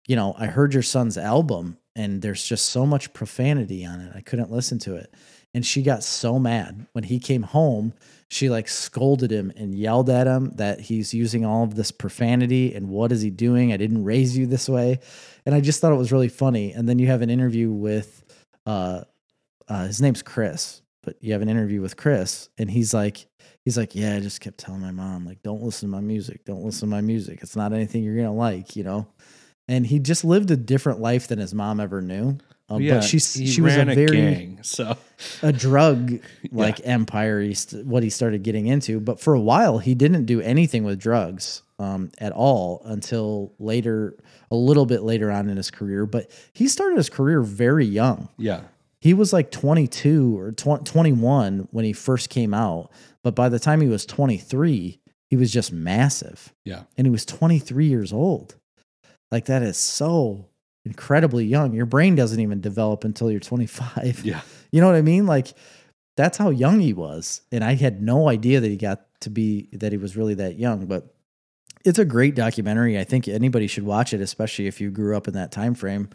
Speaker 1: you know, I heard your son's album and there's just so much profanity on it. I couldn't listen to it. And she got so mad when he came home. She like scolded him and yelled at him that he's using all of this profanity and what is he doing? I didn't raise you this way. And I just thought it was really funny. And then you have an interview with uh, uh his name's Chris, but you have an interview with Chris and he's like he's like, "Yeah, I just kept telling my mom like don't listen to my music. Don't listen to my music. It's not anything you're going to like, you know." and he just lived a different life than his mom ever knew. Um,
Speaker 2: yeah,
Speaker 1: but she's
Speaker 2: he
Speaker 1: she was a
Speaker 2: ran
Speaker 1: very
Speaker 2: gang, so
Speaker 1: a drug like empire. He st- what he started getting into, but for a while he didn't do anything with drugs um, at all until later, a little bit later on in his career. But he started his career very young
Speaker 2: yeah.
Speaker 1: he was like 22 or 20, 21 when he first came out but by the time he was 23 he was just massive
Speaker 2: Yeah.
Speaker 1: and he was 23 years old like that is so incredibly young. Your brain doesn't even develop until you're 25.
Speaker 2: Yeah.
Speaker 1: You know what I mean? Like that's how young he was. And I had no idea that he got to be that he was really that young, but it's a great documentary. I think anybody should watch it, especially if you grew up in that time frame.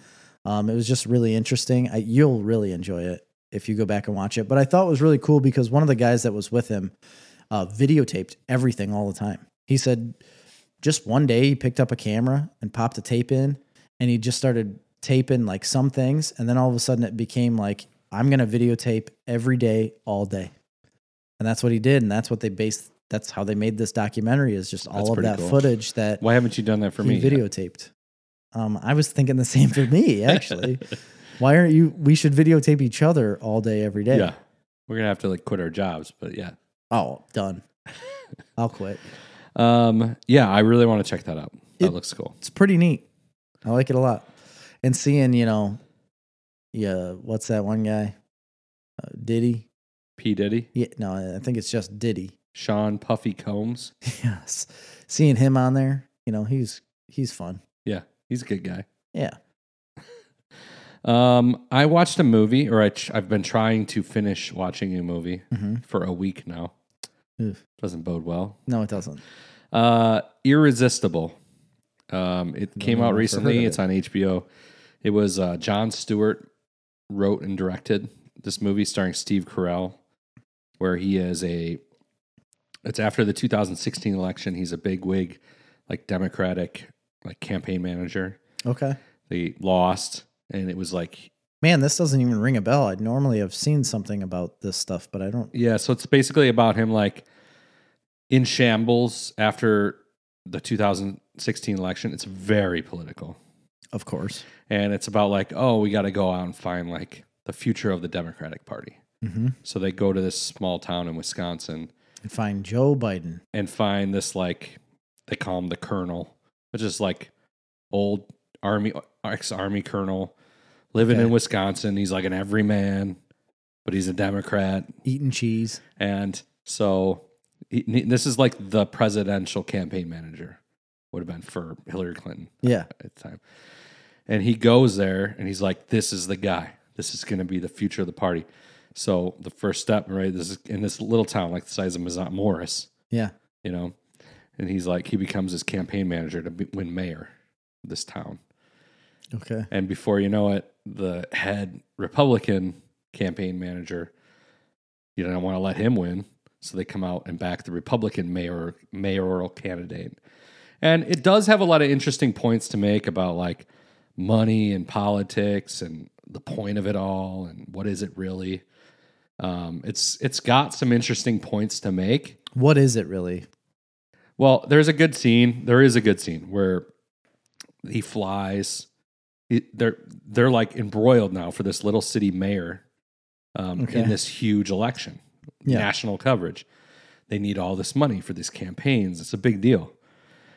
Speaker 1: Um, it was just really interesting. I, you'll really enjoy it if you go back and watch it. But I thought it was really cool because one of the guys that was with him uh, videotaped everything all the time. He said just one day he picked up a camera and popped a tape in, and he just started taping like some things, and then all of a sudden it became like I'm gonna videotape every day, all day, and that's what he did, and that's what they based. That's how they made this documentary is just all
Speaker 2: That's
Speaker 1: of
Speaker 2: pretty
Speaker 1: that
Speaker 2: cool.
Speaker 1: footage that
Speaker 2: Why haven't you done that for
Speaker 1: he
Speaker 2: me? yet?
Speaker 1: videotaped. Um, I was thinking the same for me actually. Why aren't you? We should videotape each other all day, every day.
Speaker 2: Yeah. We're gonna have to like quit our jobs, but yeah.
Speaker 1: Oh, done. I'll quit.
Speaker 2: Um, yeah, I really want to check that out. That
Speaker 1: It-
Speaker 2: looks cool.
Speaker 1: It's pretty neat. I like it a lot. And seeing, you know, yeah, what's that one guy? Uh, Diddy.
Speaker 2: P. Diddy,
Speaker 1: Yeah, no, I think it's just Diddy.
Speaker 2: Sean Puffy Combs.
Speaker 1: yes, seeing him on there, you know, he's he's fun.
Speaker 2: He's a good guy.
Speaker 1: Yeah.
Speaker 2: Um, I watched a movie, or I ch- I've been trying to finish watching a movie
Speaker 1: hmm
Speaker 2: for a week now.
Speaker 1: Oof.
Speaker 2: Doesn't bode well.
Speaker 1: No, it doesn't.
Speaker 2: Uh, Irresistible. Um, it came
Speaker 1: know if
Speaker 2: out
Speaker 1: I've heard
Speaker 2: recently.
Speaker 1: of
Speaker 2: It's
Speaker 1: it.
Speaker 2: on HBO. It was uh, John Stewart wrote and directed this movie starring Steve Carell, where he is a. It's after the 2016 election. He's a big wig, like Democratic, like campaign manager.
Speaker 1: Okay.
Speaker 2: They lost, and it was like
Speaker 1: Man, this doesn't even ring a bell. I'd normally have seen something about this stuff, but I don't.
Speaker 2: Yeah, so it's basically about him like in shambles after the 2016 election. It's very political.
Speaker 1: Of course.
Speaker 2: And it's about like, oh, we got to go out and find like the future of the Democratic Party.
Speaker 1: Mm-hmm.
Speaker 2: So they go to this small town in Wisconsin
Speaker 1: And find Joe Biden.
Speaker 2: and find this like they call him the colonel, which is like old army ex army colonel living
Speaker 1: Okay.
Speaker 2: in Wisconsin. He's like an everyman, but he's a Democrat.
Speaker 1: eating cheese.
Speaker 2: And so he, he- this is like the presidential campaign manager would have been for Hillary Clinton
Speaker 1: Yeah.
Speaker 2: at the time. And he goes there and he's like, this is the guy. This is going to be the future of the party. So the first step, right? This is in this little town, like the size of Mazat Morris,
Speaker 1: Yeah.
Speaker 2: you know? And he's like, he becomes his campaign manager to be, win mayor of this town.
Speaker 1: Okay.
Speaker 2: And before you know it, the head Republican campaign manager, you don't want to let him win. So they come out and back the Republican mayor mayoral candidate. And it does have a lot of interesting points to make about like money and politics and the point of it all and what is it really. Um, it's it's got some interesting points to make.
Speaker 1: What is it really?
Speaker 2: Well, there's a good scene. There is a good scene where he flies. He- they're they're like embroiled now for this little city mayor um,
Speaker 1: Okay.
Speaker 2: in this huge election,
Speaker 1: Yeah.
Speaker 2: national coverage. They need all this money for these campaigns. It's a big deal,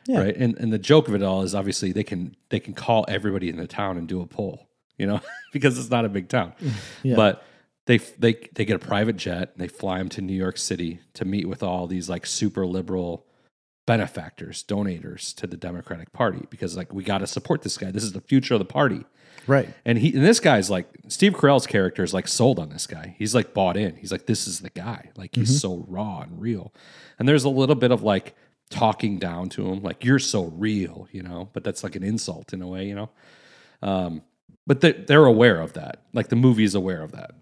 Speaker 1: Yeah.
Speaker 2: right? And and the joke of it all is obviously they can they can call everybody in the town and do a poll, you know, because it's not a big town.
Speaker 1: Mm, Yeah.
Speaker 2: But they they they get a private jet and they fly him to New York City to meet with all these like super liberal benefactors, donators to the Democratic Party because like we got to support this guy. This is the future of the party.
Speaker 1: right.
Speaker 2: And he and this guy's like Steve Carell's character is like sold on this guy. He's like bought in. He's like this is the guy. Like he's so raw and real. And there's a little bit of like talking down to him like you're so real, you know, but that's like an insult in a way, you know. Um but they, they're aware of that. Like the movie is aware of that,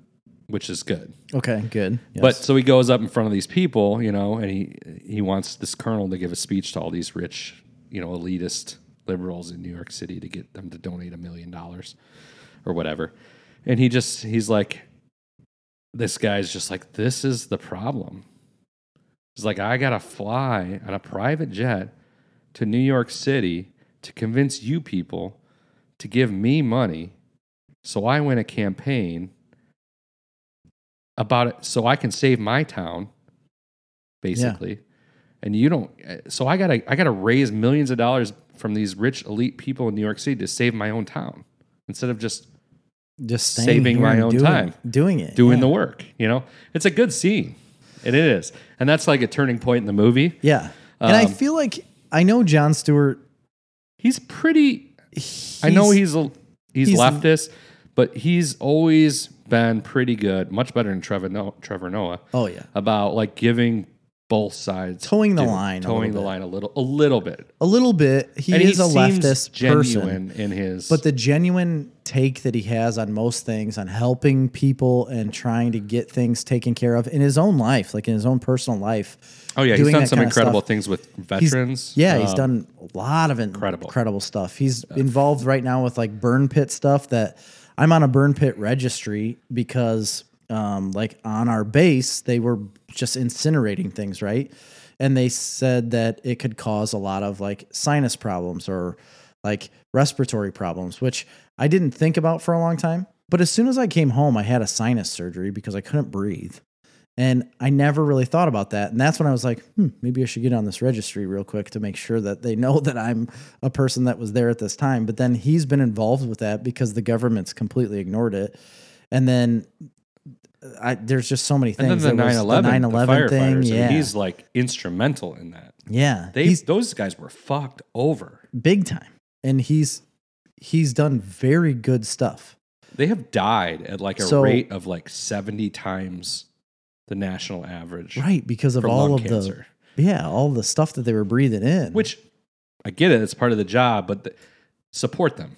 Speaker 2: which is good.
Speaker 1: Okay. Good. Yes.
Speaker 2: But so he goes up in front of these people, you know, and he he wants this colonel to give a speech to all these rich, you know, elitist liberals in New York City to get them to donate a million dollars or whatever. And he just he's like this guy's just like this is the problem. He's like I got to fly on a private jet to New York City to convince you people to give me money so I win a campaign about it so I can save my town, basically. And you don't. So I gotta I gotta raise millions of dollars from these rich elite people in New York City to save my own town instead of just
Speaker 1: just staying
Speaker 2: saving
Speaker 1: here
Speaker 2: my
Speaker 1: and
Speaker 2: own
Speaker 1: doing,
Speaker 2: time.
Speaker 1: doing it,
Speaker 2: doing
Speaker 1: yeah.
Speaker 2: the work. You know, it's a good scene. And it is, and that's like a turning point in the movie.
Speaker 1: Yeah. And I
Speaker 2: Um,
Speaker 1: feel like I know John Stewart.
Speaker 2: He's pretty. I know
Speaker 1: he's-
Speaker 2: he's a He's,
Speaker 1: He's-
Speaker 2: leftist, but he's always been pretty good, much better than Trevor Noah, Trevor Noah
Speaker 1: Oh yeah,
Speaker 2: about like giving both sides
Speaker 1: Towing the
Speaker 2: due-
Speaker 1: line a
Speaker 2: towing
Speaker 1: little
Speaker 2: the
Speaker 1: bit.
Speaker 2: line a little, a little bit.
Speaker 1: a little bit. He
Speaker 2: And
Speaker 1: is a
Speaker 2: seems
Speaker 1: leftist person,
Speaker 2: genuine in his.
Speaker 1: but the genuine take that he has on most things, on helping people and trying to get things taken care of in his own life, like in his own personal life.
Speaker 2: oh yeah, he's
Speaker 1: doing
Speaker 2: done
Speaker 1: that
Speaker 2: some
Speaker 1: kinda stuff.
Speaker 2: incredible things with veterans.
Speaker 1: Yeah, he's
Speaker 2: Um,
Speaker 1: done a lot of incredible, incredible stuff. He's involved right now with like burn pit stuff that I'm on a burn pit registry because um like on our base they were just incinerating things, right? And they said that it could cause a lot of like sinus problems or like respiratory problems, which I didn't think about for a long time. But as soon as I came home, I had a sinus surgery because I couldn't breathe. And I never really thought about that. And that's when I was like, hmm, maybe I should get on this registry real quick to make sure that they know that I'm a person that was there at this time. But then he's been involved with that because the government's completely ignored it. And then I, there's just so many
Speaker 2: And
Speaker 1: things.
Speaker 2: then the
Speaker 1: There was
Speaker 2: 9 11
Speaker 1: 9/11
Speaker 2: thing.
Speaker 1: Yeah.
Speaker 2: He's like instrumental in that.
Speaker 1: yeah.
Speaker 2: They
Speaker 1: he's
Speaker 2: those guys were fucked over.
Speaker 1: big time. And he's he's done very good stuff.
Speaker 2: They have died at like a
Speaker 1: So-
Speaker 2: rate of like 70 times the national average
Speaker 1: Right. Because of
Speaker 2: from
Speaker 1: all
Speaker 2: lung
Speaker 1: of
Speaker 2: cancer.
Speaker 1: the yeah, all the stuff that they were breathing in.
Speaker 2: Which I get it, it's part of the job, but th- support them.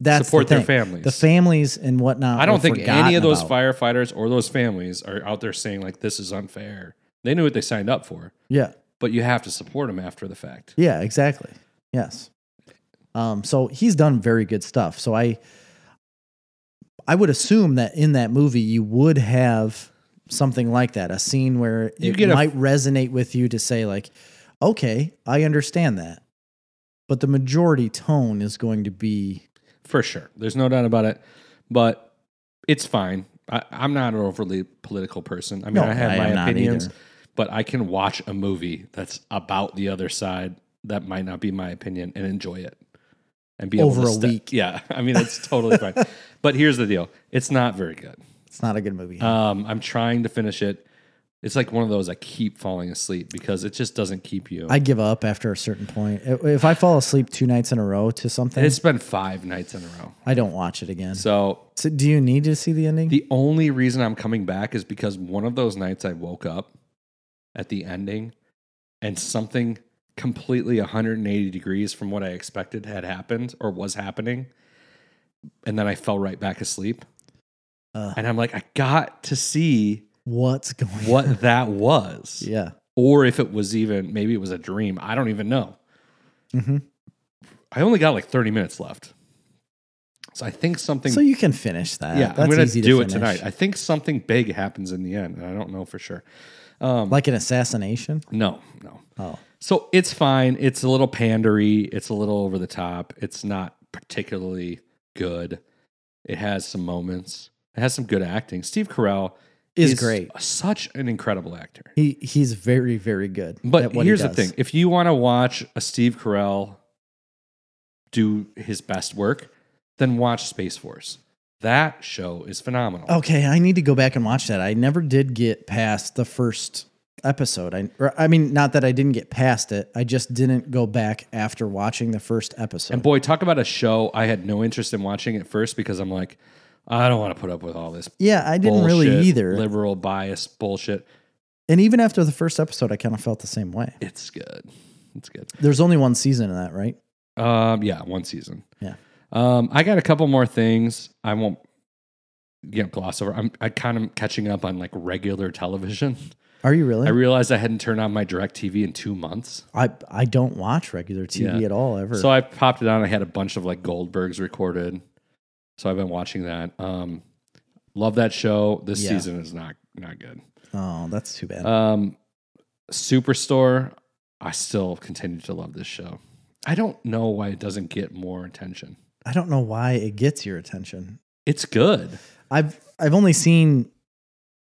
Speaker 1: that's the
Speaker 2: support their
Speaker 1: thing.
Speaker 2: families.
Speaker 1: The families and whatnot.
Speaker 2: I don't
Speaker 1: were
Speaker 2: think any
Speaker 1: forgotten
Speaker 2: of those
Speaker 1: about.
Speaker 2: firefighters or those families are out there saying like this is unfair. They knew what they signed up for,
Speaker 1: Yeah.
Speaker 2: but you have to support them after the fact.
Speaker 1: Yeah, exactly. Yes. Um, so he's done very good stuff. So I I would assume that in that movie you would have something like that, a scene where it
Speaker 2: You get a-
Speaker 1: might resonate with you to say like, okay, I understand that. But the majority tone is going to be
Speaker 2: for sure. There's no doubt about it. But it's fine. I, I'm not an overly political person. I mean,
Speaker 1: No,
Speaker 2: I have
Speaker 1: I am
Speaker 2: my
Speaker 1: not
Speaker 2: opinions,
Speaker 1: either.
Speaker 2: but I can watch a movie that's about the other side that might not be my opinion and enjoy it and be
Speaker 1: Over
Speaker 2: able
Speaker 1: a
Speaker 2: to step-
Speaker 1: week.
Speaker 2: Yeah, I mean, it's totally fine. But here's the deal: it's not very good.
Speaker 1: it's not a good movie.
Speaker 2: Um, I'm trying to finish it. It's like one of those I keep falling asleep because it just doesn't keep you.
Speaker 1: I give up after a certain point. If if I fall asleep two nights in a row to something,
Speaker 2: it's been five nights in a row.
Speaker 1: I don't watch it again.
Speaker 2: So
Speaker 1: So do you need to see the ending?
Speaker 2: The only reason I'm coming back is because one of those nights I woke up at the ending and something completely 180 degrees from what I expected had happened or was happening. And then I fell right back asleep.
Speaker 1: Uh.
Speaker 2: and I'm like, I got to see
Speaker 1: What's going on?
Speaker 2: what that was.
Speaker 1: Yeah.
Speaker 2: Or if it was even, maybe it was a dream. I don't even know.
Speaker 1: hmm
Speaker 2: I only got like 30 minutes left. So I think something.
Speaker 1: So you can finish that.
Speaker 2: yeah,
Speaker 1: That's
Speaker 2: I'm gonna
Speaker 1: easy
Speaker 2: do
Speaker 1: to
Speaker 2: it
Speaker 1: finish.
Speaker 2: tonight. I think something big happens in the end, and I don't know for sure. Um,
Speaker 1: Like an assassination?
Speaker 2: no, no.
Speaker 1: Oh.
Speaker 2: So it's fine. It's a little pandery. It's a little over the top. It's not particularly good. It has some moments. It has some good acting. Steve Carell
Speaker 1: Is great.
Speaker 2: Such an incredible actor.
Speaker 1: He he's very, very good.
Speaker 2: But
Speaker 1: at what he
Speaker 2: here's the
Speaker 1: does.
Speaker 2: thing: if you want to watch a Steve Carell do his best work, then watch Space Force. That show is phenomenal.
Speaker 1: Okay, I need to go back and watch that. I never did get past the first episode. I or, I mean, not that I didn't get past it. I just didn't go back after watching the first episode.
Speaker 2: And boy, talk about a show I had no interest in watching at first because I'm like, I don't want to put up with all this.
Speaker 1: yeah, I didn't
Speaker 2: bullshit,
Speaker 1: really either.
Speaker 2: Liberal bias bullshit.
Speaker 1: and even after the first episode, I kind of felt the same way.
Speaker 2: It's good. It's good.
Speaker 1: There's only one season of that, right?
Speaker 2: Um, yeah, one season.
Speaker 1: Yeah.
Speaker 2: Um, I got a couple more things. I won't you know, gloss over. I'm I kind of catching up on like regular television.
Speaker 1: Are you really?
Speaker 2: I
Speaker 1: I
Speaker 2: realized I hadn't turned on my direct TV in two months.
Speaker 1: I, don't watch regular TV
Speaker 2: Yeah.
Speaker 1: at all ever.
Speaker 2: So I popped it on. I had a bunch of like Goldbergs recorded. So I've been watching that. Um, love that show. This
Speaker 1: Yeah.
Speaker 2: season is not not good.
Speaker 1: oh, that's too bad.
Speaker 2: Um, Superstore. I still continue to love this show. I don't know why it doesn't get more attention.
Speaker 1: I don't know why it gets your attention.
Speaker 2: It's good.
Speaker 1: I've I've only seen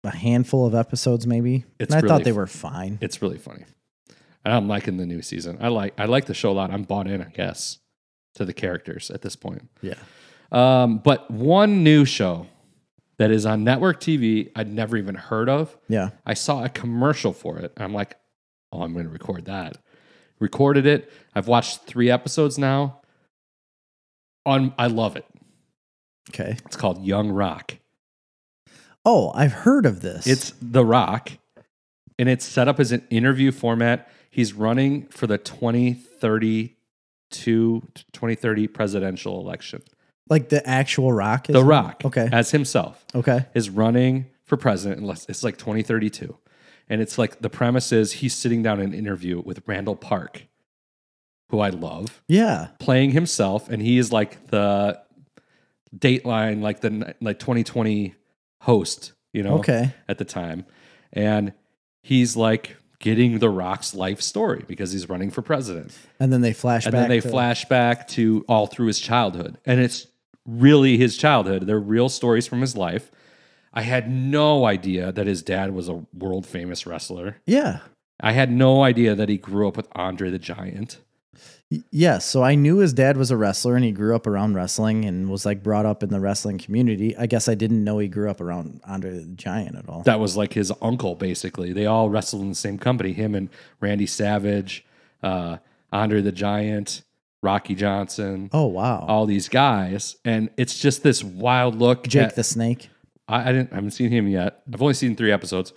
Speaker 1: a handful of episodes, maybe,
Speaker 2: It's
Speaker 1: and I
Speaker 2: really
Speaker 1: thought they
Speaker 2: f-
Speaker 1: were fine.
Speaker 2: It's really funny. And I'm liking the new season. I like I like the show a lot. I'm bought in, I guess, to the characters at this point.
Speaker 1: Yeah,
Speaker 2: Um, but one new show that is on network TV I'd never even heard of.
Speaker 1: yeah.
Speaker 2: I saw a commercial for it. I'm like, oh, I'm going to record that. Recorded it. I've watched three episodes now. On, I love it.
Speaker 1: Okay.
Speaker 2: It's called Young Rock.
Speaker 1: Oh, I've heard of this.
Speaker 2: It's The Rock, and it's set up as an interview format. He's running for the 2032 2030 presidential election.
Speaker 1: like the actual Rock. Is
Speaker 2: the
Speaker 1: it?
Speaker 2: Rock,
Speaker 1: Okay.
Speaker 2: as himself,
Speaker 1: Okay.
Speaker 2: is running for president. Unless it's like 2032, and it's like the premise is he's sitting down in an interview with Randall Park, who I love,
Speaker 1: Yeah.
Speaker 2: playing himself, and he is like the Dateline, like the like 2020 host, you know,
Speaker 1: Okay.
Speaker 2: at the time, and he's like getting the Rock's life story because he's running for president
Speaker 1: And then they flash
Speaker 2: and
Speaker 1: back.
Speaker 2: then they
Speaker 1: to-
Speaker 2: flash back to all through his childhood and it's really his childhood they're real stories from his life i had no idea that his dad was a world famous wrestler
Speaker 1: Yeah.
Speaker 2: i had no idea that he grew up with andre the giant
Speaker 1: Y- Yes. So I knew his dad was a wrestler and he grew up around wrestling and was like brought up in the wrestling community. I guess I didn't know he grew up around Andre the Giant at all.
Speaker 2: that was like his uncle basically they all wrestled in the same company him and randy savage uh, andre the giant rocky johnson
Speaker 1: oh, wow.
Speaker 2: all these guys and it's just this wild look
Speaker 1: Jake
Speaker 2: at-
Speaker 1: the Snake.
Speaker 2: I, I didn't. I haven't seen him yet. I've only seen three episodes.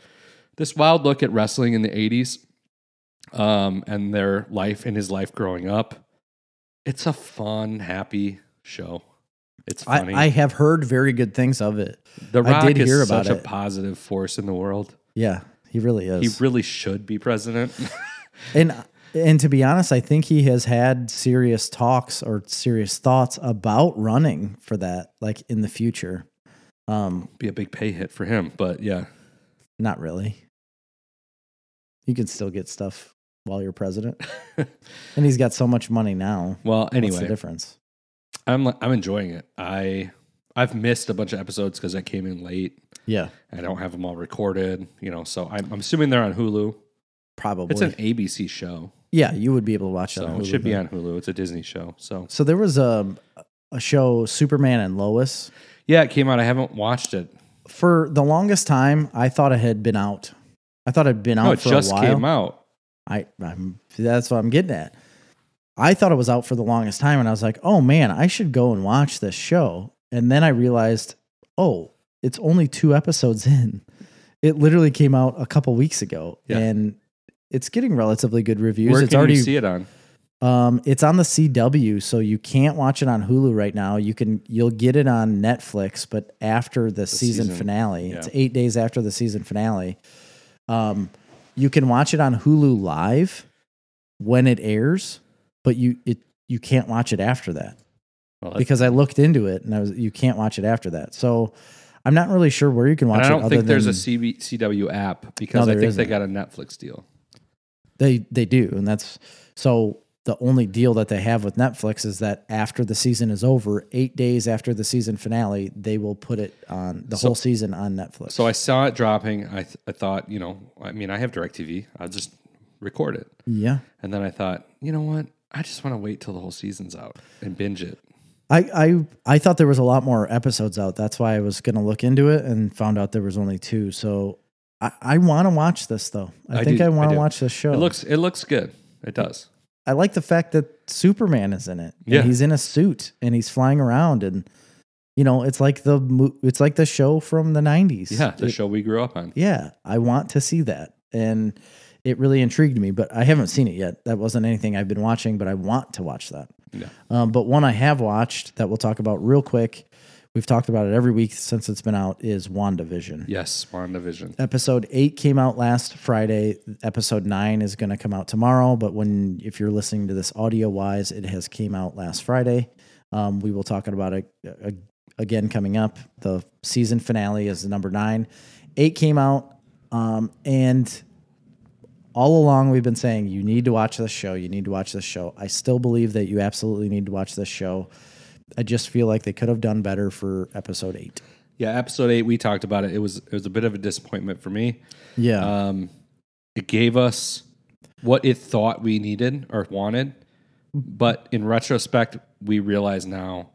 Speaker 2: This wild look at wrestling in the '80s, um, and their life and his life growing up. It's a fun, happy show. It's funny.
Speaker 1: I, I have heard very good things of it.
Speaker 2: the
Speaker 1: I
Speaker 2: Rock
Speaker 1: did
Speaker 2: is
Speaker 1: hear about
Speaker 2: such a
Speaker 1: it.
Speaker 2: positive force in the world.
Speaker 1: Yeah, he really is.
Speaker 2: He really should be president.
Speaker 1: and and to be honest, I think he has had serious talks or serious thoughts about running for that, like in the future. Um,
Speaker 2: be a big pay hit for him. But yeah,
Speaker 1: not really. You can still get stuff while you're president, and he's got so much money now.
Speaker 2: well,
Speaker 1: What's the
Speaker 2: anyway,
Speaker 1: difference?
Speaker 2: I'm I'm enjoying it. I I've missed a bunch of episodes because I came in late.
Speaker 1: Yeah,
Speaker 2: I don't have them all recorded, you know. So I'm, I'm assuming they're on Hulu.
Speaker 1: Oh, probably.
Speaker 2: It's an ABC show,
Speaker 1: yeah, you would be able to watch that.
Speaker 2: so
Speaker 1: on
Speaker 2: it
Speaker 1: Hulu
Speaker 2: should be
Speaker 1: then.
Speaker 2: on Hulu. It's a Disney show, so
Speaker 1: So there was a a show, Superman and Lois.
Speaker 2: yeah, it came out. I haven't watched it.
Speaker 1: for the longest time, I thought it had been out. I thought it had been out
Speaker 2: No, it
Speaker 1: for
Speaker 2: just
Speaker 1: a while.
Speaker 2: came out.
Speaker 1: I, I'm, that's what I'm getting at. I thought it was out for the longest time, and I was like, "Oh man, I should go and watch this show." And then I realized, oh, it's only two episodes in. It literally came out a couple weeks ago,
Speaker 2: Yeah.
Speaker 1: and it's getting relatively good reviews.
Speaker 2: Where
Speaker 1: it's
Speaker 2: can
Speaker 1: already
Speaker 2: you see it on?
Speaker 1: um, it's on the CW, so you can't watch it on Hulu right now. You can you'll get it on Netflix, but after the, season,
Speaker 2: season,
Speaker 1: finale,
Speaker 2: yeah.
Speaker 1: it's eight days after the season finale. Um, you can watch it on Hulu Live when it airs, but you it you can't watch it after that
Speaker 2: Well, that's-
Speaker 1: because I looked into it and I was you can't watch it after that. So I'm not really sure where you can watch
Speaker 2: and I
Speaker 1: it.
Speaker 2: don't
Speaker 1: other
Speaker 2: think there's a
Speaker 1: than
Speaker 2: CB, CW app because I
Speaker 1: there
Speaker 2: think they
Speaker 1: isn't.
Speaker 2: got a Netflix deal.
Speaker 1: They they do, and that's so the only deal that they have with Netflix is that after the season is over, eight days after the season finale, they will put it on the whole season on Netflix.
Speaker 2: So I saw it dropping. I th- I thought, you know, I mean, I have Directv. I'll just record it.
Speaker 1: yeah,
Speaker 2: And then I thought, you know what? I just want to wait till the whole season's out and binge it.
Speaker 1: I I I thought there was a lot more episodes out. That's why I was gonna look into it and found out there was only two. So I, I want to watch this though. I,
Speaker 2: I
Speaker 1: think
Speaker 2: do-
Speaker 1: I
Speaker 2: I
Speaker 1: want to
Speaker 2: do.
Speaker 1: watch this show.
Speaker 2: It looks it looks good. It does.
Speaker 1: I like the fact that Superman is in it. And
Speaker 2: Yeah.
Speaker 1: he's in a suit and he's flying around and. You know, it's like the mo- it's like the show from the '90s.
Speaker 2: Yeah, the
Speaker 1: It-
Speaker 2: show we grew up on.
Speaker 1: yeah, I want to see that. And it really intrigued me, but I haven't seen it yet. That wasn't anything I've been watching, but I want to watch that.
Speaker 2: Yeah.
Speaker 1: Um, but one I have watched that we'll talk about real quick. We've talked about it every week since it's been out is WandaVision.
Speaker 2: Yes, WandaVision.
Speaker 1: Episode 8 came out last Friday. Episode 9 is going to come out tomorrow, but when if you're listening to this audio wise, it has came out last Friday. Um, we will talk about it uh, again coming up. The season finale is number 9. 8 came out um, and all along we've been saying you need to watch this show, you need to watch this show. I still believe that you absolutely need to watch this show. I just feel like they could have done better for episode 8.
Speaker 2: Yeah, episode eight, we talked about it. It was it was a bit of a disappointment for me.
Speaker 1: Yeah.
Speaker 2: Um, it gave us what it thought we needed or wanted, but in retrospect, we realize now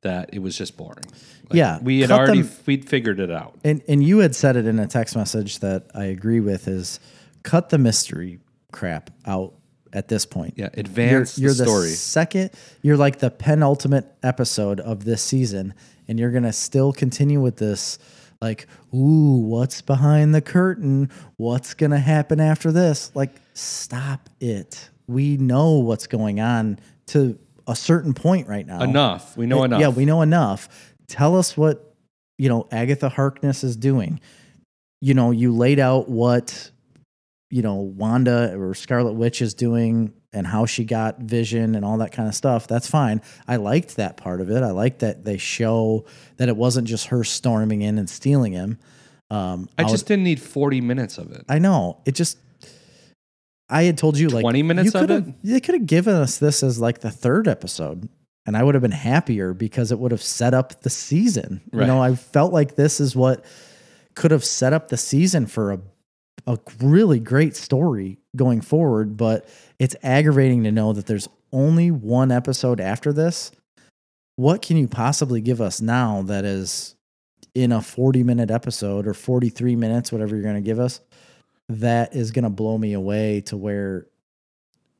Speaker 2: that it was just boring. Like,
Speaker 1: Yeah,
Speaker 2: we had
Speaker 1: cut
Speaker 2: already
Speaker 1: them-
Speaker 2: we'd figured it out.
Speaker 1: and and you had said it in a text message that I agree with is cut the mystery crap out at this point.
Speaker 2: Yeah, advance
Speaker 1: you're, you're
Speaker 2: the story.
Speaker 1: second. You're like the penultimate episode of this season, and you're gonna still continue with this. Like, ooh, what's behind the curtain? What's gonna happen after this? Like, stop it. We know what's going on to a certain point right now.
Speaker 2: enough. We know enough.
Speaker 1: Yeah, we know enough. Tell us what you know Agatha Harkness is doing. You know, you laid out what you know Wanda or Scarlet Witch is doing and how she got vision and all that kind of stuff. That's fine. I liked that part of it. I liked that they show that it wasn't just her storming in and stealing him. Um
Speaker 2: I
Speaker 1: out-
Speaker 2: just didn't need 40 minutes of it.
Speaker 1: I know. It just I had told you like
Speaker 2: 20 minutes
Speaker 1: you
Speaker 2: of
Speaker 1: could've-
Speaker 2: it?
Speaker 1: They could have given us this as like the third episode and I would have been happier because it would have set up the season. You
Speaker 2: Right.
Speaker 1: know, I felt like this is what could have set up the season for a a really great story going forward, but it's aggravating to know that there's only one episode after this. What can you possibly give us now that is in a 40 minute episode or 43 minutes, whatever you're going to give us, that is going to blow me away to where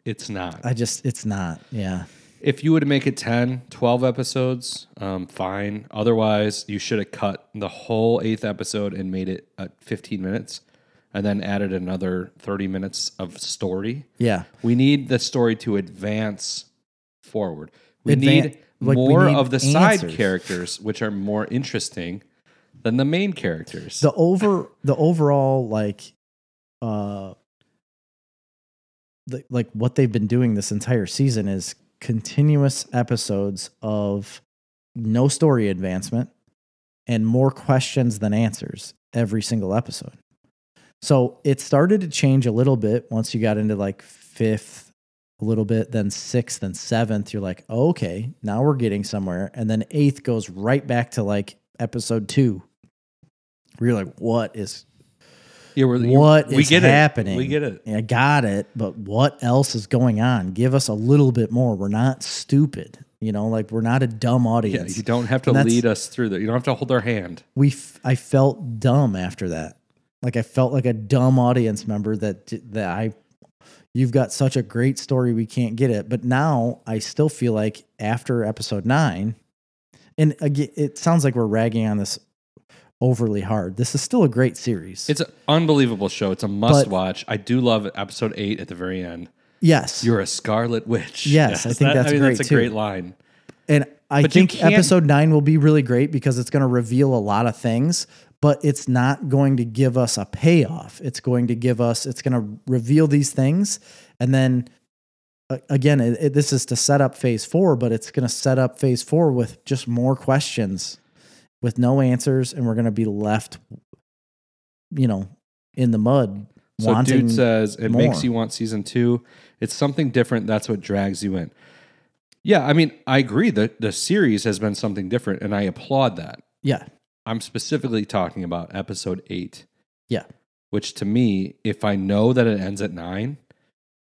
Speaker 2: It's not.
Speaker 1: I just, it's not. Yeah.
Speaker 2: if you would make it 10, 12 episodes, um, fine. Otherwise, you should have cut the whole eighth episode and made it at 15 minutes and then added another 30 minutes of story.
Speaker 1: Yeah.
Speaker 2: We need the story to advance forward. We
Speaker 1: Advan-
Speaker 2: need
Speaker 1: like, we
Speaker 2: more
Speaker 1: need
Speaker 2: of the side
Speaker 1: answers.
Speaker 2: characters, which are more interesting than the main characters.
Speaker 1: The over, the overall, like, uh, the, like what they've been doing this entire season is continuous episodes of no story advancement and more questions than answers every single episode. So it started to change a little bit once you got into like fifth, a little bit, then sixth and seventh. You're like, oh, okay, now we're getting somewhere. And then eighth goes right back to like episode two. Where you're like, what is
Speaker 2: yeah, we're, you-
Speaker 1: what is
Speaker 2: we get
Speaker 1: happening?
Speaker 2: It. We get it.
Speaker 1: I got it, but what else is going on? Give us a little bit more. We're not stupid, you know. Like we're not a dumb
Speaker 2: Yeah,
Speaker 1: audience.
Speaker 2: you don't have to
Speaker 1: And that's-
Speaker 2: lead us through that. You don't have to hold our hand.
Speaker 1: we f- I felt dumb after that. Like I felt like a dumb audience member that d- that I you've got such a great story we can't get it. But now I still feel like after episode 9 and again it sounds like we're ragging on this overly hard. This is still a great series.
Speaker 2: It's an unbelievable show. It's a must watch. I do love episode eight at the very end.
Speaker 1: yes.
Speaker 2: You're a Scarlet Witch.
Speaker 1: Yes, I think that's
Speaker 2: I mean,
Speaker 1: great,
Speaker 2: that's a
Speaker 1: too.
Speaker 2: great line.
Speaker 1: And I
Speaker 2: But you
Speaker 1: think
Speaker 2: can't-
Speaker 1: episode nine will be really great because it's going to reveal a lot of things, but it's not going to give us a payoff. It's going to give us, it's going to reveal these things. And then a- again, it, it- this is to set up phase four, but it's going to set up phase four with just more questions with no answers. And we're going to be left, you know, in the mud.
Speaker 2: So uh,
Speaker 1: wanting,
Speaker 2: dude says it
Speaker 1: more.
Speaker 2: makes you want season two. It's something different. That's what drags you in. Yeah, I mean, I agree that the series has been something different, and I applaud that.
Speaker 1: yeah,
Speaker 2: I'm specifically talking about episode eight.
Speaker 1: Yeah.
Speaker 2: Which to me, if I know that it ends at nine,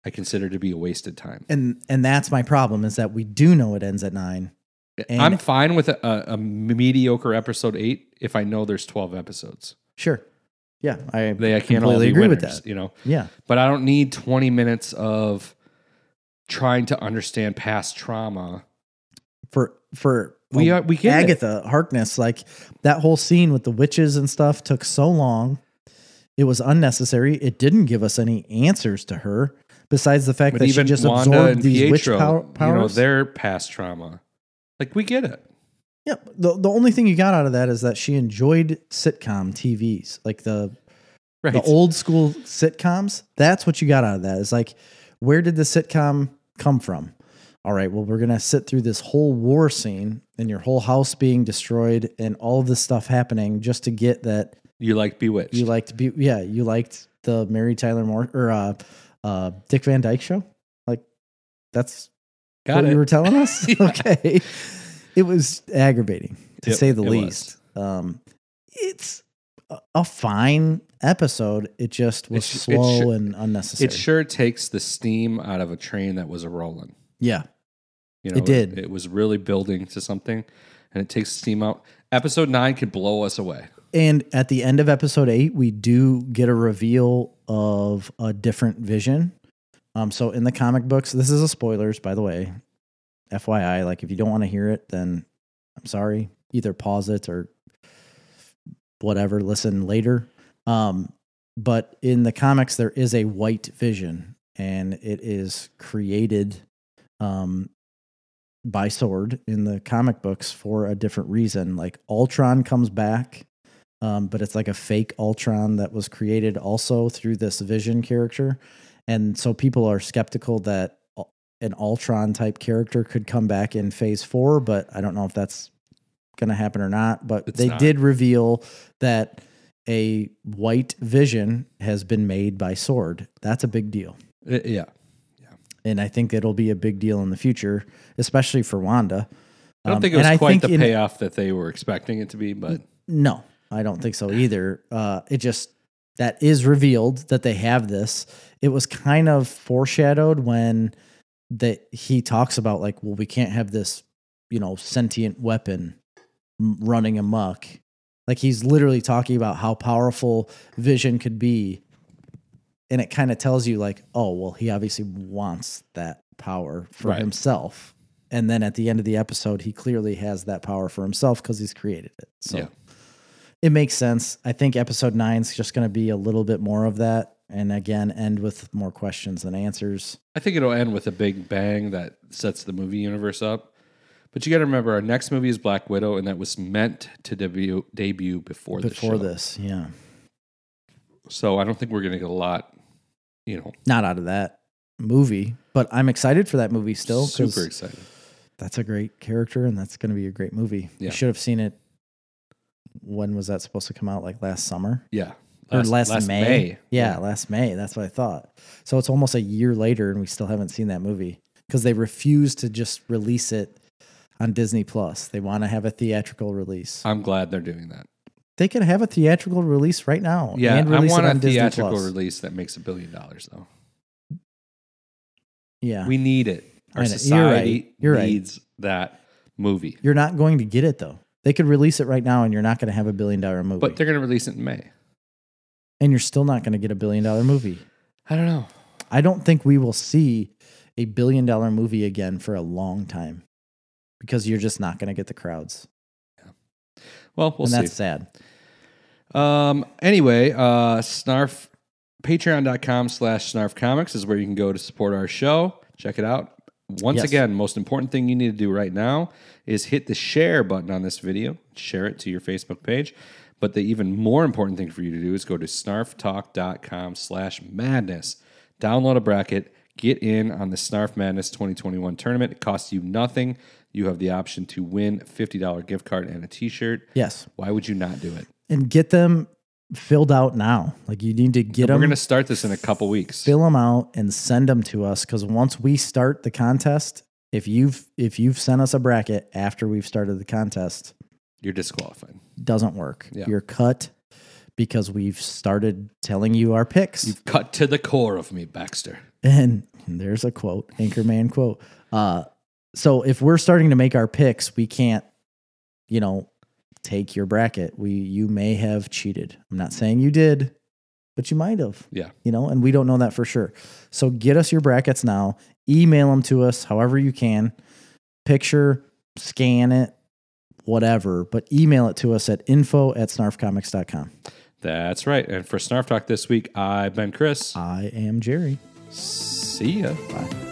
Speaker 2: I consider to be a wasted time.
Speaker 1: and and that's my problem is that we do know it ends at nine. And-
Speaker 2: I'm fine with a, a, a mediocre episode eight if I know there's 12 episodes.
Speaker 1: Sure. Yeah, I
Speaker 2: They I can't all
Speaker 1: Completely
Speaker 2: be
Speaker 1: agree with
Speaker 2: winners,
Speaker 1: that.
Speaker 2: You know,
Speaker 1: yeah.
Speaker 2: but I don't need 20 minutes of trying to understand past trauma.
Speaker 1: for for
Speaker 2: We
Speaker 1: um,
Speaker 2: are- we get it.
Speaker 1: Oh, Agatha Harkness like that whole scene with the witches and stuff took so long. It was unnecessary. It didn't give us any answers to her besides the fact
Speaker 2: But
Speaker 1: that
Speaker 2: even
Speaker 1: she just
Speaker 2: Wanda
Speaker 1: absorbed
Speaker 2: and
Speaker 1: these
Speaker 2: Pietro,
Speaker 1: witch pow-
Speaker 2: you know,
Speaker 1: powers.
Speaker 2: their past trauma. Like we get it.
Speaker 1: yeah, the the only thing you got out of that is that she enjoyed sitcom TVs, like the
Speaker 2: Right.
Speaker 1: the old school sitcoms. That's what you got out of that. It's like, where did the sitcom come from? All right, well, we're gonna sit through this whole war scene and your whole house being destroyed and all this stuff happening just to get that
Speaker 2: you like Bewitched.
Speaker 1: you liked. Be- yeah, you liked the Mary Tyler Moore or uh, uh, Dick Van Dyke show. Like, that's
Speaker 2: Got
Speaker 1: what
Speaker 2: it.
Speaker 1: you were telling us?
Speaker 2: Yeah.
Speaker 1: Okay. It was aggravating to
Speaker 2: It-
Speaker 1: say the
Speaker 2: it
Speaker 1: least. Um, it's a, a fine episode. It just was
Speaker 2: sh- it
Speaker 1: slow
Speaker 2: sh-
Speaker 1: and unnecessary.
Speaker 2: it sure takes the steam out of a train that was a rolling.
Speaker 1: yeah.
Speaker 2: You
Speaker 1: It
Speaker 2: know,
Speaker 1: did.
Speaker 2: It, was really building to something, and it takes steam out. Episode nine could blow us away.
Speaker 1: And at the end of episode eight, we do get a reveal of a different vision. Um, so in the comic books, this is a spoilers, by the way. FYI, like if you don't want to hear it, then I'm sorry. Either pause it or whatever, listen later. Um, but in the comics, there is a white vision, and it is created um, by Sword in the comic books for a different reason. Like Ultron comes back, um, but it's like a fake Ultron that was created also through this Vision character, and so people are skeptical that Ul- an Ultron type character could come back in Phase Four. But I don't know if that's going to happen or not. But
Speaker 2: It's
Speaker 1: they
Speaker 2: not.
Speaker 1: did reveal that a white Vision has been made by Sword. That's a big deal
Speaker 2: Uh, yeah.
Speaker 1: and I think it'll be a big deal in the future, especially for Wanda.
Speaker 2: I don't
Speaker 1: Um,
Speaker 2: think it
Speaker 1: and I
Speaker 2: was quite
Speaker 1: think
Speaker 2: the
Speaker 1: in-
Speaker 2: payoff that they were expecting it to be, but
Speaker 1: No, I don't think so either. Uh, it just that is revealed that they have this. It was kind of foreshadowed when that he talks about like, well, we can't have this, you know, sentient weapon m- running amok. Like he's literally talking about how powerful Vision could be, and it kind of tells you like, oh, well, he obviously wants that power for
Speaker 2: Right.
Speaker 1: himself. And then at the end of the episode, he clearly has that power for himself because he's created it. So
Speaker 2: Yeah.
Speaker 1: it makes sense. I think episode nine's just going to be a little bit more of that. And again, end with more questions than answers.
Speaker 2: I think it'll end with a big bang that sets the movie universe up. But you got to remember, our next movie is Black Widow, and that was meant to debut debut before the
Speaker 1: before
Speaker 2: show.
Speaker 1: this. Yeah.
Speaker 2: So I don't think we're going to get a lot. You know,
Speaker 1: Not out of that movie, but I'm excited for that movie still
Speaker 2: super
Speaker 1: because
Speaker 2: excited.
Speaker 1: that's a great character and that's going to be a great movie.
Speaker 2: Yeah.
Speaker 1: You should have seen it. When was that supposed to come out? Like last summer
Speaker 2: Yeah,
Speaker 1: or last, May? Yeah, last May. That's what I thought. So it's almost a year later and we still haven't seen that movie because they refuse to just release it on Disney Plus. They want to have a theatrical release.
Speaker 2: I'm glad they're doing that.
Speaker 1: They could have a theatrical release right now.
Speaker 2: Yeah,
Speaker 1: and
Speaker 2: I
Speaker 1: release
Speaker 2: want
Speaker 1: it
Speaker 2: a
Speaker 1: on Disney
Speaker 2: theatrical
Speaker 1: Plus.
Speaker 2: release that makes a billion dollars, though.
Speaker 1: Yeah,
Speaker 2: We need it. Our
Speaker 1: I know. You're
Speaker 2: society
Speaker 1: right. You're right.
Speaker 2: needs that movie.
Speaker 1: you're not going to get it though. They could release it right now, and you're not going to have a billion dollar movie.
Speaker 2: But they're going to release it in May.
Speaker 1: and you're still not going to get a billion dollar movie.
Speaker 2: I don't know.
Speaker 1: I don't think we will see a billion dollar movie again for a long time because you're just not going to get the crowds,
Speaker 2: Well, we'll
Speaker 1: and
Speaker 2: see.
Speaker 1: that's sad.
Speaker 2: Um, anyway, uh, Snarf, patreon.com slash snarf comics is where you can go to support our show. Check it out. Once
Speaker 1: Yes.
Speaker 2: again, most important thing you need to do right now is hit the share button on this video, share it to your Facebook page. But the even more important thing for you to do is go to snarftalk.com slash madness, download a bracket, get in on the Snarf Madness 2021 tournament. It costs you nothing. You have the option to win $50 gift card and a t-shirt.
Speaker 1: Yes,
Speaker 2: Why would you not do it?
Speaker 1: and get them filled out now. Like you need to get
Speaker 2: We're
Speaker 1: them.
Speaker 2: going to start this in a couple weeks.
Speaker 1: fill them out and send them to us because once we start the contest if you've if you've sent us a bracket after we've started the contest
Speaker 2: You're disqualified.
Speaker 1: doesn't work
Speaker 2: Yeah.
Speaker 1: you're cut because we've started telling you our picks
Speaker 2: You've cut to the core of me, Baxter.
Speaker 1: and there's a quote anchorman quote uh so if we're starting to make our picks we can't you know take your bracket we you may have cheated i'm not saying you did but you might have
Speaker 2: Yeah.
Speaker 1: you know, and we don't know that for sure. So get us your brackets now, email them to us however you can, picture, scan it, whatever, but email it to us at info at snarfcomics.com.
Speaker 2: That's right.
Speaker 1: Uh,
Speaker 2: And for Snarf Talk this week, I've been Chris.
Speaker 1: I am Jerry.
Speaker 2: See ya.
Speaker 1: Bye.